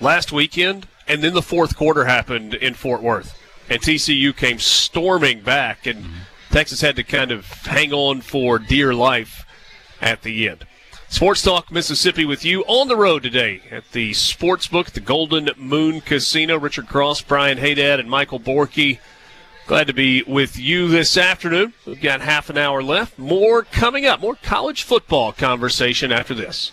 Speaker 2: last weekend, and then the fourth quarter happened in Fort Worth, and TCU came storming back, and Texas had to kind of hang on for dear life at the end. Sports Talk Mississippi with you on the road today at the Sportsbook, the Golden Moon Casino. Richard Cross, Brian Haydad, and Michael Borky. Glad to be with you this afternoon. We've got half an hour left. More coming up, more college football conversation after this.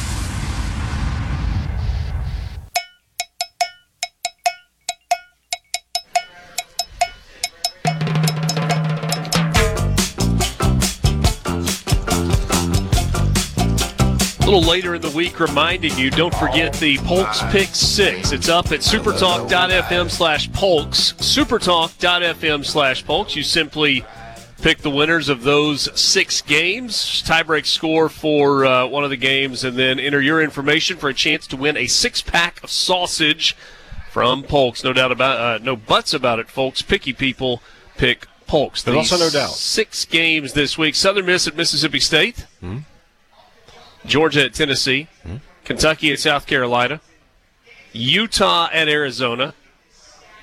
Speaker 2: A little later in the week, reminding you, don't forget the Polk's Pick 6. It's up at supertalk.fm slash Polk's. Supertalk.fm slash Polk's. You simply pick the winners of those six games, tiebreak score for uh, one of the games, and then enter your information for a chance to win a six pack of sausage from Polk's. No doubt about uh, no buts about it, folks. Picky people pick Polk's.
Speaker 3: There's
Speaker 2: The
Speaker 3: also no doubt.
Speaker 2: Six games this week Southern Miss at Mississippi State. Georgia at Tennessee, Kentucky at South Carolina, Utah at Arizona,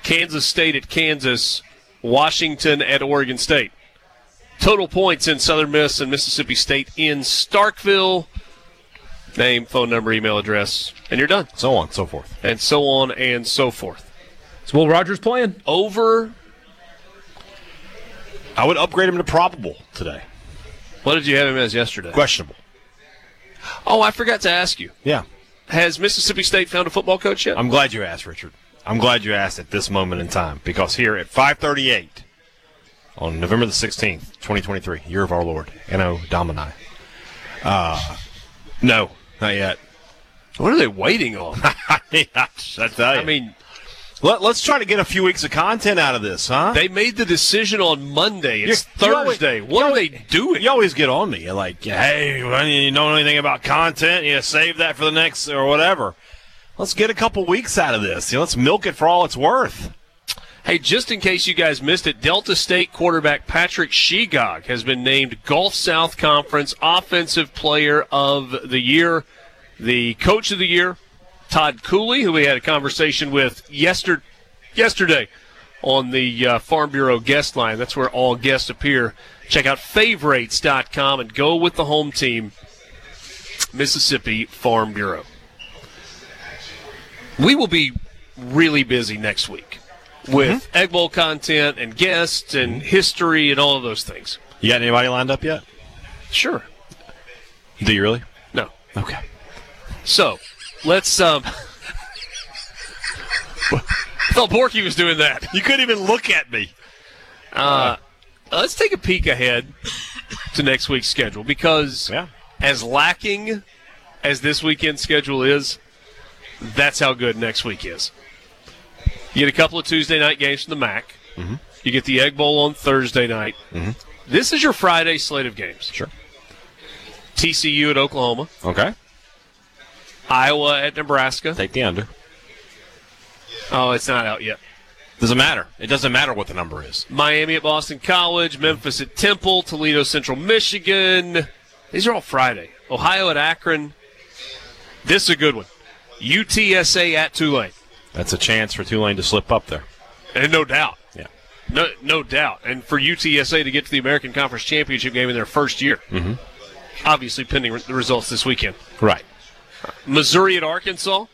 Speaker 2: Kansas State at Kansas, Washington at Oregon State. Total points in Southern Miss and Mississippi State in Starkville. Name, phone number, email address, and you're done.
Speaker 3: So on, so forth.
Speaker 2: And so on and so forth.
Speaker 4: Is Will Rogers playing?
Speaker 2: Over.
Speaker 3: I would upgrade him to probable today.
Speaker 2: What did you have him as yesterday?
Speaker 3: Questionable.
Speaker 2: Oh, I forgot to ask you.
Speaker 3: Yeah.
Speaker 2: Has Mississippi State found a football coach yet?
Speaker 3: I'm glad you asked, Richard. I'm glad you asked at this moment in time because here at 5:38 on November the 16th, 2023, year of our Lord, Anno Domini. Uh, no, not yet.
Speaker 2: What are they waiting on?
Speaker 3: I mean, I, I tell you. I
Speaker 2: mean,
Speaker 3: let, us try to get a few weeks of content out of this, huh?
Speaker 2: They made the decision on Monday. It's
Speaker 3: You're- you always-
Speaker 2: Thursday. what
Speaker 3: you
Speaker 2: are they
Speaker 3: always-
Speaker 2: doing?
Speaker 3: You always get on me. You're like, hey, well, you know anything about content? You save that for the next or whatever. Let's get a couple weeks out of this. You know, let's milk it for all it's worth.
Speaker 2: Hey, just in case you guys missed it, Delta State quarterback Patrick Shegog has been named Gulf South Conference Offensive Player of the Year. The Coach of the Year, Todd Cooley, who we had a conversation with yester- yesterday on the uh, Farm Bureau guest line. That's where all guests appear. Check out favorites.com and go with the home team, Mississippi Farm Bureau. We will be really busy next week with
Speaker 3: Mm-hmm.
Speaker 2: Egg Bowl content and guests and history and all of those things.
Speaker 3: You got anybody lined up yet?
Speaker 2: Sure.
Speaker 3: Do you really?
Speaker 2: No.
Speaker 3: Okay.
Speaker 2: So, let's. Um, I thought Borky was doing that.
Speaker 3: You couldn't even look at me.
Speaker 2: Uh, let's take a peek ahead to next week's schedule because,
Speaker 3: Yeah.
Speaker 2: as lacking as this weekend's schedule is, that's how good next week is. You get a couple of Tuesday night games from the MAC. You get the Egg Bowl on Thursday night. This is your Friday slate of games.
Speaker 3: Sure.
Speaker 2: TCU at Oklahoma,
Speaker 3: Okay.
Speaker 2: Iowa at Nebraska.
Speaker 3: Take the under.
Speaker 2: Oh, it's not out yet.
Speaker 3: Doesn't matter. It doesn't matter what the number is.
Speaker 2: Miami at Boston College, Memphis at Temple, Toledo Central Michigan. These are all Friday. Ohio at Akron. This is a good one. UTSA at Tulane.
Speaker 3: That's a chance for Tulane to slip up there.
Speaker 2: And no doubt.
Speaker 3: Yeah.
Speaker 2: No, no doubt. And for UTSA to get to the American Conference Championship game in their first year. Mm-hmm. Obviously, pending re- the results this weekend.
Speaker 3: Right.
Speaker 2: Missouri at Arkansas.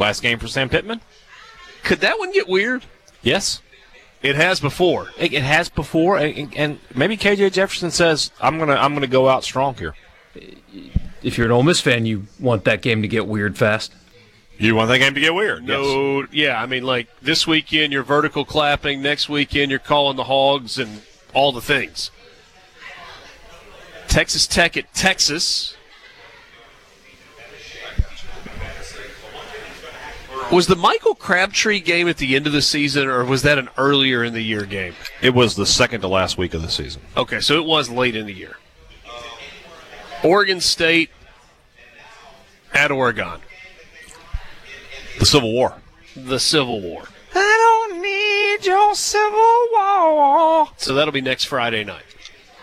Speaker 3: Last game for Sam Pittman?
Speaker 2: Could that one get weird?
Speaker 3: Yes.
Speaker 2: It has before.
Speaker 3: It, it has before, and, and maybe KJ Jefferson says, "I'm gonna, I'm gonna go out strong here."
Speaker 4: If you're an Ole Miss fan, you want that game to get weird fast.
Speaker 3: You want that game to get weird? yes.
Speaker 2: No, yeah, I mean, like this weekend you're vertical clapping, next weekend you're calling the hogs and all the things. Texas Tech at Texas. Was the Michael Crabtree game at the end of the season, or was that an earlier in the year game?
Speaker 3: It was the second to last week of the season.
Speaker 2: Okay, so it was late in the year. Oregon State at Oregon,
Speaker 3: The Civil War.
Speaker 2: the Civil War.
Speaker 3: I don't need your Civil War.
Speaker 2: So that'll be next Friday night.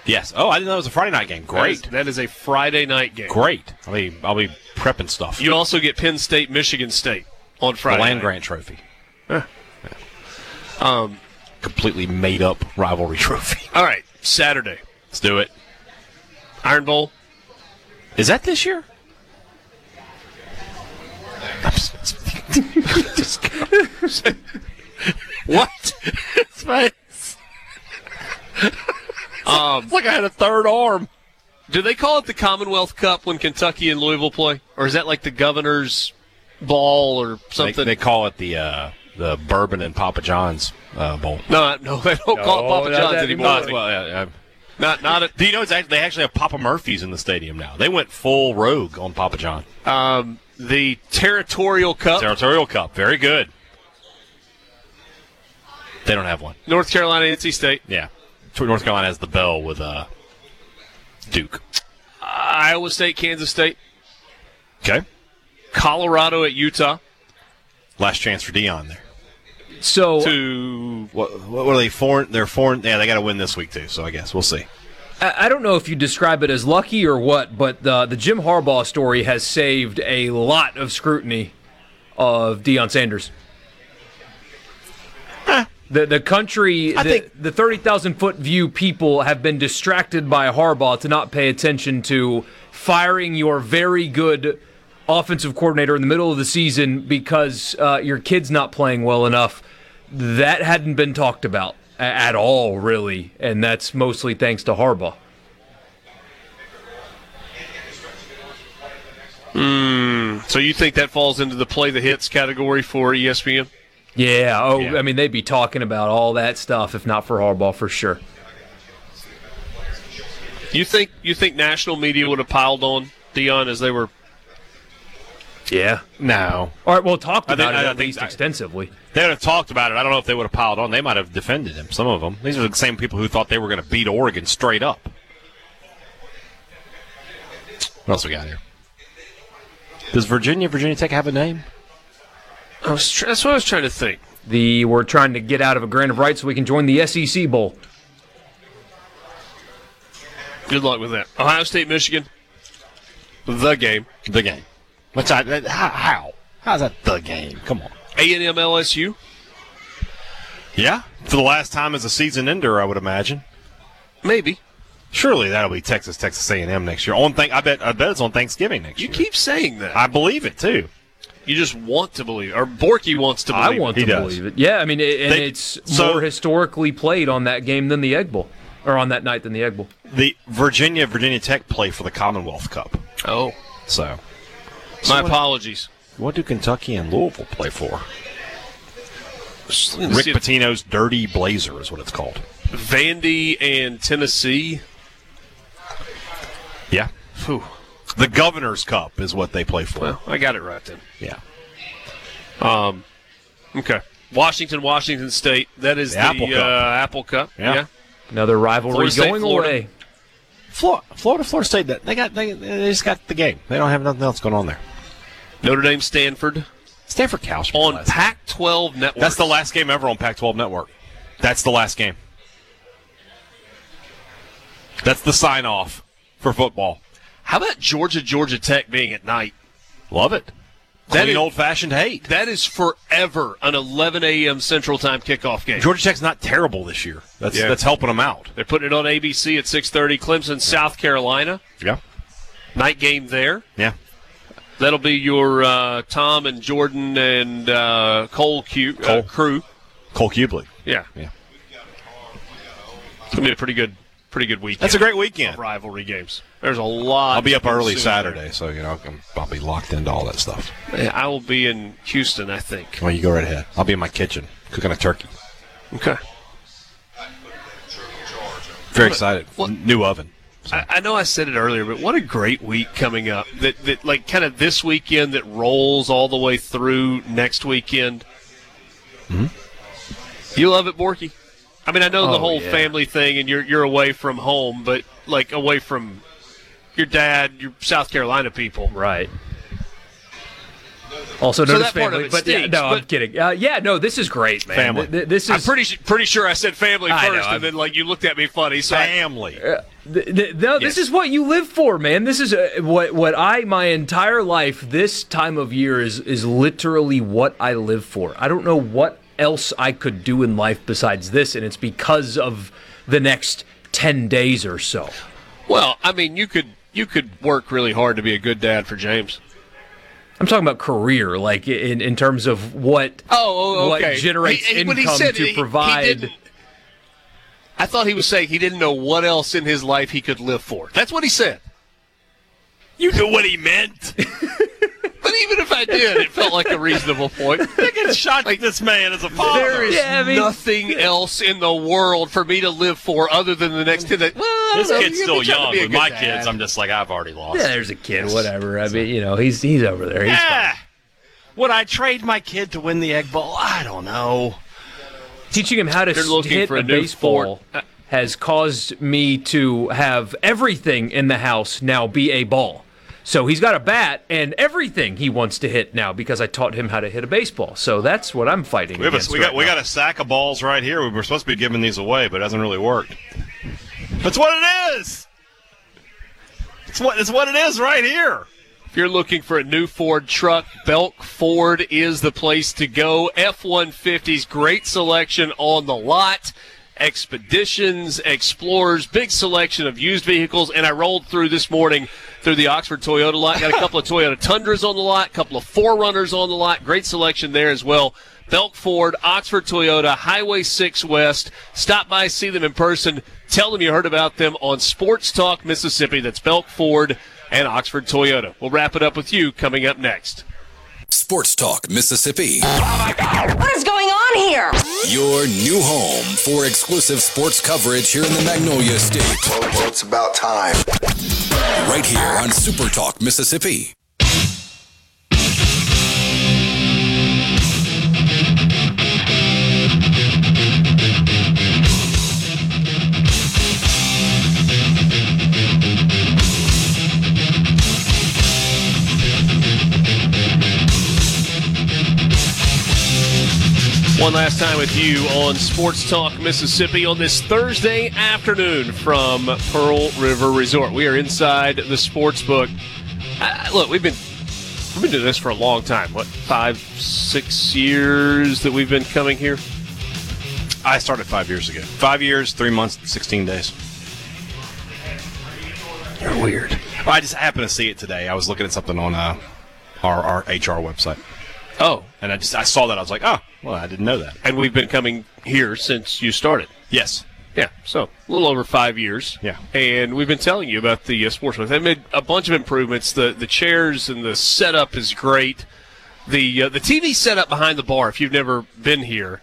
Speaker 3: Yes. Oh, I didn't know it was a Friday night game.
Speaker 2: That
Speaker 3: Great.
Speaker 2: is, that is a Friday night game.
Speaker 3: Great. I'll be, I'll be prepping stuff.
Speaker 2: You also get Penn State, Michigan State on
Speaker 3: the
Speaker 2: Friday.
Speaker 3: Land
Speaker 2: night.
Speaker 3: Grant Trophy. Um, completely made up rivalry trophy.
Speaker 2: All right, Saturday,
Speaker 3: Let's do it.
Speaker 2: Iron Bowl.
Speaker 3: Is that this year?
Speaker 2: what? um, it's like I had a third arm. Do they call it the Commonwealth Cup when Kentucky and Louisville play, or is that like the governor's ball or something?
Speaker 3: They, they call it the uh, the Bourbon and Papa John's uh, Bowl.
Speaker 2: no, no, they don't call it Papa
Speaker 3: No,
Speaker 2: John's
Speaker 3: that-
Speaker 2: anymore.
Speaker 3: no, well, yeah, yeah.
Speaker 2: Not, not a,
Speaker 3: Do you know it's actually, they actually have Papa Murphy's in the stadium now? They went full rogue on Papa John.
Speaker 2: um, the Territorial Cup.
Speaker 3: Territorial Cup, very good. They don't have one.
Speaker 2: North Carolina, NC State.
Speaker 3: Yeah, North Carolina has the bell with uh, Duke.
Speaker 2: Iowa State, Kansas State,
Speaker 3: Okay,
Speaker 2: Colorado at Utah.
Speaker 3: last chance for Dion there.
Speaker 4: So
Speaker 2: To
Speaker 3: What, what are they foreign? They're foreign. Yeah, they got to win this week too. So I guess we'll see.
Speaker 4: I I don't know if you describe it as lucky or what, but the the Jim Harbaugh story has saved a lot of scrutiny of Deion Sanders. The the country, the,
Speaker 3: think-
Speaker 4: the thirty thousand foot view people have been distracted by Harbaugh to not pay attention to firing your very good offensive coordinator in the middle of the season because uh, your kid's not playing well enough. That hadn't been talked about a- at all, really, and that's mostly thanks to Harbaugh.
Speaker 2: So you think that falls into the play the hits category for E ESPN?
Speaker 4: Yeah. Oh,
Speaker 3: Yeah.
Speaker 4: I mean, they'd be talking about all that stuff if not for Harbaugh for sure.
Speaker 2: You think you think national media would have piled on Dion as they were?
Speaker 4: Yeah.
Speaker 3: No,
Speaker 4: All right. Well, talked
Speaker 3: I
Speaker 4: about
Speaker 3: think-
Speaker 4: it
Speaker 3: I
Speaker 4: at
Speaker 3: think-
Speaker 4: least extensively.
Speaker 3: they would have talked about it. I don't know if they would have piled on. They might have defended him. Some of them. These are the same people who thought they were going to beat Oregon straight up. What else we got here? Does Virginia Virginia Tech have a name?
Speaker 2: I was tr- that's what I was trying to think.
Speaker 4: The we're trying to get out of a grant of rights so we can join the SEC Bowl.
Speaker 2: Good luck with that. Ohio State, Michigan, the game.
Speaker 3: The game. What's that? that- How? how? How's that the game? Come on.
Speaker 2: A and M, LSU.
Speaker 3: Yeah, for the last time as a season ender, I would imagine.
Speaker 2: Maybe
Speaker 3: Surely that'll be Texas, Texas A&M next year. On thank, I bet, I bet it's on Thanksgiving next
Speaker 2: you
Speaker 3: year.
Speaker 2: keep saying that.
Speaker 3: I believe it too.
Speaker 2: you just want to believe, it. or Borky wants to believe.
Speaker 4: I want
Speaker 2: it.
Speaker 4: to
Speaker 3: He does.
Speaker 4: believe it. Yeah. I mean, it, and
Speaker 3: They-
Speaker 4: it's
Speaker 3: so-
Speaker 4: more historically played on that game than the Egg Bowl, or on that night than the Egg Bowl.
Speaker 3: The Virginia, Virginia Tech play for the Commonwealth Cup.
Speaker 2: Oh,
Speaker 3: So,
Speaker 2: my apologies.
Speaker 3: what do Kentucky and Louisville play for?
Speaker 2: Just let me
Speaker 3: Rick
Speaker 2: see if
Speaker 3: Pitino's Dirty Blazer is what it's called.
Speaker 2: Vandy and Tennessee.
Speaker 3: Yeah,
Speaker 2: Phew.
Speaker 3: the Governor's Cup is what they play for.
Speaker 2: Well, I got it right then.
Speaker 3: yeah,
Speaker 2: Okay. Washington, Washington State. That is the,
Speaker 3: The Apple Cup.
Speaker 2: Uh, Apple Cup.
Speaker 3: Yeah.
Speaker 4: Another rivalry
Speaker 2: Florida State,
Speaker 4: going
Speaker 2: Florida.
Speaker 4: away.
Speaker 3: Florida, Florida, Florida State. That they got, they, they just got the game. They don't have nothing else going on there.
Speaker 2: Notre Dame, Stanford
Speaker 3: Stanford Couch
Speaker 2: on Pac-12 network.
Speaker 3: That's the last game ever on Pac-12 Network. That's the last game. That's the sign off for football.
Speaker 2: How about Georgia, Georgia Tech being at night?
Speaker 3: Love it.
Speaker 2: That
Speaker 3: Clean
Speaker 2: is-
Speaker 3: old-fashioned hate.
Speaker 2: That is forever an 11 a.m. Central Time kickoff game.
Speaker 3: Georgia Tech's not terrible this year. That's
Speaker 2: Yeah.
Speaker 3: that's helping them out.
Speaker 2: They're putting it on ABC at 6:30. Clemson, South Carolina,
Speaker 3: Yeah,
Speaker 2: night game there.
Speaker 3: yeah.
Speaker 2: That'll be your uh, Tom and Jordan and uh, Cole, Q, uh,
Speaker 3: Cole.
Speaker 2: crew.
Speaker 3: Cole Kubley.
Speaker 2: Yeah,
Speaker 3: Yeah,
Speaker 2: it's gonna be a pretty good, pretty good weekend.
Speaker 3: that's a great weekend.
Speaker 2: of rivalry games. There's a lot.
Speaker 3: I'll be up
Speaker 2: to
Speaker 3: early
Speaker 2: consume
Speaker 3: Saturday, so you know I'm, I'll be locked into all that stuff.
Speaker 2: there. I will be in Houston, I think.
Speaker 3: Well, you go right ahead. I'll be in my kitchen cooking a turkey.
Speaker 2: Okay.
Speaker 3: Very excited.
Speaker 2: what-
Speaker 3: New oven. So,
Speaker 2: I, I know I said it earlier, but what a great week coming up. That, that like kind of this weekend that rolls all the way through next weekend. You love it, Borky. I mean, I know the
Speaker 4: Hmm? Oh,
Speaker 2: whole
Speaker 4: yeah.
Speaker 2: family thing, and you're you're away from home, but like away from your dad, your South Carolina people.
Speaker 4: Right. Also
Speaker 2: So
Speaker 4: known as
Speaker 2: that part of
Speaker 4: family,
Speaker 2: it
Speaker 4: but yeah,
Speaker 2: stinks,
Speaker 4: no, I'm
Speaker 2: but-
Speaker 4: kidding. Uh, yeah, no, this is great, man.
Speaker 3: Family.
Speaker 4: Th- th- This is
Speaker 2: I'm pretty su- pretty sure I said family
Speaker 4: I
Speaker 2: first,
Speaker 4: know, I'm-
Speaker 2: and then like you looked at me funny. So I-
Speaker 3: family.
Speaker 4: Th- th- no, this is what you live for, man. This is uh, what what I my entire life. This time of year is is literally what I live for. I don't know what else I could do in life besides this, and it's because of the next ten days or so.
Speaker 2: Well, I mean, you could you could work really hard to be a good dad for James.
Speaker 4: I'm talking about career, like in, in terms of what
Speaker 2: Oh, oh, okay.
Speaker 4: what generates
Speaker 2: He- he- when
Speaker 4: income
Speaker 2: he said
Speaker 4: to
Speaker 2: it, he- he
Speaker 4: provide.
Speaker 2: didn't- I thought he was saying he didn't know what else in his life he could live for. That's what he said. You knew what he meant. but even if I did, it felt like a reasonable point. I get shot like this man as a father. There is
Speaker 4: Yeah, I mean-
Speaker 2: nothing else in the world for me to live for other than the next ten. days. Well, I don't
Speaker 11: This
Speaker 2: know,
Speaker 11: kid's
Speaker 2: you're
Speaker 11: still
Speaker 2: trying to
Speaker 11: young.
Speaker 2: be a
Speaker 11: With
Speaker 2: good
Speaker 11: my
Speaker 2: dad.
Speaker 11: kids, I'm just like I've already lost.
Speaker 4: yeah, there's a kid, whatever. I mean, you know, he's he's over there. He's fine.
Speaker 11: Yeah. Would I trade my kid to win the Egg Bowl? I don't know.
Speaker 4: teaching him how to
Speaker 11: They're
Speaker 4: s-
Speaker 11: looking
Speaker 4: hit
Speaker 11: for
Speaker 4: a,
Speaker 11: a new Uh,
Speaker 4: baseball
Speaker 11: sport.
Speaker 4: has caused me to have everything in the house now be a ball. So he's got a bat and everything he wants to hit now because I taught him how to hit a baseball. So that's what I'm fighting
Speaker 3: We, have
Speaker 4: against
Speaker 3: a, we
Speaker 4: right
Speaker 3: got we
Speaker 4: now.
Speaker 3: got a sack of balls right here. We were supposed to be giving these away, but it hasn't really worked. That's what it is. It's what it's what it is right here.
Speaker 2: If you're looking for a new Ford truck, Belk Ford is the place to go. F 150s, great selection on the lot. Expeditions, Explorers, big selection of used vehicles. And I rolled through this morning through the Oxford Toyota lot. Got a couple of Toyota Tundras on the lot, couple of Forerunners on the lot. Great selection there as well. Belk Ford, Oxford Toyota, Highway 6 West. Stop by, see them in person. Tell them you heard about them on Sports Talk Mississippi. That's Belk Ford and Oxford Toyota. We'll wrap it up with you coming up next.
Speaker 6: Sports Talk Mississippi.
Speaker 9: What is going on here?
Speaker 6: Your new home for exclusive sports coverage here in the Magnolia State. Well, it's about time. Right here on Super Talk Mississippi.
Speaker 2: One last time with you on Sports Talk Mississippi on this Thursday afternoon from Pearl River Resort. We are inside the sports book. Uh, look, we've been we've been doing this for a long time. What five, six years that we've been coming here?
Speaker 3: I started five years ago. Five years, three months, sixteen days.
Speaker 2: You're weird.
Speaker 3: I just happened to see it today. I was looking at something on uh, our, our HR website.
Speaker 2: Oh,
Speaker 3: and I just I saw that. I was like, oh, well, I didn't know that.
Speaker 2: And we've been coming here since you started.
Speaker 3: Yes.
Speaker 2: Yeah, so a little over five years. Yeah, and we've been telling you about the uh, sports book. They made a bunch of improvements. the The chairs and the setup is great. the uh, The TV setup behind the bar. If you've never been here,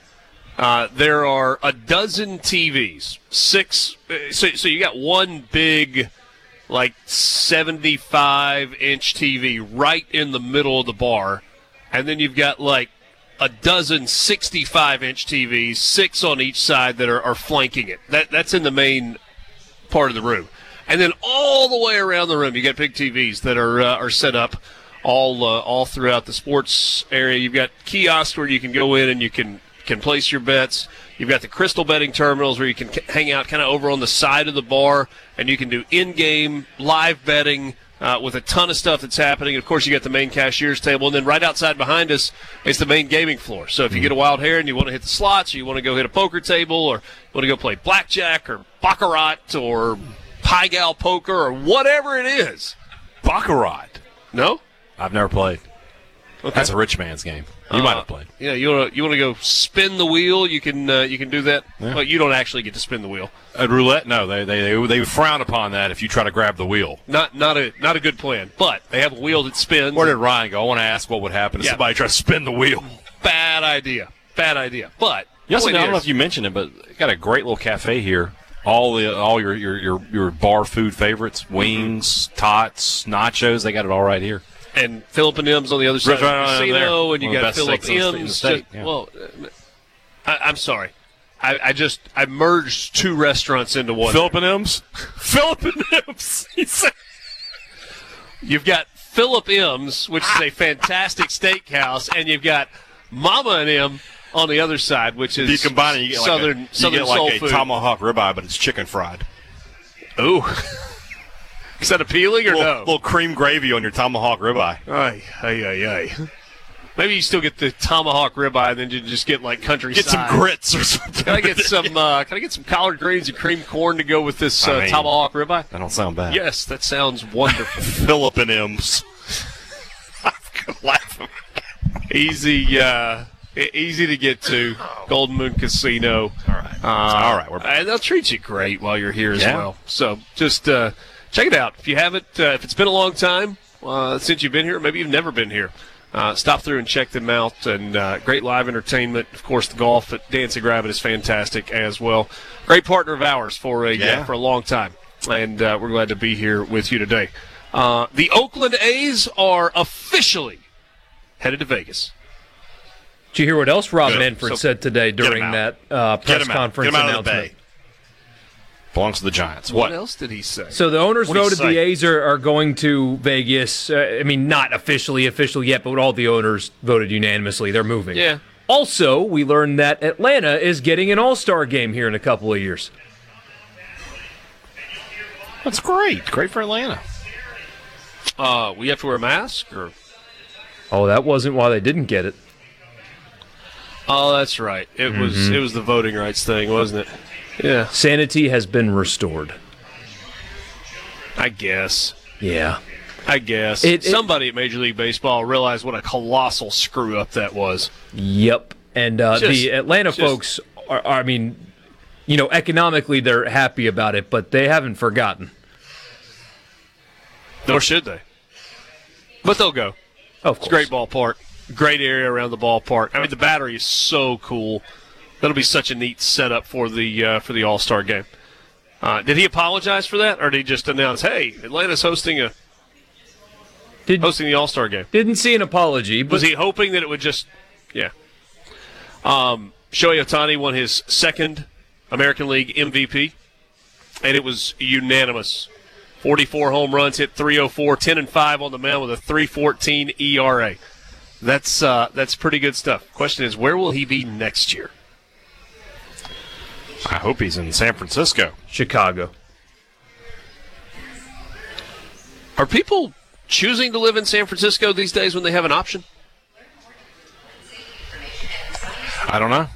Speaker 2: uh, there are a dozen TVs. Six. uh, So so you got one big, like seventy five inch TV right in the middle of the bar, and then you've got like a dozen 65 inch TVs, six on each side that are, are flanking it. That that's in the main part of the room, and then all the way around the room, you got big TVs that are uh, are set up all uh, all throughout the sports area. You've got kiosks where you can go in and you can can place your bets. You've got the crystal betting terminals where you can c- hang out kind of over on the side of the bar, and you can do in-game live betting. Uh, with a ton of stuff that's happening. Of course, you got the main cashier's table, and then right outside behind us is the main gaming floor. So if you
Speaker 3: Mm-hmm.
Speaker 2: get a wild hair and you want to hit the slots, or you want to go hit a poker table, or you want to go play blackjack or baccarat or pie gal poker or whatever it is,
Speaker 3: Baccarat.
Speaker 2: No,
Speaker 3: I've never played. That's a rich man's game. You might have played.
Speaker 2: Uh, Yeah, you want to you want to go spin the wheel? You can uh, you can do that.
Speaker 3: Yeah.
Speaker 2: Well, you don't actually get to spin the wheel.
Speaker 3: At roulette, no, they they, they they frown upon that if you try to grab the wheel.
Speaker 2: Not not a not a good plan. But they have a wheel that spins.
Speaker 3: Where did Ryan go? I want to ask what would happen if
Speaker 2: Yeah.
Speaker 3: somebody tried to spin the wheel.
Speaker 2: Bad idea. Bad idea. But
Speaker 3: You also,
Speaker 2: point
Speaker 3: know, I don't know
Speaker 2: is-
Speaker 3: if you mentioned it, but they got a great little cafe here. All the all your your your, your bar food favorites: wings, tots, nachos. They got it all right here.
Speaker 2: and Philip and M's on the other side
Speaker 3: Right, right,
Speaker 2: of
Speaker 3: right,
Speaker 2: the
Speaker 3: there.
Speaker 2: casino, and you
Speaker 3: One of the
Speaker 2: got
Speaker 3: best
Speaker 2: Philip
Speaker 3: steaks in the state- in the
Speaker 2: M's.
Speaker 3: state,
Speaker 2: just-
Speaker 3: yeah.
Speaker 2: Well, uh, I, I'm sorry. I, I just I merged two restaurants into one.
Speaker 3: Philip and M's.
Speaker 2: Philip and M's. he said. You've got Philip M's, which is a fantastic steakhouse, and you've got Mama and M on the other side, which is
Speaker 3: If you combine it, you get like
Speaker 2: southern
Speaker 3: a, you
Speaker 2: southern
Speaker 3: get like
Speaker 2: soul
Speaker 3: a
Speaker 2: food.
Speaker 3: tomahawk ribeye, but it's chicken fried.
Speaker 2: Ooh, is that appealing or
Speaker 3: little,
Speaker 2: no?
Speaker 3: Little cream gravy on your tomahawk ribeye.
Speaker 2: Ay, ay, ay, ay. Maybe you still get the tomahawk ribeye, and then you just get like country.
Speaker 3: Get some grits or something.
Speaker 2: Can I get some? Uh, can I get some collard greens and cream corn to go with this uh,
Speaker 3: I mean,
Speaker 2: tomahawk ribeye?
Speaker 3: That don't sound bad.
Speaker 2: Yes, that sounds wonderful.
Speaker 3: Philip and M's.
Speaker 2: easy, uh, e- easy to get to. Golden Moon Casino. All right, all right. and they'll treat you great while you're here as
Speaker 3: Yeah.
Speaker 2: well. So just uh, check it out if you haven't. Uh, if it's been a long time uh, since you've been here, maybe you've never been here. Uh, stop through and check them out, and uh, great live entertainment. Of course, the golf at Dancing Rabbit is fantastic as well. Great partner of ours for a uh,
Speaker 3: Yeah.
Speaker 2: for a long time, and uh, we're glad to be here with you today. Uh, the Oakland A's are officially headed to Vegas.
Speaker 4: Did you hear what else Rob
Speaker 2: Good.
Speaker 4: Manfred
Speaker 2: So-
Speaker 4: said today during that uh,
Speaker 2: Get
Speaker 4: press
Speaker 2: him out.
Speaker 4: conference
Speaker 2: Get him out of the
Speaker 4: announcement?
Speaker 2: bay.
Speaker 3: Belongs to the Giants.
Speaker 2: What,
Speaker 3: What?
Speaker 2: else did he say?
Speaker 4: So the owners
Speaker 2: What'd he
Speaker 4: voted
Speaker 2: say?
Speaker 4: the A's are, are going to Vegas. Uh, I mean, not officially official yet, but all the owners voted unanimously. They're moving.
Speaker 2: Yeah.
Speaker 4: Also, we learned that Atlanta is getting an All Star game here in a couple of years.
Speaker 3: That's great. Great for Atlanta.
Speaker 2: Uh, we have to wear a mask, or
Speaker 4: Oh, that wasn't why they didn't get it.
Speaker 2: oh, that's right. It was
Speaker 4: Mhm.
Speaker 2: it was the voting rights thing, wasn't it? Yeah.
Speaker 4: Sanity has been restored.
Speaker 2: I guess.
Speaker 4: Yeah.
Speaker 2: I guess
Speaker 4: It- it-
Speaker 2: somebody at Major League Baseball realized what a colossal screw up that was.
Speaker 4: Yep. And uh,
Speaker 2: Just-
Speaker 4: the Atlanta
Speaker 2: just-
Speaker 4: folks are, are, I mean, you know, economically they're happy about it, but they haven't forgotten.
Speaker 2: Nor should they. But they'll go.
Speaker 4: Of
Speaker 2: course. Great ballpark. Great area around the ballpark. I mean, the battery is so cool. That'll be such a neat setup for the uh, for the All Star game. Uh, did he apologize for that, or did he just announce, "Hey, Atlanta's hosting a hosting the All Star game"?
Speaker 4: Didn't see an apology, but
Speaker 2: Was he hoping that it would just? Yeah. Um, Shohei Otani won his second American League MVP, and it was unanimous. 44 home runs, hit 304, 10 and 5 on the mound with a 314 ERA. That's uh, that's pretty good stuff. Question is, where will he be next year?
Speaker 3: I hope he's in San Francisco.
Speaker 4: Chicago.
Speaker 2: Are people choosing to live in San Francisco these days when they have an option?
Speaker 3: I don't know.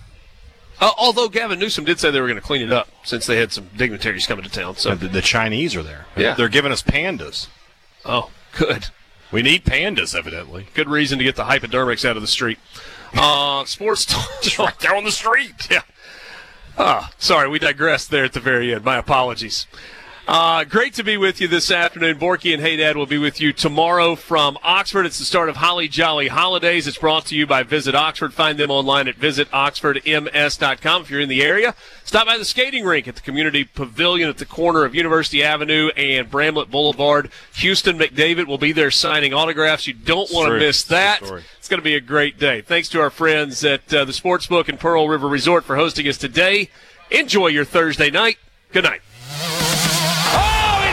Speaker 2: Uh, although Gavin Newsom did say they were going to clean it up since they had some dignitaries coming to town. So
Speaker 3: The, the Chinese are there.
Speaker 2: Yeah.
Speaker 3: They're giving us pandas.
Speaker 2: Oh, good.
Speaker 3: We need pandas, evidently.
Speaker 2: Good reason to get the hypodermics out of the street. Uh, sports talk. right there on the street. Yeah. Ah, sorry, we digressed there at the very end. My apologies. Uh, great to be with you this afternoon. Borky and Hey Dad will be with you tomorrow from Oxford. It's the start of Holly Jolly Holidays. It's brought to you by Visit Oxford. Find them online at visitoxfordms.com. If you're in the area, stop by the skating rink at the community pavilion at the corner of University Avenue and Bramlett Boulevard. Houston McDavid will be there signing autographs. You don't want to
Speaker 3: True.
Speaker 2: miss that.
Speaker 3: True story.
Speaker 2: It's going to be a great day. Thanks to our friends at uh, the Sportsbook and Pearl River Resort for hosting us today. Enjoy your Thursday night. Good night. Oh,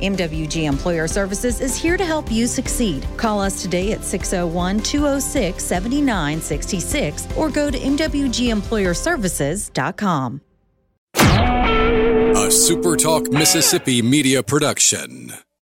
Speaker 12: MWG Employer Services is here to help you succeed. Call us today at 601 206 7966 or go to MWGEmployerServices.com.
Speaker 6: A SuperTalk Mississippi media production.